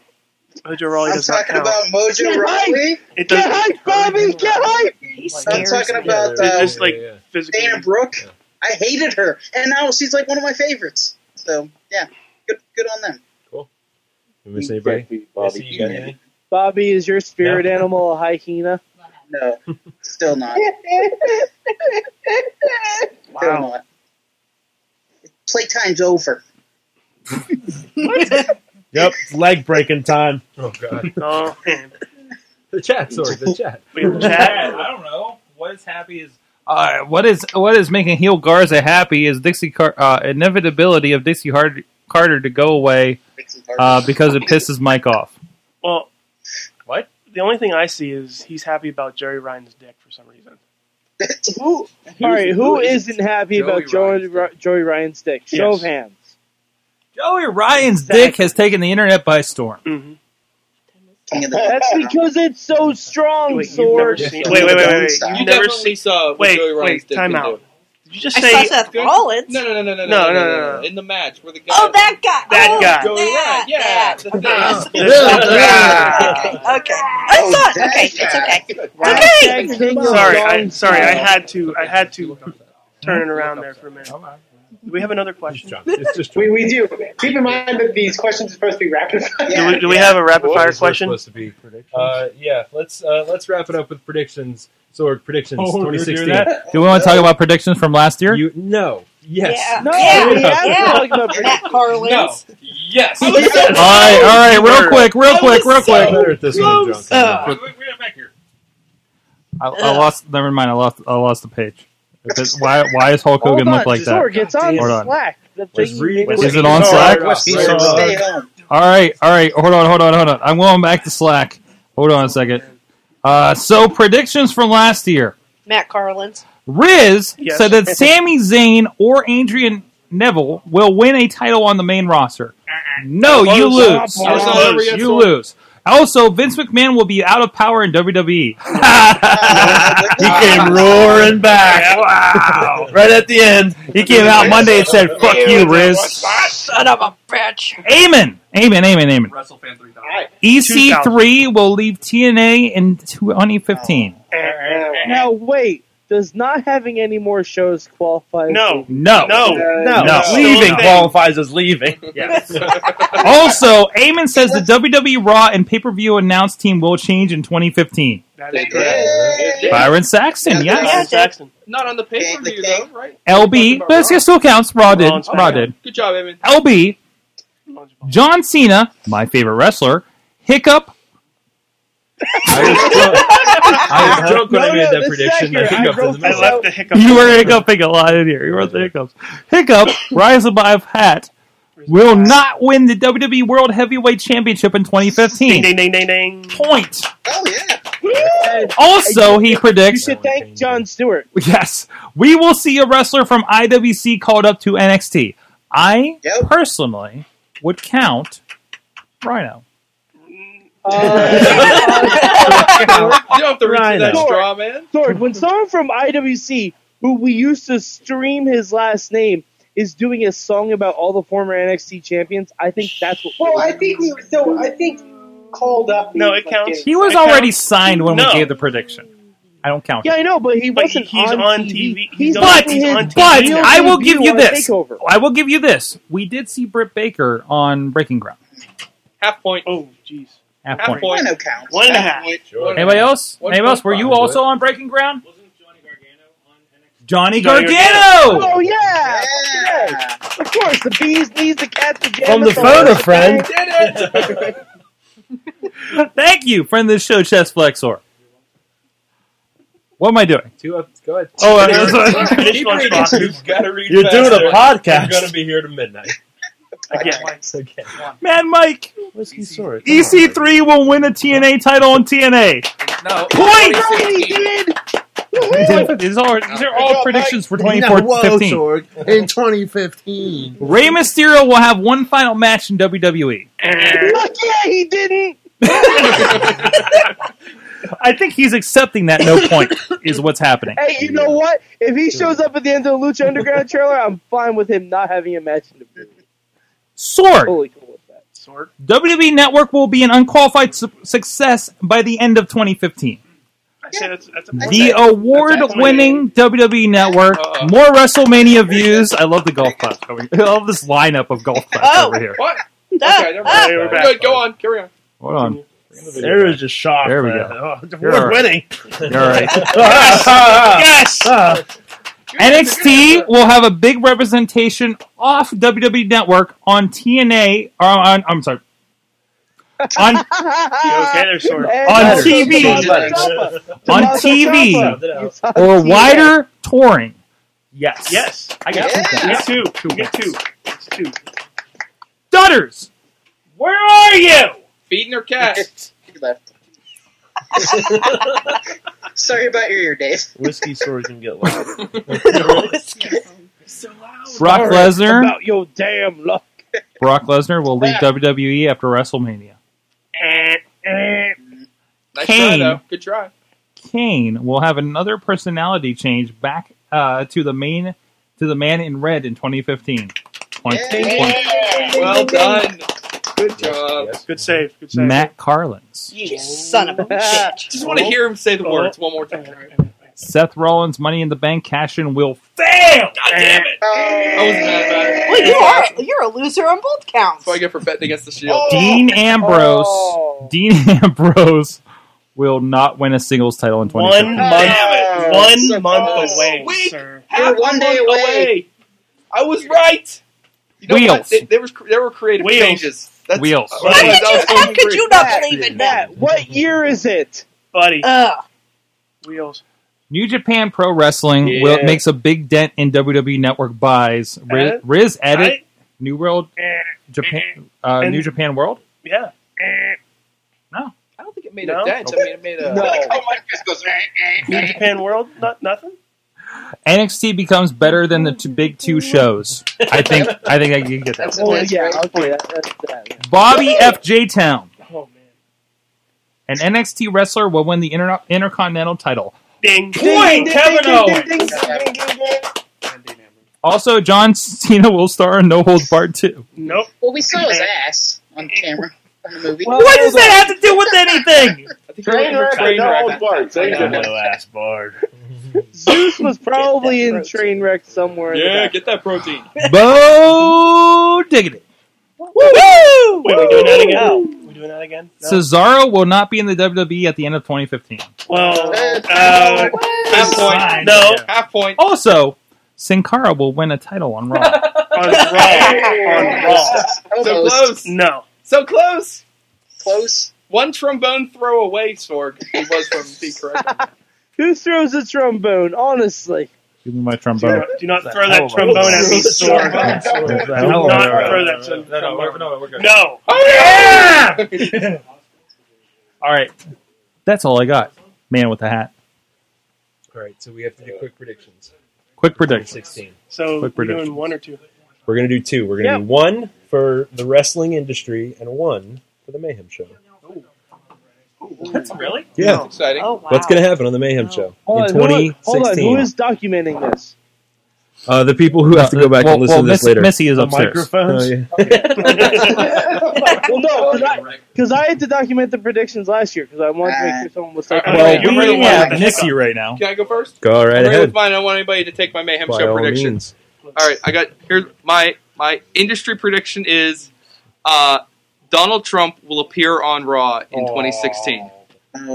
Mojo Rawley I'm does not talking count. about Mojo Get hype! Rawley. It does- Get hype, Bobby! Get hype! I'm scares talking me. about Yeah, uh, it's like Dana Brooke. I hated her, and now she's like one of my favorites. So yeah, good, good on them. We miss anybody? Bobby. Missy, you got anything? Bobby, is your spirit animal a hyena? No, still not. Still not. Playtime's over. Yep, it's leg breaking time. Oh <laughs> <laughs> god. <laughs> oh man. The chat, sorry, <laughs> the chat. Chad, I don't know. What is happy is uh, what is what is making Heel Garza happy is Dixie Car- uh, inevitability of Dixie Hard- Carter to go away uh, because it pisses Mike off. Well, what? The only thing I see is he's happy about Jerry Ryan's dick for some reason. who? <laughs> All right, who isn't happy about Joey, Ry- Joey Ryan's dick? Show of Yes. hands. Joey Ryan's dick has taken the internet by storm. Mm-hmm. That's because it's so strong, Wait, you've never Sword. seen- Wait, wait, wait, wait, wait. You've You never definitely saw what wait, Joey Uh, Ryan's wait, dick time can out. do. Did you just I say saw Seth Rollins. No, no, no, no, no, No, no, no, no. In the match where the guy. Oh, that guy. That oh, guy. Joey that, Ryan. Yeah. This Oh, guy. Okay. I saw it. Okay, it's okay. It's okay. Sorry, I, sorry, I had to, I had to turn it around there for a minute. Do we have another question? we, we do. Keep in mind that these questions are supposed to be rapid fire. Do we, do we have a rapid What fire is there question? supposed to be? Uh, yeah, let's uh, let's wrap it up with predictions. Sorg predictions Oh, we're doing 2016. that? Do we want to talk about predictions from last year? You no. Yes. Yeah. No. Yeah. Hurry up. yeah. Talking about Matt Carlin. No. Oh, Yes. all right, all right, real quick, real quick, real quick. better at this when I'm drunk. Oh. I, I lost. Never mind. I lost. I lost the page. Because Why? Why is Hulk Hogan Hold look on, like that? Sorg, it's on Hold on. Slack. The Let's thing you read made Is me- it on Slack? Stay home. All right, all right. Hold on, hold on, hold on. I'm going back to Slack. Hold on a second. Uh, so predictions from last year. Matt Carlin's. Riz Yes. said that Sami Zayn or Adrian Neville will win a title on the main roster. No, Close. you Stop. lose. It's not over yet, You Sword. lose. Also, Vince McMahon will be out of power in E. <laughs> WWE. He came roaring back. Wow. <laughs> right at the end. He came out Monday and said, fuck you, Riz. Son of a <laughs> bitch. Amen. Amen, amen, amen. WrestleFan 3000. EC3 will leave TNA in 2015. Now wait, does not having any more shows qualify? as No. leaving? No. no, Uh, No. Leaving No. qualifies <laughs> as leaving. <laughs> Yes. Also, Eamon says the WWE Raw and pay per view announced team will change in 2015. Byron Saxton, yes. Saxon. Not on the pay per view though, right? LB, but it still counts. Raw did. Ron's Raw back. did. Good job, Eamon. LB, John Cena, my favorite wrestler, Hiccup. I was drunk when I made that prediction. I think up in the middle. left the hiccup. You were hiccuping a lot in here. You were the hiccups. Hiccup, Rise Above Hat, will not win the WWE World Heavyweight Championship in 2015. Ding, ding, ding, ding, ding. Point. And Also, he predicts. you should thank John Stewart. Yes, we will see a wrestler from IWC called up to NXT. I personally would count Rhino. You don't have to reach for that Rhino. straw, man. Sword, when someone from IWC, who we used to stream his last name, is doing a song about all the former NXT champions, I think that's what. Well, I think we were still. I think called up. No, it counts. He was I count- already signed when No. we gave the prediction. I don't count. Yeah, I know, but he But wasn't. he's on, on TV. TV. He's but making his but real I will give debut you on this. Takeover. I will give you this. We did see Britt Baker on Breaking Ground. Half point. Oh, jeez. Half point. One and a half. Anybody else? One Anybody else? Were point you five, also on Breaking Ground? Johnny Johnny Gargano. Oh yeah, yeah. Of course, the bees knees, the cat, the From the photo, friend. Did it. Thank you, friend of the show, Chess Flexor. What am I doing? Two up. Go ahead. Oh, uh, that's- Keep reading. You've gotta read faster. You're gonna be here to midnight. Again. Mad Mike. Whiskey sword. EC3 E will win a TNA title on TNA. No. Point! did. <laughs> These are, these are all predictions for 2015. in 2015. Rey Mysterio will have one final match in E. WWE. Look, yeah, he didn't. I think he's accepting that no point is what's happening. Hey, you know what? If he shows up at the end of the Lucha Underground trailer, I'm fine with him not having a match in the movie. Sword. Totally cool with that. Sword. WWE E Network will be an unqualified su- success by the end of 2015. I say that's, that's a The award winning WWE E Network, Oh. Oh! more WrestleMania views. I love the golf claps. over here. I love this lineup of golf claps over here. What? okay, never mind. Hey, we're back. Good, go on, carry on. Hold on. Sarah's just shocked. There we man. go. Oh, <laughs> You're we're all right. winning. You're all right. <laughs> yes. yes! NXT will have a big representation off WWE Network on TNA. Or uh, on, I'm sorry. <laughs> <laughs> On okay there, Sword? On TV. On TV. or wider touring. Yes. Yes. I got got two. Two. Get two. It's two. Dutters. Where are you? Feeding <laughs> her cat. left. <laughs> Sorry about your ear, Dave. <laughs> <laughs> Whiskey sores can get loud. so loud. Brock Sorry Lesnar. about your damn luck. Brock Lesnar will leave WWE after WrestleMania. Eh, Nice try, Kane. though. Good try. Kane will have another personality change back uh, to the main to the man in red in 2015. Point- point- Well done. Good job. Good save. Good save. Matt Carlins, You <laughs> son of a bitch. Just want to hear him say the words one more time. Seth Rollins, Money in the Bank cash in will Fail! God damn it! I was mad about it. Well, you are you're a loser on both counts. That's what I get for betting against the Shield. Dean Ambrose. Dean <laughs> Ambrose will not win a singles title in 2015. One month. One oh, month away, sir. Half a one day month away. I was right. You know Wheels. What? They- There, was, there were creative Wheels. changes. That's, Wheels. I was- I was going How could free. you not believe in that? What year is it? Buddy. Uh, Ugh. Wheels. New Japan Pro Wrestling will, Yeah. makes a big dent in WWE Network buys. Riz, Eh? Riz edit Right? New World Japan uh, And- New Japan World. Yeah. No. I Oh. don't think it made a dent. I mean, it made a- <laughs> No. New Japan World? Not nothing? NXT becomes better than the two, big two shows. I think I think I can get that. Oh yeah, okay, that, that's that. Bobby F J Town. Oh, An NXT wrestler will win the inter- Intercontinental title. Ding. Ding, Kevin Owens. Also, John Cena will star in No Holds Barred <laughs> 2. Nope. Well, we saw <laughs> his ass on camera on the movie. what does that have to do <laughs> with anything? Train wreck, Train no wreck. old Bart, I train got wreck. no ass barred. Zeus was probably in train wreck somewhere. in the Yeah, back. get that protein. Bo Diggity. Wait, we're doing that again? We're doing that again? No. Cesaro will not be in the WWE at the end of 2015. Well, uh, Half point. No. Half point. Also, Sin Cara will win a title on <laughs> Raw. On <laughs> Raw. <laughs> So close. No. So close. Close. One trombone throw away, Sorg. He was from the <laughs> correct. one. Who throws a trombone? Honestly, Give me my trombone. Do not throw that trombone at me, sword. Do not throw that trombone. No, we're good. No. Oh, <laughs> All right. That's all I got. Man with a hat. All right, so we have to do quick predictions. Quick prediction. So, Quick we're predictions. doing one or two. We're gonna do two. We're gonna Yeah. do one for the wrestling industry and one for the Mayhem Show. Really? Yeah, That's exciting. Oh, What's gonna happen on the Mayhem Show hold in on, who, 2016? hold on. Who is <laughs> documenting this? uh, the people who have to go back well, and listen well, to this Miss- later. Missy is The upstairs. microphones? Oh, yeah. well, no, because I, had to document the predictions last year because I wanted to make Ah. sure someone was talking. Well, about it. we have Missy right now. Can I go first? Go right I'm ready ahead. with mine. I don't want anybody to take my mayhem By show all prediction. means. All right, I got here. My my industry prediction is uh, Donald Trump will appear on Raw in 2016.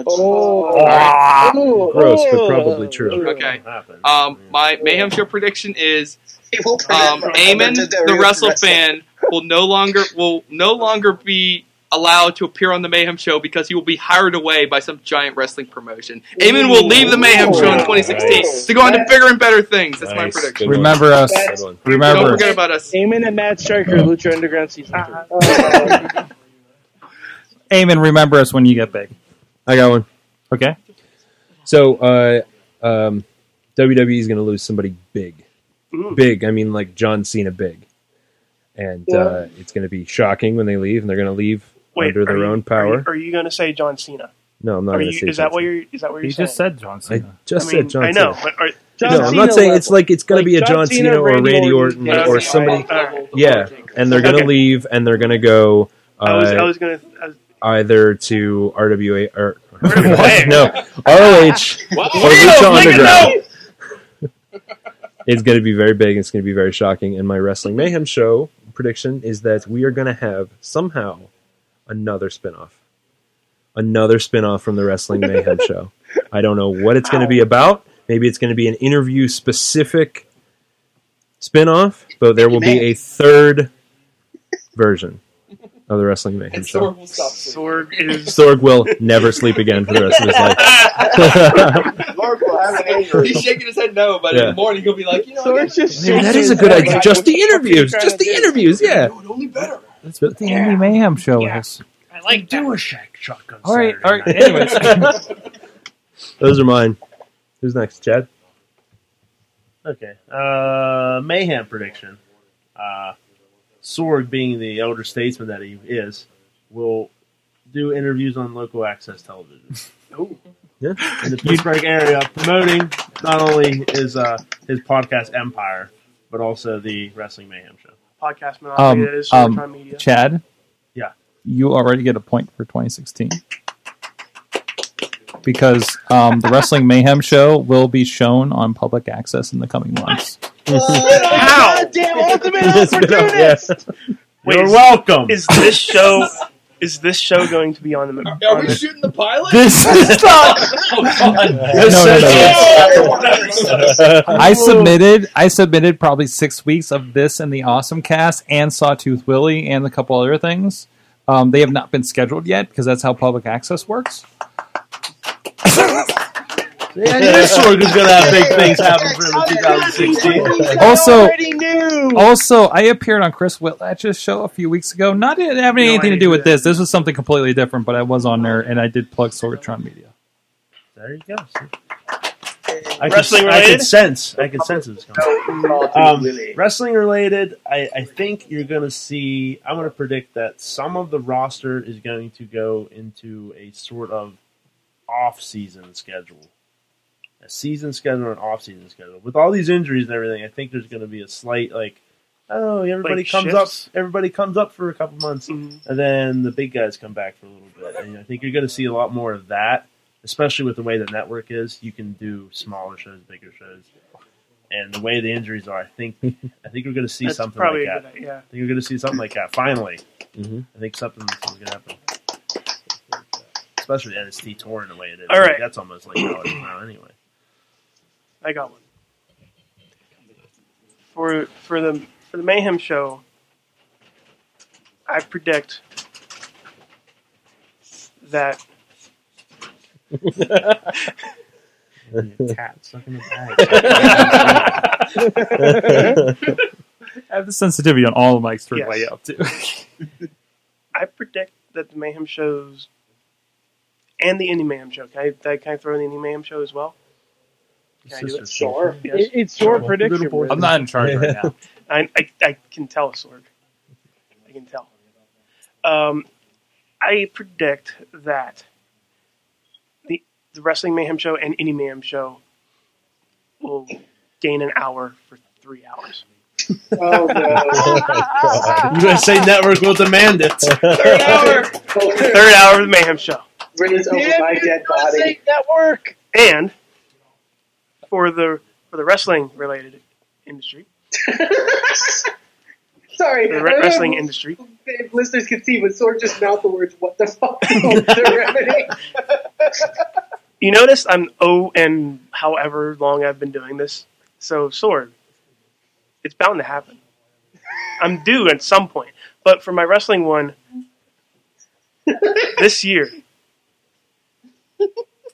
Oh, Gross, but probably true. Okay. Um, my mayhem show prediction is um, from- Eamon, to the the real wrestle wrestler. fan, will no longer will no longer be allowed to appear on the Mayhem Show because he will be hired away by some giant wrestling promotion. Eamon will leave the Mayhem Show in 2016 Nice. to go on to bigger and better things. That's my Nice. prediction. Good one. Remember us. Good one. Remember us. Don't forget about us. Eamon and Matt Striker, Uh-huh. Lucha Underground season Uh-huh. three. <laughs> Eamon, remember us when you get big. I got one. Okay? So uh, um, WWE is going to lose somebody big, big. I mean, like John Cena, big, and uh, it's going to be shocking when they leave, and they're going to leave Wait, under their are you- own Are power. you, going to say John Cena? no, I'm not Are going to you, say. is that what you're? Is that what you're He saying? just said John I Cena. just I mean, said John I know, Cena. but are, no, I'm not saying it's like it's going to be a John John, Cena, Cena, or Randy Randy Orton, Orton, John or Cena, somebody. Randy Orton. Yeah, and they're going to Okay. leave, and they're going to go. Uh, I was, I was going to. either to RWA or <laughs> <laughs> Wait. no <laughs> ROH or Lucha Underground. It's going to be very big. It's going to be very shocking, and my wrestling mayhem show prediction is that we are going to have somehow another spinoff. Another spinoff from the Wrestling <laughs> Mayhem show. I don't know what it's going to be about. Maybe it's going to be an interview specific spinoff, but there will be a third version of the Wrestling Mayhem show. will stop. Sorg is. Sorg will never sleep again for the rest of his <laughs> life. He's shaking his head no, but in Yeah. the morning he'll be like, you know, I Sorg's just Man, that is a good idea. Just the interviews. Just the interviews. Yeah. That's what the Andy Mayhem show is. I like do a shake shotgun. All right, all right. Anyways, Those are mine. Who's next, Chad? Okay. Uh, mayhem prediction. Uh, Sorg, being the elder statesman that he is, will do interviews on local access <laughs> television. Yeah. In the Pittsburgh area, promoting not only his uh, his podcast empire, but also the Wrestling Mayhem show. Podcast monopoly um, that is um, Sorgatron Media. Chad. Yeah. You already get a point for 2016 because um, the Wrestling Mayhem show will be shown on public access in the coming months. Goddamn ultimate Yes, opportunist! You're welcome. Is <laughs> this show? is this show going to be on the? Are we shooting the pilot? This <laughs> is not. oh, God. No, no, <laughs> no, I submitted. I submitted probably six weeks of this and the Awesome Cast and Sawtooth Willie and a couple other things. Um, they have not been scheduled yet because that's how public access works. I knew Sorg was going to have big things happen for him in 2016. Also, also, I appeared on Chris Whitlatch's show a few weeks ago. Not it having anything to do with this. This was something completely different, but I was on there and I did plug Sorgatron Media. There you go. <laughs> <laughs> I Wrestling could, I related? could sense. I could sense it was coming. Um, wrestling related, I, I think you're going to see. I'm going to predict that some of the roster is going to go into a sort of off season schedule, a season schedule and off season schedule. With all these injuries and everything, I think there's going to be a slight like, oh, everybody Like comes shifts? up, everybody comes up for a couple months, and then the big guys come back for a little bit. And I think you're going to see a lot more of that, especially with the way the network is. You can do smaller shows, bigger shows, and the way the injuries are. I think, I think we're going to see That's something probably like a that. good idea, yeah. I think we're going to see something like that. Finally, I think something is going to happen. Especially NXT tour in the way it is. All right. that's almost like how it is now, anyway. I got one. For for the for the mayhem show, I predict that cat stuck <laughs> in the bag. I have the sensitivity on all of my turned way up too. <laughs> I predict that the mayhem shows and the indie mayhem show. Can I, can I- can I throw in the indie mayhem show as well? Can I do it? Sure. Yes. It- it's your prediction. really. I'm not in charge right now. <laughs> I, I, I can tell, Sorg. I can tell. Um, I predict that the the Wrestling Mayhem show and any Mayhem show will gain an hour for three hours. Oh, <laughs> God. USA Network will demand it. Third hour of the Mayhem show. Raise over my dead body. Network. And for the for the wrestling related industry, Sorry, the I re- don't wrestling know industry. if listeners can see, but Sword just mouthed the words, what the fuck? the remedy. You notice I'm oh and however long I've been doing this. So sword, it's bound to happen. I'm due at some point. But for my wrestling one, <laughs> this year,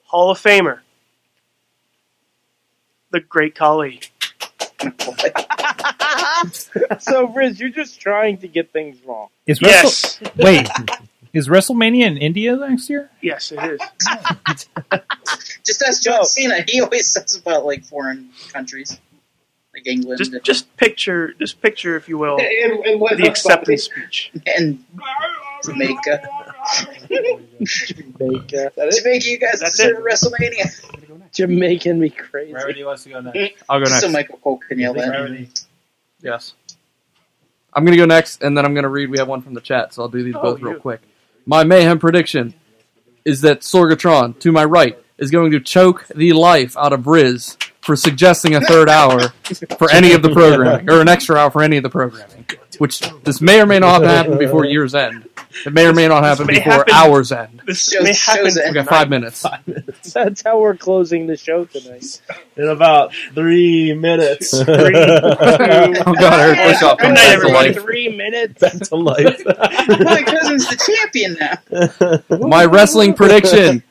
Hall of Famer, the Great Khali. <laughs> so, Riz, you're just trying to get things wrong. Is Wrestle- Wait, is WrestleMania in India next year? Yes, it is. Just ask John Cena. He always says about like foreign countries, like England. Just, just picture, just picture, if <laughs> you will, And- and what the about acceptance speech. and Jamaica. <laughs> Jamaica. Jamaica, you guys That's deserve <laughs> WrestleMania. Jamaican me crazy. Remedy wants to go I'll go So next. Michael Cole can yell that. Yes. I'm going to go next, and then I'm going to read. We have one from the chat, so I'll do these Oh, both real you. quick. My mayhem prediction is that Sorgatron, to my right, is going to choke the life out of Riz for suggesting a third hour for any of the programming, or an extra hour for any of the programming. Which this may or may not happen before year's end. It may or may not happen may before happen- hours end. This show- may happen We got tonight. five minutes. That's how we're closing the show tonight. In about three <laughs> minutes. Three, Oh, God, I heard push up. Good night, Back to everybody. life. Three minutes. Back <laughs> to life. <laughs> My cousin's the champion now. My wrestling prediction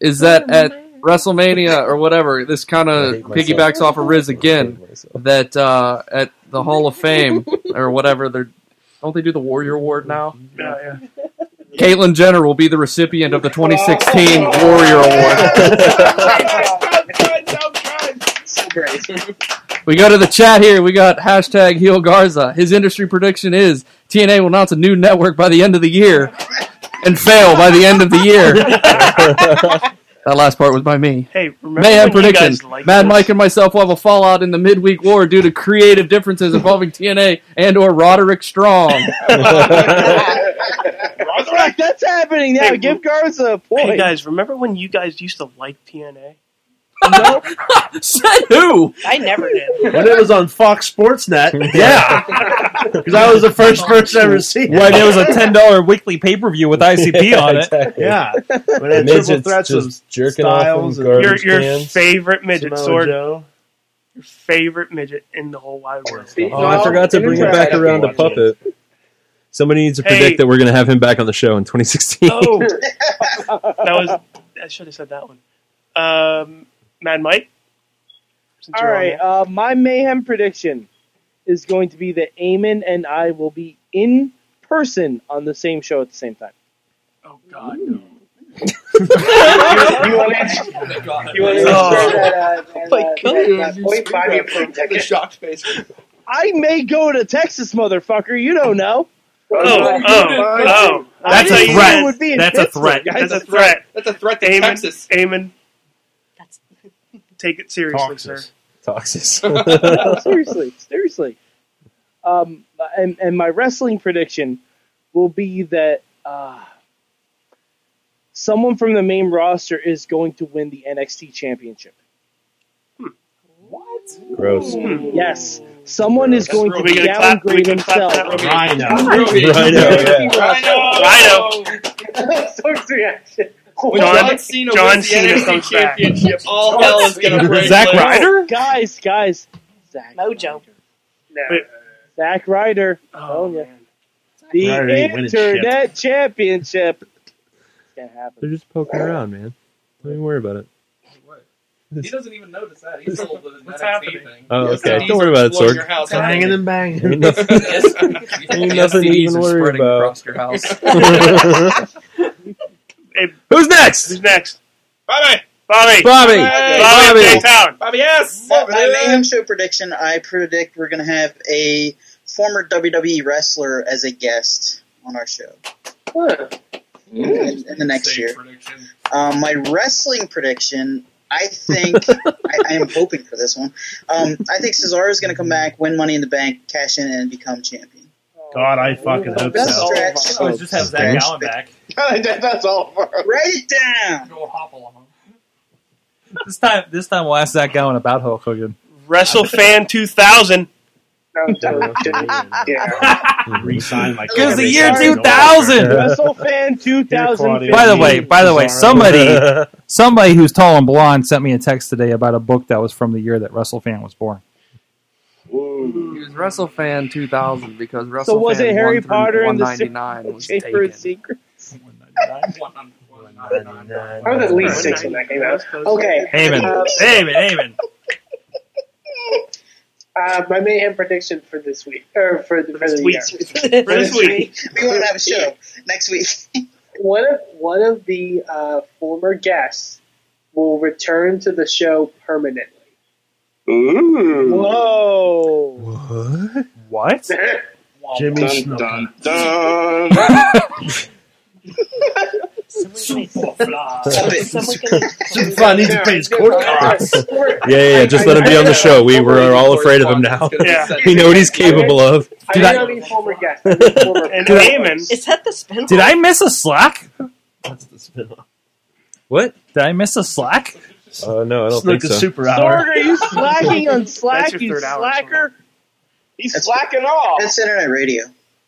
is that at WrestleMania or whatever, this kind of piggybacks off of Riz again. That uh, at the Hall of Fame or whatever, they're don't they do the Warrior Award now? Yeah, yeah. Caitlyn Jenner will be the recipient of the 2016 Warrior Award. we go to the chat here. We got hashtag Heel Garza. His industry prediction is TNA will announce a new network by the end of the year and fail by the end of the year. that last part was by me. Hey, remember Mayhem when you prediction. guys liked Mad Mike and myself will have a fallout in the midweek war due to creative differences involving TNA and or Roderick <laughs> Strong. Fuck, that's happening now. Hey, Give Garza a point. Hey <laughs> guys, remember when you guys used to like TNA? <laughs> Said who? I never did. When it was on Fox Sports Net. <laughs> Yeah. Because I was the first person to ever see it. When it was a ten dollar weekly pay per view with ICP on <laughs> it. <laughs> Yeah. When The it had triple midgets threats of just jerking off styles in and- garbage your your cans. favorite midget Samoa sword. Joe. Your favorite midget in the whole wide world. Oh, I forgot to bring it back around to Puppet. Somebody needs to Hey. predict that we're going to have him back on the show in 2016. <laughs> <laughs> Oh, that was. I should have said that one. Um, Mad Mike. Since All you're on right, there. uh, my mayhem prediction is going to be that Eamon and I will be in person on the same show at the same time. You want to? You want to Oh. that? Uh, that, uh, that, that point five year pro The ticket. Oh, shocked face. I may go to Texas, motherfucker. You don't know. Oh, oh, oh. I That's a didn't know threat. it would be in That's a Pittsburgh. threat. That's a threat. That's a threat to Eamon, Texas. Eamon, take it seriously, sir. No, <laughs> seriously, seriously. Um, and and my wrestling prediction will be that uh, someone from the main roster is going to win the NXT championship. <laughs> Gross. Yes, someone is going to Are we gonna clap? Are we downgrade gonna clap himself. for that? When John Cena wins the NXT championship, all hell is gonna break Zack loose. Ryder? Oh, Guys, guys. Zach Mojo. Zack Ryder. Oh, yeah. The Ryder ain't winning shit. Internet Championship. Can't happen. They're just poking around, man. Don't even worry about it. He doesn't even notice that. He's sold with his What's NXT thing. Oh, Yes, okay. he's Don't worry about it, exploring Sorg. your house. Banging and banging. <laughs> <laughs> Ain't nothing, ain't nothing to even worry <laughs> about. Who's next? Who's next? Bobby. Bobby. Bobby. Bobby. Bobby. Town. Bobby. Yes. Well, my Mayhem Show prediction, I predict we're going to have a former WWE wrestler as a guest on our show in, in the next year. Um, my wrestling prediction, I <laughs> think, I, I am hoping for this one. Um, I think Cesaro is going to come back, win Money in the Bank, cash in, and become champion. God, I fucking hope That's so. stretch. Oh, just have Zach Allen back. That's all. Write it down. Go hop along. This time, this time we'll ask that guy about Hulk Hogan. WrestleFan 2000. Resign like Because the every year single 2000. person. WrestleFan 2000. By the way, by the way, <laughs> <laughs> somebody, somebody who's tall and blonde sent me a text today about a book that was from the year that WrestleFan was born. He was WrestleFan 2000 because WrestleFan So was it Harry 1 through Potter and the 199 was Chamber taken. of Secrets? I was at least six when that came out. Okay. Amen. Uh, Amen. Amen. Um, uh, my mayhem prediction for this week, or for, the, for, this the week. <laughs> year. For this week. We won't have a show next week. one of one of the uh, former guests will return to the show permanently. Ooh. Whoa. What? <laughs> What? Jimmy dun, Snuka. dun, <laughs> dun. Some fun needs to pay his court costs. <laughs> Yeah, yeah, yeah. Just let him be on the <laughs> show. We were all afraid of him now. Yeah. We know what he's capable of. I Did don't I, know these former guests. <laughs> and Eamon. Is that the spin? Did I miss a slack? What? Did I miss a slack? Uh, no, I don't It's like think a so. super Sorg, are you slacking on That's Slack, your you third hour, slacker? He's slacking off. That's internet radio.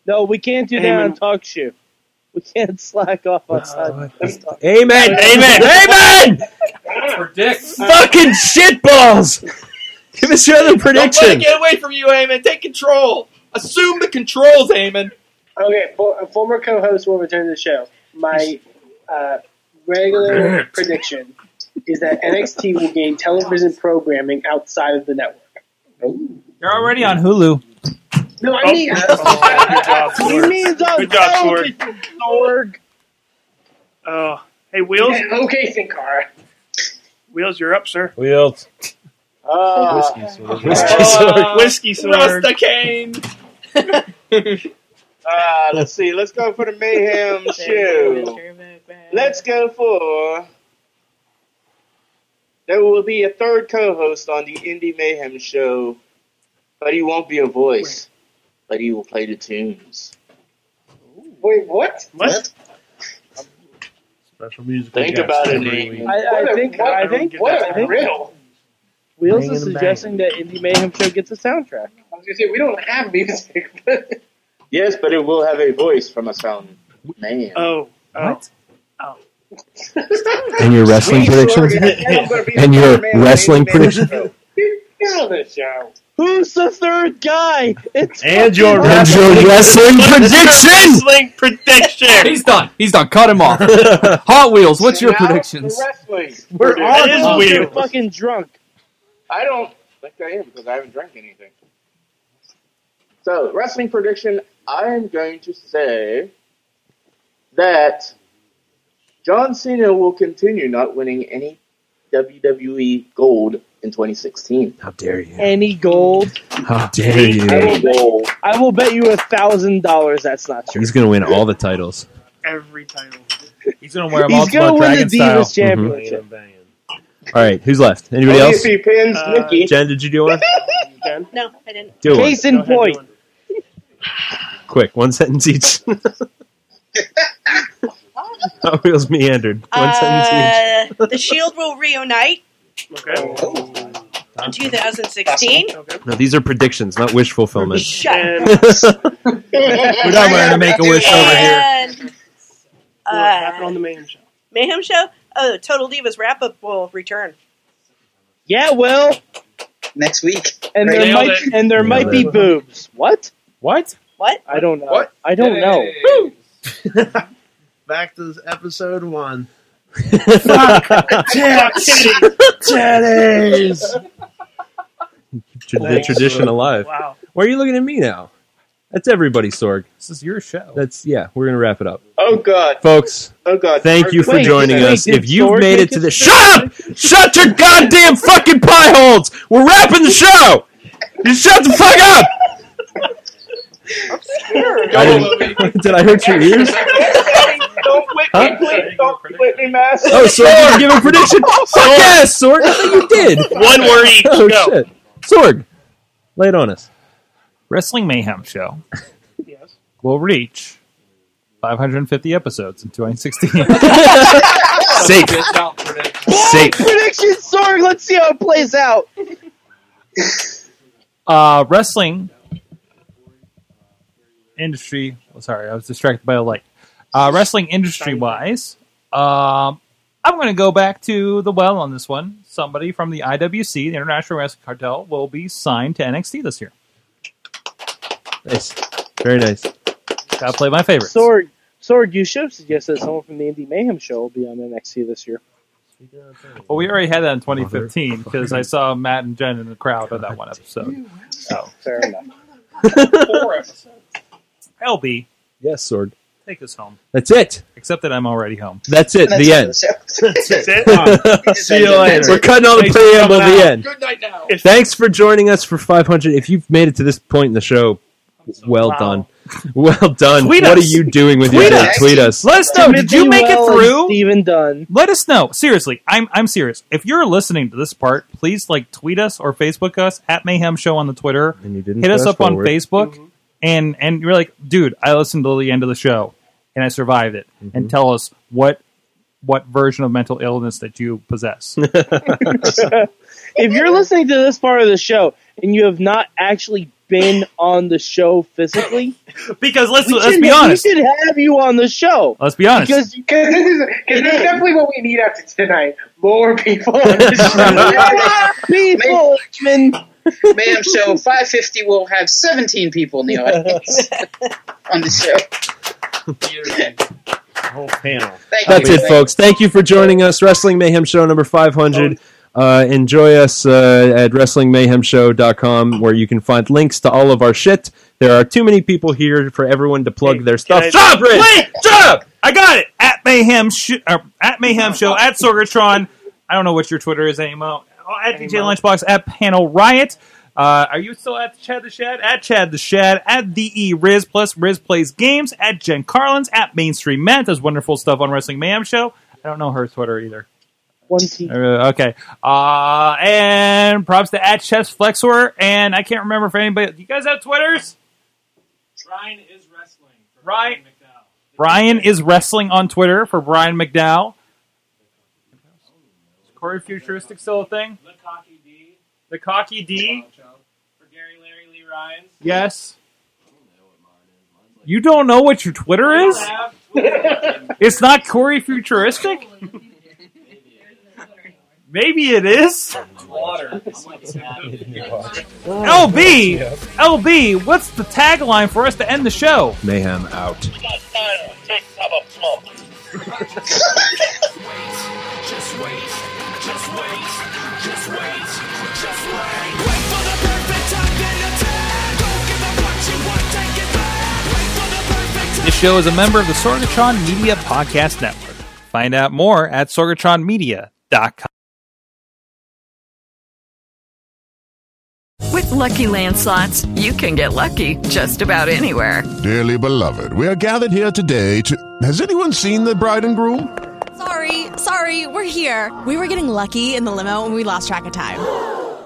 No, we can't do that Amen. on talk show. We can't slack off on Slack. Amen. Amen. Amen. Predict. Uh, Fucking shitballs. <laughs> Give us your other Don't let it prediction. get away from you, Eamon. Take control. Assume the controls, Eamon. Okay, for, a former co-host will return to the show. My uh, regular prediction is that NXT will gain television programming outside of the network. You're already on Hulu. No, Oh, I mean, <laughs> He means on Good job, Sword. television, Sorg. Oh, hey, Wheels. okay, Sinkara. Wheels, you're up, sir. Wheels. Uh, <laughs> Whiskey sword. whiskey sword. <laughs> cane. Uh, let's see. Let's go for the <laughs> mayhem show. Let's go for. There will be a third co-host on the Indie Mayhem show, but he won't be a voice, but he will play the tunes. Wait, what? What? Special music. Think about it, Ian. I, I think. I think. What a I think riddle. Wheels Banging is and suggesting that Indie Mayhem Show gets a soundtrack. I was gonna say we don't have music. But Yes, but it will have a voice from a sound man. Oh, what? <laughs> And your wrestling predictions? <laughs> And your wrestling predictions? Get on this show. Who's the third guy? It's And your fucking- And your wrestling prediction! Wrestling prediction. He's done. He's done. Cut him off. Hot Wheels, what's your predictions? Wrestling. We're That is all weird. fucking drunk. I don't think I am because I haven't drank anything. So, wrestling prediction I am going to say that John Cena will continue not winning any WWE gold in 2016. How dare you? Any gold? <laughs> How dare I will you? bet, I will bet you a thousand dollars that's not true. He's gonna win all the titles. Every <laughs> title. He's gonna wear 'em He's all to gonna a win dragon the style. Divas Championship. Mm-hmm. All right, who's left? Anybody Only else? if he pins Nikki. Jen, did you do one? <laughs> No, I didn't. Uh, Do one. Case in point. Quick, one sentence each. <laughs> Hot Wheels meandered. One sentence Uh, the Shield will reunite Okay. in 2016. each. No, these are predictions, not wish <laughs> fulfillment. <laughs> Shut up. We're not wearing a make a wish over here. And uh, happened on the Mayhem Show? Mayhem Show? Oh, Total Divas wrap up will return. Yeah, well, next week, and Right. there Nailed might it. and there Nailed might be it. boobs. What? What? What? I don't know. What? I don't know. <laughs> Back to episode <laughs> one. <laughs> Tra- The tradition alive. Wow. Why are you looking at me now? That's everybody, Sorg. This is your show. That's yeah. We're gonna wrap it up, Oh, God. folks. Oh, God. Thank you for Wait, joining wait, us. did If you've Sorg made make it to it the to shut up, shut your goddamn fucking pie holes. We're wrapping the show. Just shut the fuck up. I didn't- <laughs> did I hurt your <laughs> ears? don't whip Huh? me, please. Don't whip me, Master. Oh, Sorg, did you give a <laughs> prediction? Fuck yes, Sorg. I think you <laughs> did. One word each. Oh Go. shit, Sorg, lay it on us. Wrestling Mayhem Show will reach 550 episodes in <laughs> <laughs> 2016. Safe. Bold prediction, Sorg. Let's see how it plays out. Uh, wrestling industry. oh, sorry, I was distracted by a light. Uh, wrestling industry wise, um, I'm going to go back to the well on this one. Somebody from the IWC, the International Wrestling Cartel, will be signed to NXT this year. Nice, very nice. Gotta play my favorites. Sorg, Sorg, you should have suggested someone from the Indie Mayhem show will be on NXT this year. Well, we already had that in <laughs> 2015 because I saw Matt and Jen in the crowd on that one episode. So Oh, fair enough. LB, yes, Sorg. take us home. That's it. Except that I'm already home. That's it. the end. That's <laughs> it. See you later. We're cutting all the preamble at the end. Good night now. Thanks for joining us for 500. If you've made it to this point in the show, well Wow. done. Well done. Tweet what us. are you doing with Tweet your day? us. Tweet us. Let us know. Did you make it through? Steven Dunn. Let us know. Seriously, I'm I'm serious. If you're listening to this part, please like tweet us or Facebook us at Mayhem Show on the Twitter. And you didn't Hit us fast up on forward. Facebook, and and Mm-hmm. you're like, dude, I listened to the end of the show and I survived it, and tell us what what version of mental illness that you <laughs> possess. <laughs> if you're listening to this part of the show and you have not actually been on the show physically, because let's let's be honest. we should have you on the show. Let's be Because because this is, cause <laughs> this is definitely what we need after tonight. More people on the show. people, man. Ma'am, show 550 will have 17 people in the audience on the show. Whole panel. Thank That's you. it, folks. Thank you for joining us. Wrestling Mayhem Show number 500. Uh, enjoy us uh, at WrestlingMayhemShow.com where you can find links to all of our shit. There are too many people here for everyone to plug their stuff. Stop! Stop it! Wait! Stop! I got it. At Mayhem Sh- uh, at Mayhem Show at Sorgatron. I don't know what your Twitter is anymore. Oh, At DJ Lunchbox at Panel Riot. Uh, are you still at Chad the Shad? At Chad the Shad. At the E Riz plus Riz plays games. At Jen Carlins. At Mainstream Matt does wonderful stuff on Wrestling Mayhem Show. I don't know her Twitter either. One T. Uh, okay. Uh, and props to at Chess Flexor. And I can't remember if anybody. Do you guys have Twitters? Ryan is wrestling. Right. Brian is wrestling on Twitter for Brian McDowell. Is Corey Futuristic still a thing? The cocky D. The cocky D. For Gary Larry Lee Ryan. Yes. You don't know what your Twitter is? <laughs> It's not Corey Futuristic? Maybe it is. Water. Oh! LB, LB, what's the tagline for us to end the show? Mayhem out. Just wait, just wait, just wait, just wait. Wait for the perfect time then attack. Don't give up what you want, take it back. Wait for the perfect This show is a member of the Sorgatron Media Podcast Network. Find out more at sorgatronmedia.com. With Lucky Land slots, you can get lucky just about anywhere. Dearly beloved, we are gathered here today to. Has anyone seen the bride and groom? Sorry, sorry, we're here. We were getting lucky in the limo and we lost track of time.